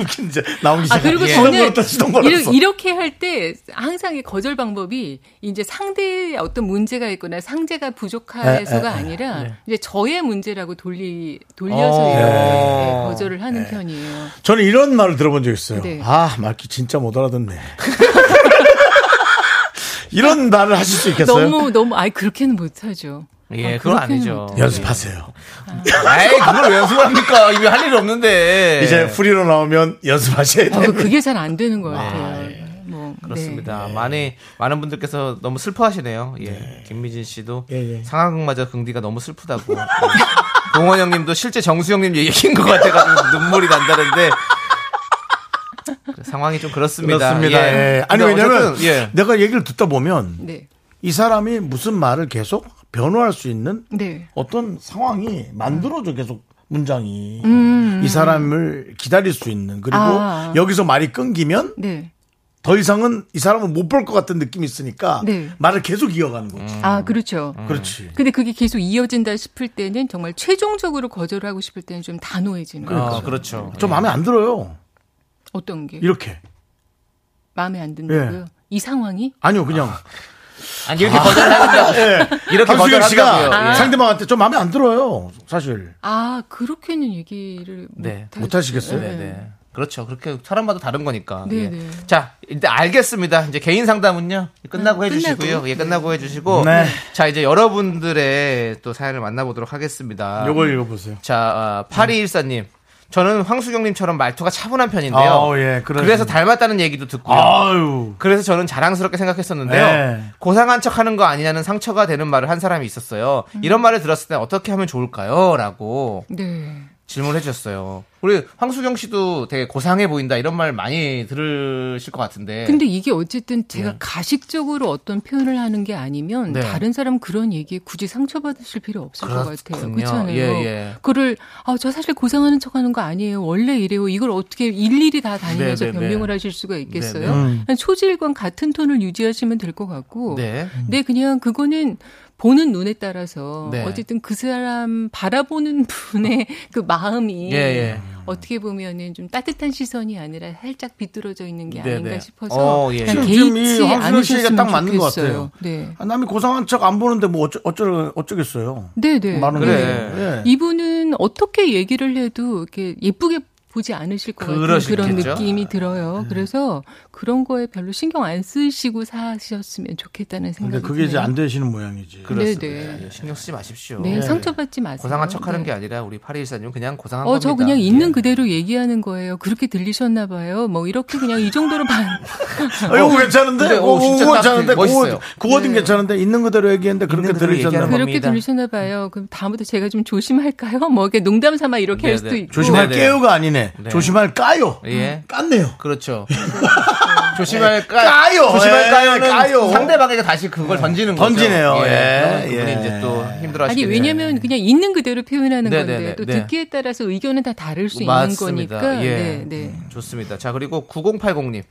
Speaker 1: 웃긴 이제 나오기
Speaker 12: 아
Speaker 1: 시작.
Speaker 12: 그리고
Speaker 1: 시동 걸었다 시동
Speaker 12: 저는
Speaker 1: 걸었어.
Speaker 12: 이렇- 이렇게 할 때 항상의 거절 방법이 이제 상대의 어떤 문제가 있거나 상대가 부족해서가
Speaker 1: 에, 에, 에,
Speaker 12: 아니라
Speaker 1: 예.
Speaker 12: 이제 저의 문제라고 돌리 돌려서
Speaker 1: 어.
Speaker 12: 이렇게
Speaker 1: 예.
Speaker 12: 거절을 하는 편이에요.
Speaker 1: 저는 이런 말을 들어본 적 있어요.
Speaker 12: 네.
Speaker 1: 아 말기 진짜 못 알아듣네. 이런 말을 하실 수 있겠어요?
Speaker 12: 너무 너무 아이 그렇게는 못하죠.
Speaker 2: 예,
Speaker 12: 아,
Speaker 2: 그건
Speaker 12: 그렇게는
Speaker 2: 아니죠. 예.
Speaker 12: 못해요.
Speaker 1: 연습하세요.
Speaker 2: 아이, 그걸 왜 연습합니까? 이미 할 일이
Speaker 12: 네.
Speaker 2: 없는데. 예,
Speaker 1: 이제 프리로 나오면 연습하셔야
Speaker 12: 아,
Speaker 1: 돼요.
Speaker 12: 그게 잘 안 되는 것 같아요.
Speaker 1: 예.
Speaker 12: 뭐,
Speaker 2: 그렇습니다.
Speaker 1: 네.
Speaker 2: 많이 많은 분들께서 너무 슬퍼하시네요. 예. 김미진 씨도
Speaker 12: 예,
Speaker 2: 상황극마저 긍디가 너무 슬프다고. 예. 동원 형님도 실제 정수 형님 얘기인 것 같아가지고 눈물이 난다는데 상황이 좀 그렇습니다.
Speaker 1: 그렇습니다.
Speaker 2: 예.
Speaker 1: 예. 아니
Speaker 2: 근데
Speaker 1: 왜냐면
Speaker 2: 어쨌든, 예.
Speaker 1: 내가 얘기를 듣다 보면
Speaker 12: 네.
Speaker 1: 이 사람이 무슨 말을 계속 변호할 수 있는
Speaker 12: 네.
Speaker 1: 어떤 상황이 만들어져 계속 문장이
Speaker 12: 음.
Speaker 1: 이 사람을 기다릴 수 있는 그리고
Speaker 12: 아.
Speaker 1: 여기서 말이 끊기면
Speaker 12: 네.
Speaker 1: 더 이상은 이 사람은 못 볼 것 같은 느낌이 있으니까
Speaker 12: 네.
Speaker 1: 말을 계속 이어가는 거지.
Speaker 12: 아, 그렇죠.
Speaker 1: 그렇지.
Speaker 12: 근데 그게 계속 이어진다 싶을 때는 정말 최종적으로 거절하고 싶을 때는 좀 단호해지는 거죠.
Speaker 1: 어,
Speaker 2: 아, 그렇죠.
Speaker 1: 저 마음에 안 들어요.
Speaker 12: 어떤
Speaker 2: 예.
Speaker 12: 게
Speaker 1: 이렇게.
Speaker 12: 마음에 안 든다고요?
Speaker 1: 예.
Speaker 12: 이 상황이?
Speaker 1: 아니요, 그냥.
Speaker 2: 아니 이렇게 거절한다.
Speaker 1: 예.
Speaker 2: 이렇게
Speaker 1: 강수경
Speaker 2: 거절한다고요.
Speaker 1: 씨가
Speaker 12: 예.
Speaker 1: 상대방한테 좀 마음에 안 들어요. 사실.
Speaker 12: 아 그렇게는 얘기를
Speaker 2: 네.
Speaker 12: 못
Speaker 2: 네. 네. 그렇죠. 그렇게 사람마다 다른 거니까.
Speaker 12: 네,
Speaker 2: 예.
Speaker 12: 네.
Speaker 2: 자, 일단 알겠습니다. 이제 개인 상담은요. 끝나고
Speaker 12: 아,
Speaker 2: 해주시고요.
Speaker 12: 끝나고.
Speaker 2: 예, 끝나고 해주시고.
Speaker 1: 네.
Speaker 2: 자, 이제 여러분들의 또 사연을 만나보도록 하겠습니다.
Speaker 1: 요걸 읽어보세요.
Speaker 2: 자, 아, 8214님. 저는 황수경님처럼 말투가 차분한 편인데요.
Speaker 1: 아우, 예, 그러시네.
Speaker 2: 그래서 닮았다는 얘기도 듣고요.
Speaker 1: 아유.
Speaker 2: 그래서 저는 자랑스럽게 생각했었는데요.
Speaker 1: 네.
Speaker 2: 고상한 척 하는 거 아니냐는 상처가 되는 말을 한 사람이 있었어요.
Speaker 12: 음.
Speaker 2: 이런 말을 들었을 때 어떻게 하면 좋을까요? 라고
Speaker 12: 네.
Speaker 2: 질문해 주셨어요. 우리 황수경 씨도 되게 고상해 보인다 이런 말 많이 들으실 것 같은데.
Speaker 12: 근데 이게 어쨌든 제가 가식적으로 어떤 표현을 하는 게 아니면
Speaker 2: 네.
Speaker 12: 다른 사람 그런 얘기에 굳이 상처받으실 필요 없을 것 같아요.
Speaker 2: 그렇군요.
Speaker 12: 그렇죠. 그렇잖아요.
Speaker 2: 예, 예.
Speaker 12: 그거를 아, 저 사실 고상하는 척하는 거 아니에요. 원래 이래요. 이걸 어떻게 일일이 다 다니면서
Speaker 2: 네, 네,
Speaker 12: 변명을
Speaker 2: 네.
Speaker 12: 하실 수가 있겠어요?
Speaker 1: 음.
Speaker 2: 네, 네.
Speaker 12: 그냥 초질과 같은 톤을 유지하시면 될 것 같고.
Speaker 2: 네.
Speaker 12: 네, 그냥 그거는 보는 눈에 따라서
Speaker 2: 네.
Speaker 12: 어쨌든 그 사람 바라보는 분의 그 마음이
Speaker 2: 예, 예.
Speaker 12: 어떻게 보면은 좀 따뜻한 시선이 아니라 살짝 비뚤어져 있는 게
Speaker 1: 네,
Speaker 12: 아닌가
Speaker 1: 네.
Speaker 12: 싶어서
Speaker 1: 어, 예.
Speaker 12: 그냥
Speaker 1: 지금, 지금 이
Speaker 12: 개의치
Speaker 1: 황순영 씨가
Speaker 12: 않으셨으면
Speaker 1: 딱 맞는 것 같아요.
Speaker 12: 좋겠어요. 네.
Speaker 1: 아, 남이 고상한 척 안 보는데 뭐 어쩌, 어쩌, 어쩌겠어요.
Speaker 12: 네네.
Speaker 1: 많은
Speaker 2: 그래.
Speaker 1: 거죠. 예.
Speaker 12: 이분은 어떻게 얘기를 해도 이렇게 예쁘게 보지 않으실 것 같은
Speaker 2: 그러시겠죠. 네.
Speaker 12: 그런 느낌이 들어요. 그래서 그런 거에 별로 신경 안 쓰시고 사셨으면 좋겠다는
Speaker 1: 근데
Speaker 12: 생각이
Speaker 1: 그게 이제
Speaker 12: 드네요.
Speaker 1: 안 되시는 모양이지.
Speaker 12: 그렇습니다. 네,
Speaker 2: 예, 신경 쓰지 마십시오.
Speaker 12: 네, 상처받지 마세요.
Speaker 2: 고상한 척하는
Speaker 12: 네.
Speaker 2: 게 아니라 우리 8214님 그냥 고상한
Speaker 12: 어,
Speaker 2: 겁니다. 예.
Speaker 12: 저 그냥 있는 그대로 얘기하는 거예요. 그렇게 들리셨나 봐요. 뭐 이렇게 그냥 이 정도로 반.
Speaker 1: 어, 이거 괜찮은데?
Speaker 2: 근데,
Speaker 1: 어,
Speaker 2: 오, 진짜
Speaker 1: 그거 괜찮은데?
Speaker 2: 딱 멋있어요. 네.
Speaker 1: 그거, 그거는 괜찮은데? 있는 그대로 얘기했는데 그렇게
Speaker 2: 그대로
Speaker 1: 들리셨나
Speaker 2: 얘기하는
Speaker 1: 봐요.
Speaker 12: 그렇게
Speaker 2: 겁니다.
Speaker 12: 들리셨나 봐요. 그럼 다음부터 제가 좀 조심할까요? 뭐 이렇게 농담 삼아 이렇게 할 수도
Speaker 2: 네네.
Speaker 12: 있고.
Speaker 1: 조심할게요가 아니네.
Speaker 2: 네.
Speaker 1: 조심할까요?
Speaker 2: 예.
Speaker 1: 깠네요.
Speaker 2: 그렇죠. 조심할까?
Speaker 1: 까요.
Speaker 2: 조심할까요는
Speaker 1: 예, 네. 까요.
Speaker 2: 상대방에게 다시 그걸 던지는 거죠.
Speaker 1: 던지네요. 예,
Speaker 2: 그러면 그분이
Speaker 1: 예.
Speaker 2: 이제 또 힘들어하시게
Speaker 12: 아니
Speaker 2: 돼요.
Speaker 12: 왜냐면 그냥 있는 그대로 표현하는
Speaker 2: 네네네,
Speaker 12: 건데 또
Speaker 2: 네.
Speaker 12: 듣기에 따라서 의견은 다 다를 수
Speaker 2: 맞습니다.
Speaker 12: 있는 거니까.
Speaker 2: 예.
Speaker 12: 네, 네.
Speaker 2: 좋습니다. 자, 그리고 9080님.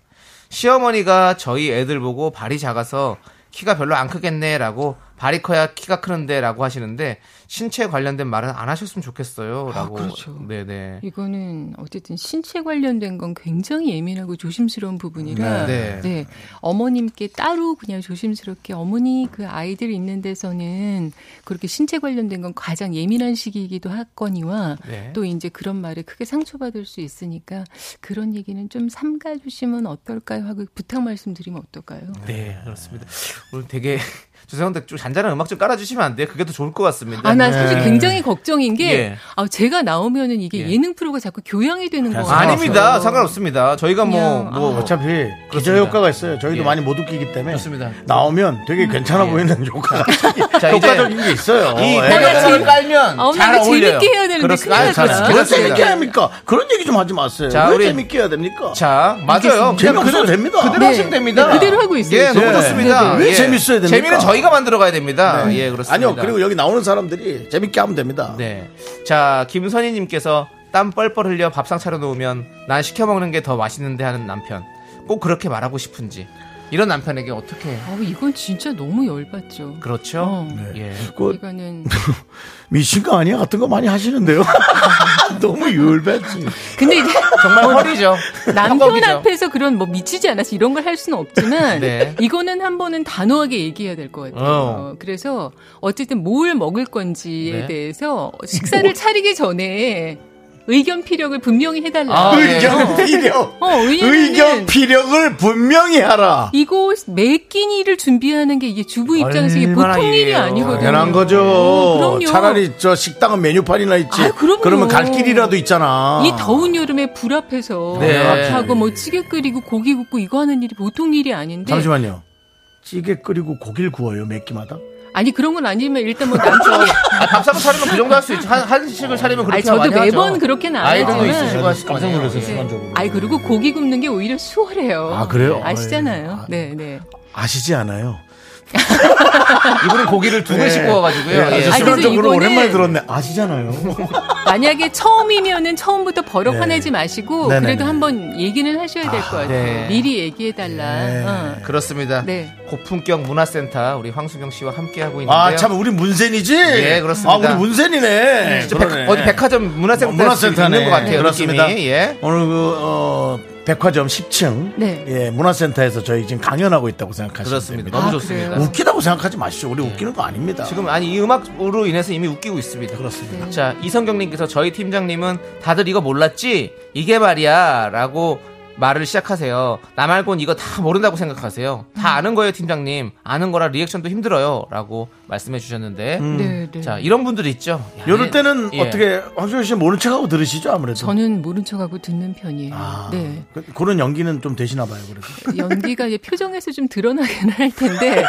Speaker 2: 시어머니가 저희 애들 보고 발이 작아서 키가 별로 안 크겠네라고 발이 커야 키가 크는데라고 하시는데 신체 관련된 말은 안 하셨으면 좋겠어요라고.
Speaker 12: 아, 그렇죠.
Speaker 2: 네네.
Speaker 12: 이거는 어쨌든 신체 관련된 건 굉장히 예민하고 조심스러운 부분이라
Speaker 2: 네.
Speaker 12: 네. 어머님께 따로 그냥 조심스럽게 어머니 그 아이들 있는 데서는 그렇게 신체 관련된 건 가장 예민한 시기이기도 하거니와
Speaker 2: 네.
Speaker 12: 또 이제 그런 말에 크게 상처받을 수 있으니까 그런 얘기는 좀 삼가 주시면 어떨까요 하고 부탁 말씀드리면 어떨까요?
Speaker 2: 네, 그렇습니다. 오늘 되게 죄송한데 좀 잔잔한 음악 좀 깔아주시면 안 돼요? 그게 더 좋을 것 같습니다. 네.
Speaker 12: 아, 나 사실 굉장히 걱정인 게,
Speaker 2: 예.
Speaker 12: 아, 제가 나오면은 이게 예. 능 프로가 자꾸 교양이 되는 거 같아요.
Speaker 2: 아닙니다. 상관없습니다. 저희가 뭐,
Speaker 12: 그냥,
Speaker 2: 뭐 어차피
Speaker 1: 어차피 기저
Speaker 2: 그렇습니다.
Speaker 1: 효과가 있어요. 저희도
Speaker 2: 예.
Speaker 1: 많이 못 웃기기 때문에
Speaker 2: 좋습니다.
Speaker 1: 나오면 되게 괜찮아
Speaker 2: 예.
Speaker 1: 보이는 효과가
Speaker 2: 자, 이제
Speaker 1: 효과적인 게 있어요.
Speaker 12: 아.
Speaker 2: 이네
Speaker 1: 예.
Speaker 2: 내가
Speaker 12: 재밌-
Speaker 2: 지금 깔면
Speaker 12: 어,
Speaker 2: 잘
Speaker 12: 내가
Speaker 2: 어울려요.
Speaker 12: 재밌게 해야 되는데
Speaker 2: 그렇습니다.
Speaker 12: 큰일 났잖아.
Speaker 2: 괜찮습니다.
Speaker 1: 왜 재밌게
Speaker 2: 괜찮습니다.
Speaker 1: 합니까? 그런 얘기 좀 하지 마세요.
Speaker 2: 자,
Speaker 1: 왜
Speaker 2: 우리-
Speaker 1: 재밌게 해야 됩니까?
Speaker 2: 자, 맞아요.
Speaker 1: 재미 없어도 됩니다.
Speaker 2: 그대로 하시면 됩니다.
Speaker 12: 네, 그대로 하고 있어요,
Speaker 2: 예, 너무
Speaker 1: 지금.
Speaker 2: 좋습니다.
Speaker 1: 네, 네. 왜
Speaker 2: 예.
Speaker 1: 재밌어야 됩니까?
Speaker 2: 재미는 저희가 만들어 가야 됩니다.
Speaker 1: 네.
Speaker 2: 예, 그렇습니다.
Speaker 1: 아니요, 그리고 여기 나오는 사람들이 재밌게 하면 됩니다.
Speaker 2: 네. 자, 김선희 님께서 땀 뻘뻘 흘려 밥상 차려 놓으면 난 시켜 먹는 게 더 맛있는데 하는 남편. 꼭 그렇게 말하고 싶은지. 이런 남편에게 어떻게 해요?
Speaker 12: 아, 이건 진짜 너무 열받죠.
Speaker 2: 그렇죠?
Speaker 12: 어.
Speaker 2: 예.
Speaker 1: 그
Speaker 12: 이거는
Speaker 1: 미친 거 아니야? 같은 거 많이 하시는데요. 너무 열받지.
Speaker 12: 근데 이제
Speaker 2: 정말 허리죠.
Speaker 12: 남편
Speaker 2: 허겁이죠.
Speaker 12: 앞에서 그런 뭐 미치지 않아서 이런 걸 할 수는 없지만
Speaker 2: 네.
Speaker 12: 이거는 한 번은 단호하게 얘기해야 될 것 같아요.
Speaker 2: 어.
Speaker 12: 그래서 어쨌든 뭘 먹을 건지에
Speaker 2: 네.
Speaker 12: 대해서 식사를 차리기 전에 의견 피력을 분명히 해달라.
Speaker 2: 아, 예.
Speaker 1: 의견 피력.
Speaker 12: 어, 왜냐면은
Speaker 1: 의견 피력을 분명히 하라.
Speaker 12: 이거 매 끼니를 준비하는 게 이게 주부 입장에서 이게
Speaker 2: 얼마나
Speaker 12: 보통 일이
Speaker 2: 일이에요.
Speaker 12: 아니거든요.
Speaker 1: 당연한 거죠.
Speaker 12: 어, 음, 그럼요.
Speaker 1: 차라리 저 식당은 메뉴판이나 있지.
Speaker 12: 아, 그럼요.
Speaker 1: 그러면 갈 길이라도 있잖아.
Speaker 12: 이 더운 여름에 불 앞에서
Speaker 2: 네.
Speaker 12: 밥하고 뭐 찌개 끓이고 고기 굽고 이거 하는 일이 보통 일이 아닌데
Speaker 1: 잠시만요. 네. 찌개 끓이고 고기를 구워요, 몇 끼마다?
Speaker 12: 아니 그런 건 아니지만 일단 뭐 남편이
Speaker 2: 아, 밥상을 차리면 그 정도 할 수 있죠. 한, 한식을 차리면 그렇게
Speaker 12: 아니 저도
Speaker 2: 많이 하죠.
Speaker 12: 매번 그렇게는 안
Speaker 2: 아이들도
Speaker 12: 하지만
Speaker 2: 있으시고 하실 거예요.
Speaker 12: 아니 그리고 고기 굽는 게 오히려 수월해요.
Speaker 1: 아, 그래요?
Speaker 12: 시잖아요
Speaker 1: 아,
Speaker 12: 네, 네.
Speaker 1: 아시지 않아요?
Speaker 2: 이분은 예. 고기를 두 개씩 구워가지고요.
Speaker 1: 네,
Speaker 2: 예.
Speaker 1: 저
Speaker 12: 아니, 그래서
Speaker 1: 순간적으로
Speaker 12: 이거는-
Speaker 1: 오랜만에 들었네. 아시잖아요.
Speaker 12: 만약에 처음이면은 처음부터 버럭
Speaker 1: 네.
Speaker 12: 화내지 마시고
Speaker 1: 네네네.
Speaker 12: 그래도 한번 얘기는 하셔야 될 것 같아요.
Speaker 2: 네.
Speaker 12: 미리 얘기해 달라. 어.
Speaker 2: 그렇습니다.
Speaker 12: 네.
Speaker 2: 고품격 문화센터 우리 황수경 씨와 함께 하고 있는데요.
Speaker 1: 아, 참, 우리 문센이지?
Speaker 2: 예, 그렇습니다.
Speaker 1: 아, 우리 문센이네.
Speaker 2: 진짜 백-
Speaker 1: 그러네. 뭐,
Speaker 2: 어디 백화점 문화센터
Speaker 1: 문화센터네.
Speaker 2: 있는 것 같아요.
Speaker 1: 그렇습니다.
Speaker 2: 느낌이. 예.
Speaker 1: 오늘 그, 어, 백화점 10층.
Speaker 12: 네.
Speaker 1: 예, 문화센터에서 저희 지금 강연하고 있다고 생각하시면
Speaker 2: 그렇습니다.
Speaker 1: 됩니다.
Speaker 2: 너무
Speaker 12: 아,
Speaker 2: 좋습니다. 예.
Speaker 12: 그래요?
Speaker 1: 웃기다고 생각하지 마시죠. 우리 웃기는 거 아닙니다.
Speaker 2: 지금 아니 이 음악으로 인해서 이미 웃기고 있습니다.
Speaker 1: 그렇습니다.
Speaker 12: 네.
Speaker 2: 자 이성경님께서 저희 팀장님은 다들 이거 몰랐지 이게 말이야라고 말을 시작하세요. 나 말곤 이거 다 모른다고 생각하세요.
Speaker 1: 음.
Speaker 2: 다 아는 거예요 팀장님. 아는 거라 리액션도 힘들어요라고 말씀해 주셨는데
Speaker 12: 네, 네.
Speaker 2: 음. 자 이런 분들 있죠. 야,
Speaker 1: 음. 요럴 때는
Speaker 2: 예.
Speaker 1: 어떻게 황소영 씨 모른 척하고 들으시죠 아무래도.
Speaker 12: 저는 모른 척하고 듣는 편이에요.
Speaker 1: 아,
Speaker 12: 네.
Speaker 1: 그, 그런 연기는 좀 되시나 봐요 그래도.
Speaker 12: 연기가 이제 표정에서 좀 드러나긴 할 텐데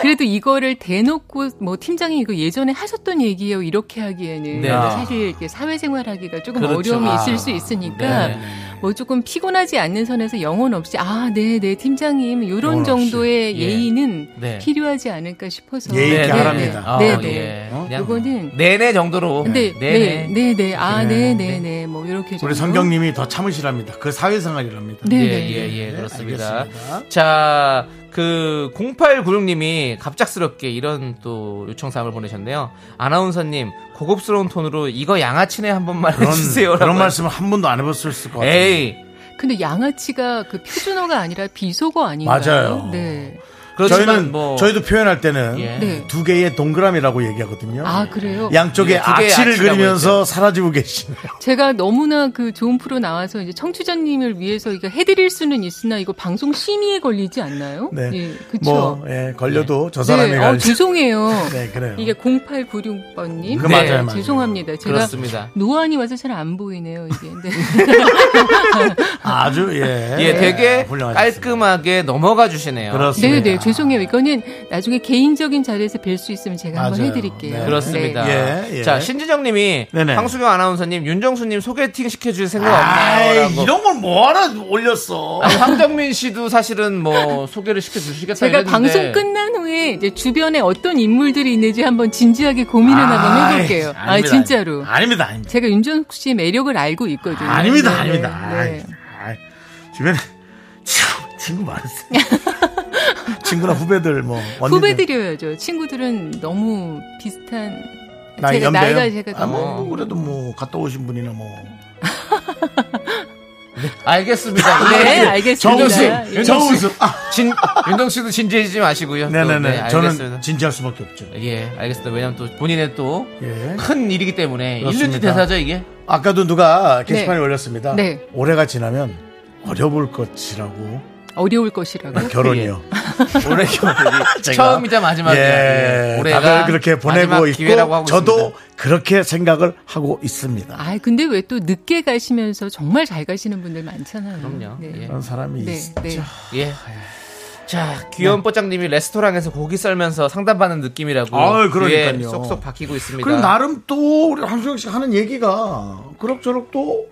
Speaker 12: 그래도 이거를 대놓고 뭐 팀장이 이거 예전에 하셨던 얘기예요 이렇게 하기에는
Speaker 2: 네.
Speaker 12: 사실 이게 사회생활하기가 조금
Speaker 2: 그렇죠.
Speaker 12: 어려움이
Speaker 2: 아.
Speaker 12: 있을 수 있으니까
Speaker 2: 네.
Speaker 12: 뭐 조금 피곤하지 않는 선에서 영혼 없이 아, 네, 네, 팀장님
Speaker 1: 영혼
Speaker 12: 이런
Speaker 1: 없이.
Speaker 12: 정도의
Speaker 2: 예.
Speaker 12: 예의는
Speaker 2: 네.
Speaker 12: 필요하지 않을까 싶어서
Speaker 1: 예의 있게
Speaker 12: 네,
Speaker 1: 하랍니다.
Speaker 12: 네, 네.
Speaker 2: 아,
Speaker 12: 네, 네.
Speaker 2: 예. 그냥
Speaker 12: 이거는
Speaker 2: 네네 정도로.
Speaker 12: 근데
Speaker 2: 네네.
Speaker 12: 네, 네, 네, 아, 네, 네, 네, 뭐 이렇게
Speaker 1: 우리
Speaker 12: 정도?
Speaker 1: 성경님이 더 참으시랍니다. 그 사회생활이랍니다.
Speaker 12: 네,
Speaker 2: 예,
Speaker 12: 네,
Speaker 2: 예, 예, 그렇습니다.
Speaker 1: 알겠습니다.
Speaker 2: 자, 그 0896님이 갑작스럽게 이런 또 요청사항을 보내셨네요. 아나운서님 고급스러운 톤으로 이거 양아치네 한 번만
Speaker 1: 그런-
Speaker 2: 해주세요.
Speaker 1: 그런 말씀을 한 번도 안 해봤을 것 같아요.
Speaker 2: 에이
Speaker 12: 근데 양아치가 그 표준어가 아니라 비속어 아닌가요?
Speaker 1: 맞아요.
Speaker 12: 네.
Speaker 1: 저희는
Speaker 2: 뭐
Speaker 1: 저희도 표현할 때는
Speaker 2: 예.
Speaker 12: 네.
Speaker 1: 두 개의 동그라미라고 얘기하거든요. 예.
Speaker 12: 아 그래요?
Speaker 1: 양쪽에
Speaker 2: 예,
Speaker 12: 네, 두 개의
Speaker 1: 아치를
Speaker 12: 아치라고
Speaker 1: 그리면서 사라지고 계시네.
Speaker 12: 제가 너무나 그 좋은 프로 나와서 이제 청취자님을 위해서 이거 해드릴 수는 있으나 이거 방송 심의에 걸리지 않나요?
Speaker 1: 네.
Speaker 12: 예, 그렇죠.
Speaker 1: 뭐 예, 걸려도 저 사람이
Speaker 12: 네,
Speaker 1: 가
Speaker 12: 어, 죄송해요.
Speaker 1: 네, 그래요.
Speaker 12: 이게 0896번님. 네,
Speaker 1: 그 맞아요, 맞아요.
Speaker 12: 죄송합니다. 제가
Speaker 2: 그렇습니다.
Speaker 12: 노안이 와서 잘 안 보이네요, 이게. 근데
Speaker 1: 아주 예.
Speaker 2: 예 되게
Speaker 1: 훌륭하셨습니다.
Speaker 2: 깔끔하게 넘어가 주시네요.
Speaker 12: 네, 네, 죄송해요. 이거는 나중에 개인적인 자리에서 뵐 수 있으면 제가 한번 해드릴게요.
Speaker 2: 네. 그렇습니다.
Speaker 1: 네. 예, 예.
Speaker 2: 자, 신지정님이
Speaker 1: 네네.
Speaker 2: 황수경 아나운서님, 윤정수님 소개팅 시켜줄 생각 없나요?
Speaker 1: 아이, 이런 걸 뭐하러 올렸어.
Speaker 2: 아니, 황정민 씨도 사실은 뭐 소개를 시켜주시겠다
Speaker 12: 제가
Speaker 2: 이랬는데.
Speaker 12: 방송 끝난 후에 이제 주변에 어떤 인물들이 있는지 한번 진지하게 고민을 한번 해볼게요. 아,
Speaker 1: 아닙니다,
Speaker 12: 진짜로.
Speaker 1: 아닙니다, 아닙니다.
Speaker 12: 제가 윤정수 씨의 매력을 알고 있거든요.
Speaker 1: 아닙니다,
Speaker 12: 네, 네,
Speaker 1: 아닙니다.
Speaker 12: 네.
Speaker 1: 아이, 아이, 주변에 친구, 친구 많으세요. 친구나 후배들 뭐 언니들.
Speaker 12: 후배 드려야죠. 친구들은 너무 비슷한
Speaker 1: 나이
Speaker 12: 제가
Speaker 1: 연배요?
Speaker 12: 나이가 제가
Speaker 1: 아,
Speaker 12: 너무
Speaker 1: 뭐, 뭐 그래도 뭐 갔다 오신 분이나 뭐
Speaker 2: 알겠습니다.
Speaker 12: 네,
Speaker 2: 예.
Speaker 12: 알겠습니다.
Speaker 2: 윤정 씨,
Speaker 12: 예.
Speaker 2: 윤정 씨,
Speaker 12: 정우승.
Speaker 2: 진, 윤정 씨도 진지해지지 마시고요.
Speaker 1: 아, 네네네.
Speaker 2: 또, 네,
Speaker 1: 저는
Speaker 2: 알겠습니다.
Speaker 1: 진지할 수밖에 없죠.
Speaker 2: 예, 알겠습니다. 왜냐면 또 본인의 또
Speaker 1: 예.
Speaker 2: 큰 일이기 때문에
Speaker 1: 그렇습니다.
Speaker 2: 1년째 대사죠 이게.
Speaker 1: 아까도 누가 게시판에
Speaker 2: 네.
Speaker 1: 올렸습니다.
Speaker 2: 네.
Speaker 1: 올해가 지나면 어려울 것이라고
Speaker 12: 어려울 것이라고.
Speaker 1: 아, 결혼이요.
Speaker 12: 예.
Speaker 1: 올해 결혼이
Speaker 2: 처음이자 마지막이야.
Speaker 1: 예,
Speaker 2: 예, 올해가
Speaker 1: 다들 그렇게 보내고
Speaker 2: 마지막 기회라고
Speaker 1: 있고
Speaker 2: 하고
Speaker 1: 저도 그렇게 생각을 하고 있습니다.
Speaker 12: 아, 근데 왜 또 늦게 가시면서 정말 잘 가시는 분들 많잖아요. 그럼요. 네.
Speaker 1: 그런 사람이
Speaker 12: 네,
Speaker 1: 있죠.
Speaker 12: 네.
Speaker 2: 예. 자,
Speaker 1: 네.
Speaker 2: 귀여운 뽀짝님이 레스토랑에서 고기 썰면서 상담받는 느낌이라고.
Speaker 1: 아유,
Speaker 2: 귀에
Speaker 1: 그러니까요.
Speaker 2: 쏙쏙 박히고 있습니다.
Speaker 1: 그럼 나름 또 우리 한수영 씨 하는 얘기가 그럭저럭 또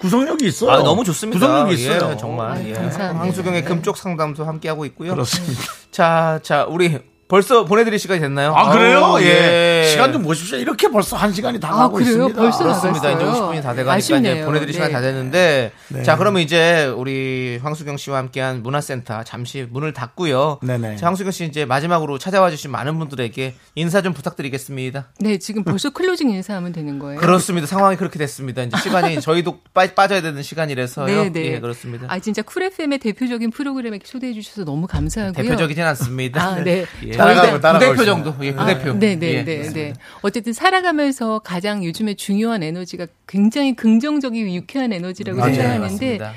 Speaker 1: 구성력이 있어요.
Speaker 2: 아, 너무 좋습니다.
Speaker 1: 뭐 구성력이
Speaker 2: 예,
Speaker 1: 있어요.
Speaker 2: 정말. 예.
Speaker 1: 감사합니다. 네.
Speaker 2: 황수경의 금쪽 상담소 함께하고 있고요.
Speaker 1: 그렇습니다.
Speaker 2: 자, 자, 우리 벌써 보내드릴 시간이 됐나요?
Speaker 1: 아 그래요?
Speaker 2: 아우,
Speaker 1: 예. 시간 좀 보십시오. 이렇게 벌써 한 시간이 다
Speaker 2: 아,
Speaker 1: 가고
Speaker 2: 그래요?
Speaker 1: 있습니다.
Speaker 2: 벌써 그렇습니다. 이제 50분이 다 돼가니까 이제
Speaker 1: 아쉽네요.
Speaker 2: 보내드릴 시간
Speaker 1: 네.
Speaker 2: 다 됐는데
Speaker 1: 네.
Speaker 2: 자 그러면 이제 우리 황수경 씨와 함께한 문화센터 잠시 문을 닫고요.
Speaker 1: 네네.
Speaker 2: 자, 황수경 씨 이제 마지막으로 찾아와 주신 많은 분들에게 인사 좀 부탁드리겠습니다.
Speaker 12: 네, 지금 벌써 클로징 인사하면 되는 거예요.
Speaker 1: 그렇죠.
Speaker 2: 그렇습니다. 상황이 그렇게 됐습니다. 이제 시간이 저희도 빠, 빠져야 되는 시간이라서요.
Speaker 12: 네, 네.
Speaker 2: 예, 그렇습니다.
Speaker 12: 아, 진짜 쿨 FM의 대표적인 프로그램에 초대해 주셔서 너무 감사하고요.
Speaker 2: 대표적이진 않습니다.
Speaker 12: 아, 네.
Speaker 2: 예.
Speaker 12: 저희가-
Speaker 2: 부대표 정도. 예,
Speaker 12: 아,
Speaker 2: 부대표.
Speaker 12: 네, 네,
Speaker 2: 예,
Speaker 12: 네,
Speaker 2: 그렇습니다.
Speaker 12: 네. 어쨌든 살아가면서 가장 요즘에 중요한 에너지가 굉장히 긍정적이고 유쾌한 에너지라고
Speaker 2: 맞아요.
Speaker 12: 생각하는데
Speaker 2: 맞습니다.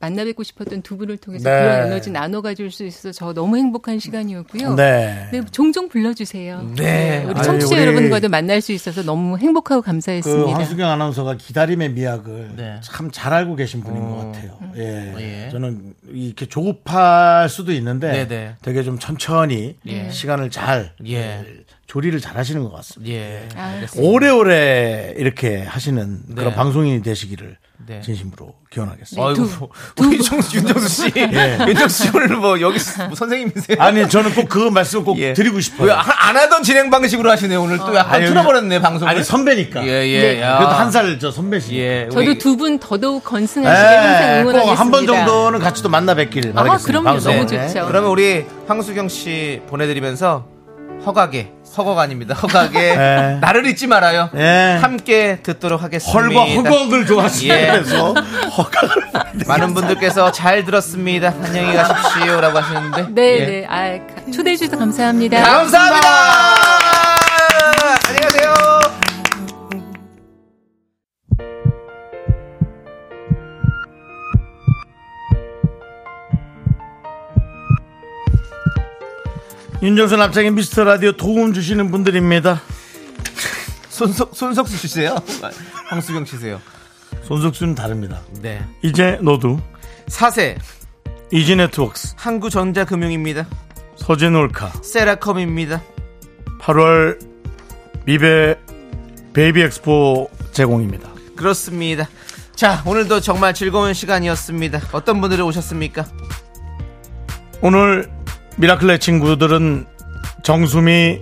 Speaker 12: 만나 뵙고 싶었던 두 분을 통해서
Speaker 2: 네.
Speaker 12: 그런 에너지 나눠 가질 수 있어서 저 너무 행복한 시간이었고요.
Speaker 1: 네.
Speaker 12: 종종 불러 주세요.
Speaker 1: 네.
Speaker 12: 우리
Speaker 1: 아유,
Speaker 12: 청취자
Speaker 1: 우리-
Speaker 12: 여러분과도 만날 수 있어서 너무 행복하고
Speaker 1: 그
Speaker 12: 감사했습니다.
Speaker 1: 황수경 아나운서가 기다림의 미학을
Speaker 2: 네.
Speaker 1: 참 잘 알고 계신 분인
Speaker 2: 어.
Speaker 1: 것 같아요. 예. 저는 이렇게 조급할 수도 있는데
Speaker 2: 네네.
Speaker 1: 되게 좀 천천히
Speaker 2: 예.
Speaker 1: 시간을 잘
Speaker 2: 예.
Speaker 1: 조리를 잘 하시는 것 같습니다.
Speaker 2: 예.
Speaker 12: 아,
Speaker 2: 알겠습니다.
Speaker 1: 오래오래 이렇게 하시는 그런
Speaker 2: 네. 방송인이
Speaker 1: 방송인이 되시기를
Speaker 2: 네.
Speaker 1: 진심으로 기원하겠습니다.
Speaker 2: 아이고, 우리 정수, 윤정수 씨.
Speaker 1: 예.
Speaker 2: 윤정수 씨 오늘 뭐 여기 뭐 선생님이세요?
Speaker 1: 아니 저는 꼭 그 말씀 꼭 드리고 싶어요.
Speaker 2: 예. 왜 아, 안 하던 진행 방식으로 하시네요. 오늘 또 약간
Speaker 1: 아니,
Speaker 2: 틀어버렸네, 방송.
Speaker 1: 아니 선배니까.
Speaker 2: 예, 예.
Speaker 1: 네.
Speaker 2: 야.
Speaker 1: 그래도 한 살 저 선배시니까.
Speaker 2: 예,
Speaker 12: 저도 두 분 더더욱 건승하시길 네, 항상 응원하겠습니다.
Speaker 1: 네,
Speaker 12: 아,
Speaker 1: 꼭한 번 정도는 같이 또 만나 뵙길 바라겠습니다.
Speaker 12: 그럼요.
Speaker 1: 방송에.
Speaker 12: 너무 좋죠.
Speaker 2: 그러면 우리 황수경 씨 보내드리면서 허각에, 허각 아닙니다. 허각에
Speaker 1: 예.
Speaker 2: 나를 잊지 말아요.
Speaker 1: 예.
Speaker 2: 함께 듣도록 하겠습니다. 예.
Speaker 1: 헐과 허걱을 좋아하시면서
Speaker 2: 많은 분들께서 잘 들었습니다. 안녕히 가십시오. 라고 하시는데.
Speaker 12: 네,
Speaker 2: 예.
Speaker 12: 네. 아, 초대해 주셔서 감사합니다.
Speaker 2: 감사합니다. 안녕히 가세요.
Speaker 1: 윤정수 남창의 미스터 라디오 도움 주시는 분들입니다.
Speaker 2: 손석, 손석수 씨세요? 아, 황수경 씨세요?
Speaker 1: 손석수는 다릅니다.
Speaker 2: 네.
Speaker 1: 이제 너도
Speaker 2: 사세.
Speaker 1: 이지 네트웍스
Speaker 2: 한국전자금융입니다.
Speaker 1: 서진 올카
Speaker 2: 세라컴입니다.
Speaker 1: 8월 미베 베이비 엑스포 제공입니다.
Speaker 2: 그렇습니다. 자, 오늘도 정말 즐거운 시간이었습니다. 어떤 분들이 오셨습니까?
Speaker 1: 오늘 미라클의 친구들은 정수미,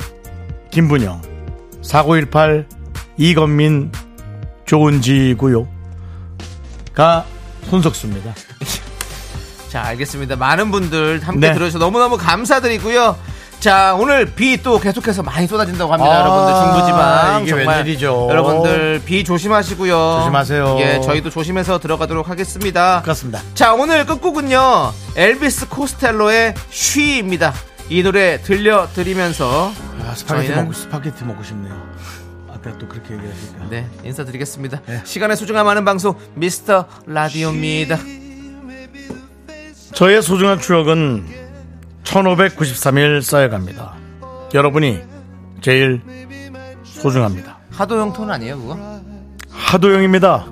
Speaker 1: 김분영, 4918, 이건민, 조은지고요. 가 손석수입니다.
Speaker 2: 자, 알겠습니다. 많은 분들 함께
Speaker 1: 네.
Speaker 2: 들어주셔서 너무너무 감사드리고요. 자, 오늘 비 또 계속해서 많이 쏟아진다고 합니다.
Speaker 1: 아,
Speaker 2: 여러분들 중부지방
Speaker 1: 이게
Speaker 2: 정말
Speaker 1: 웬일이죠.
Speaker 2: 여러분들 비 조심하시고요.
Speaker 1: 조심하세요.
Speaker 2: 예, 저희도 조심해서 들어가도록 하겠습니다.
Speaker 1: 그렇습니다.
Speaker 2: 자, 오늘 끝곡은요. 엘비스 코스텔로의 쉬입니다. 이 노래 들려드리면서
Speaker 1: 아, 스파게티 먹고 스파게티 먹고 싶네요. 아까 또 그렇게 얘기하니까.
Speaker 2: 네, 인사드리겠습니다.
Speaker 1: 네.
Speaker 2: 시간의 소중함 아는 방송 미스터 라디오입니다.
Speaker 1: 저의 소중한 추억은 1593일 쌓여갑니다. 여러분이 제일 소중합니다.
Speaker 2: 하도형 톤 아니에요, 그거?
Speaker 1: 하도영입니다.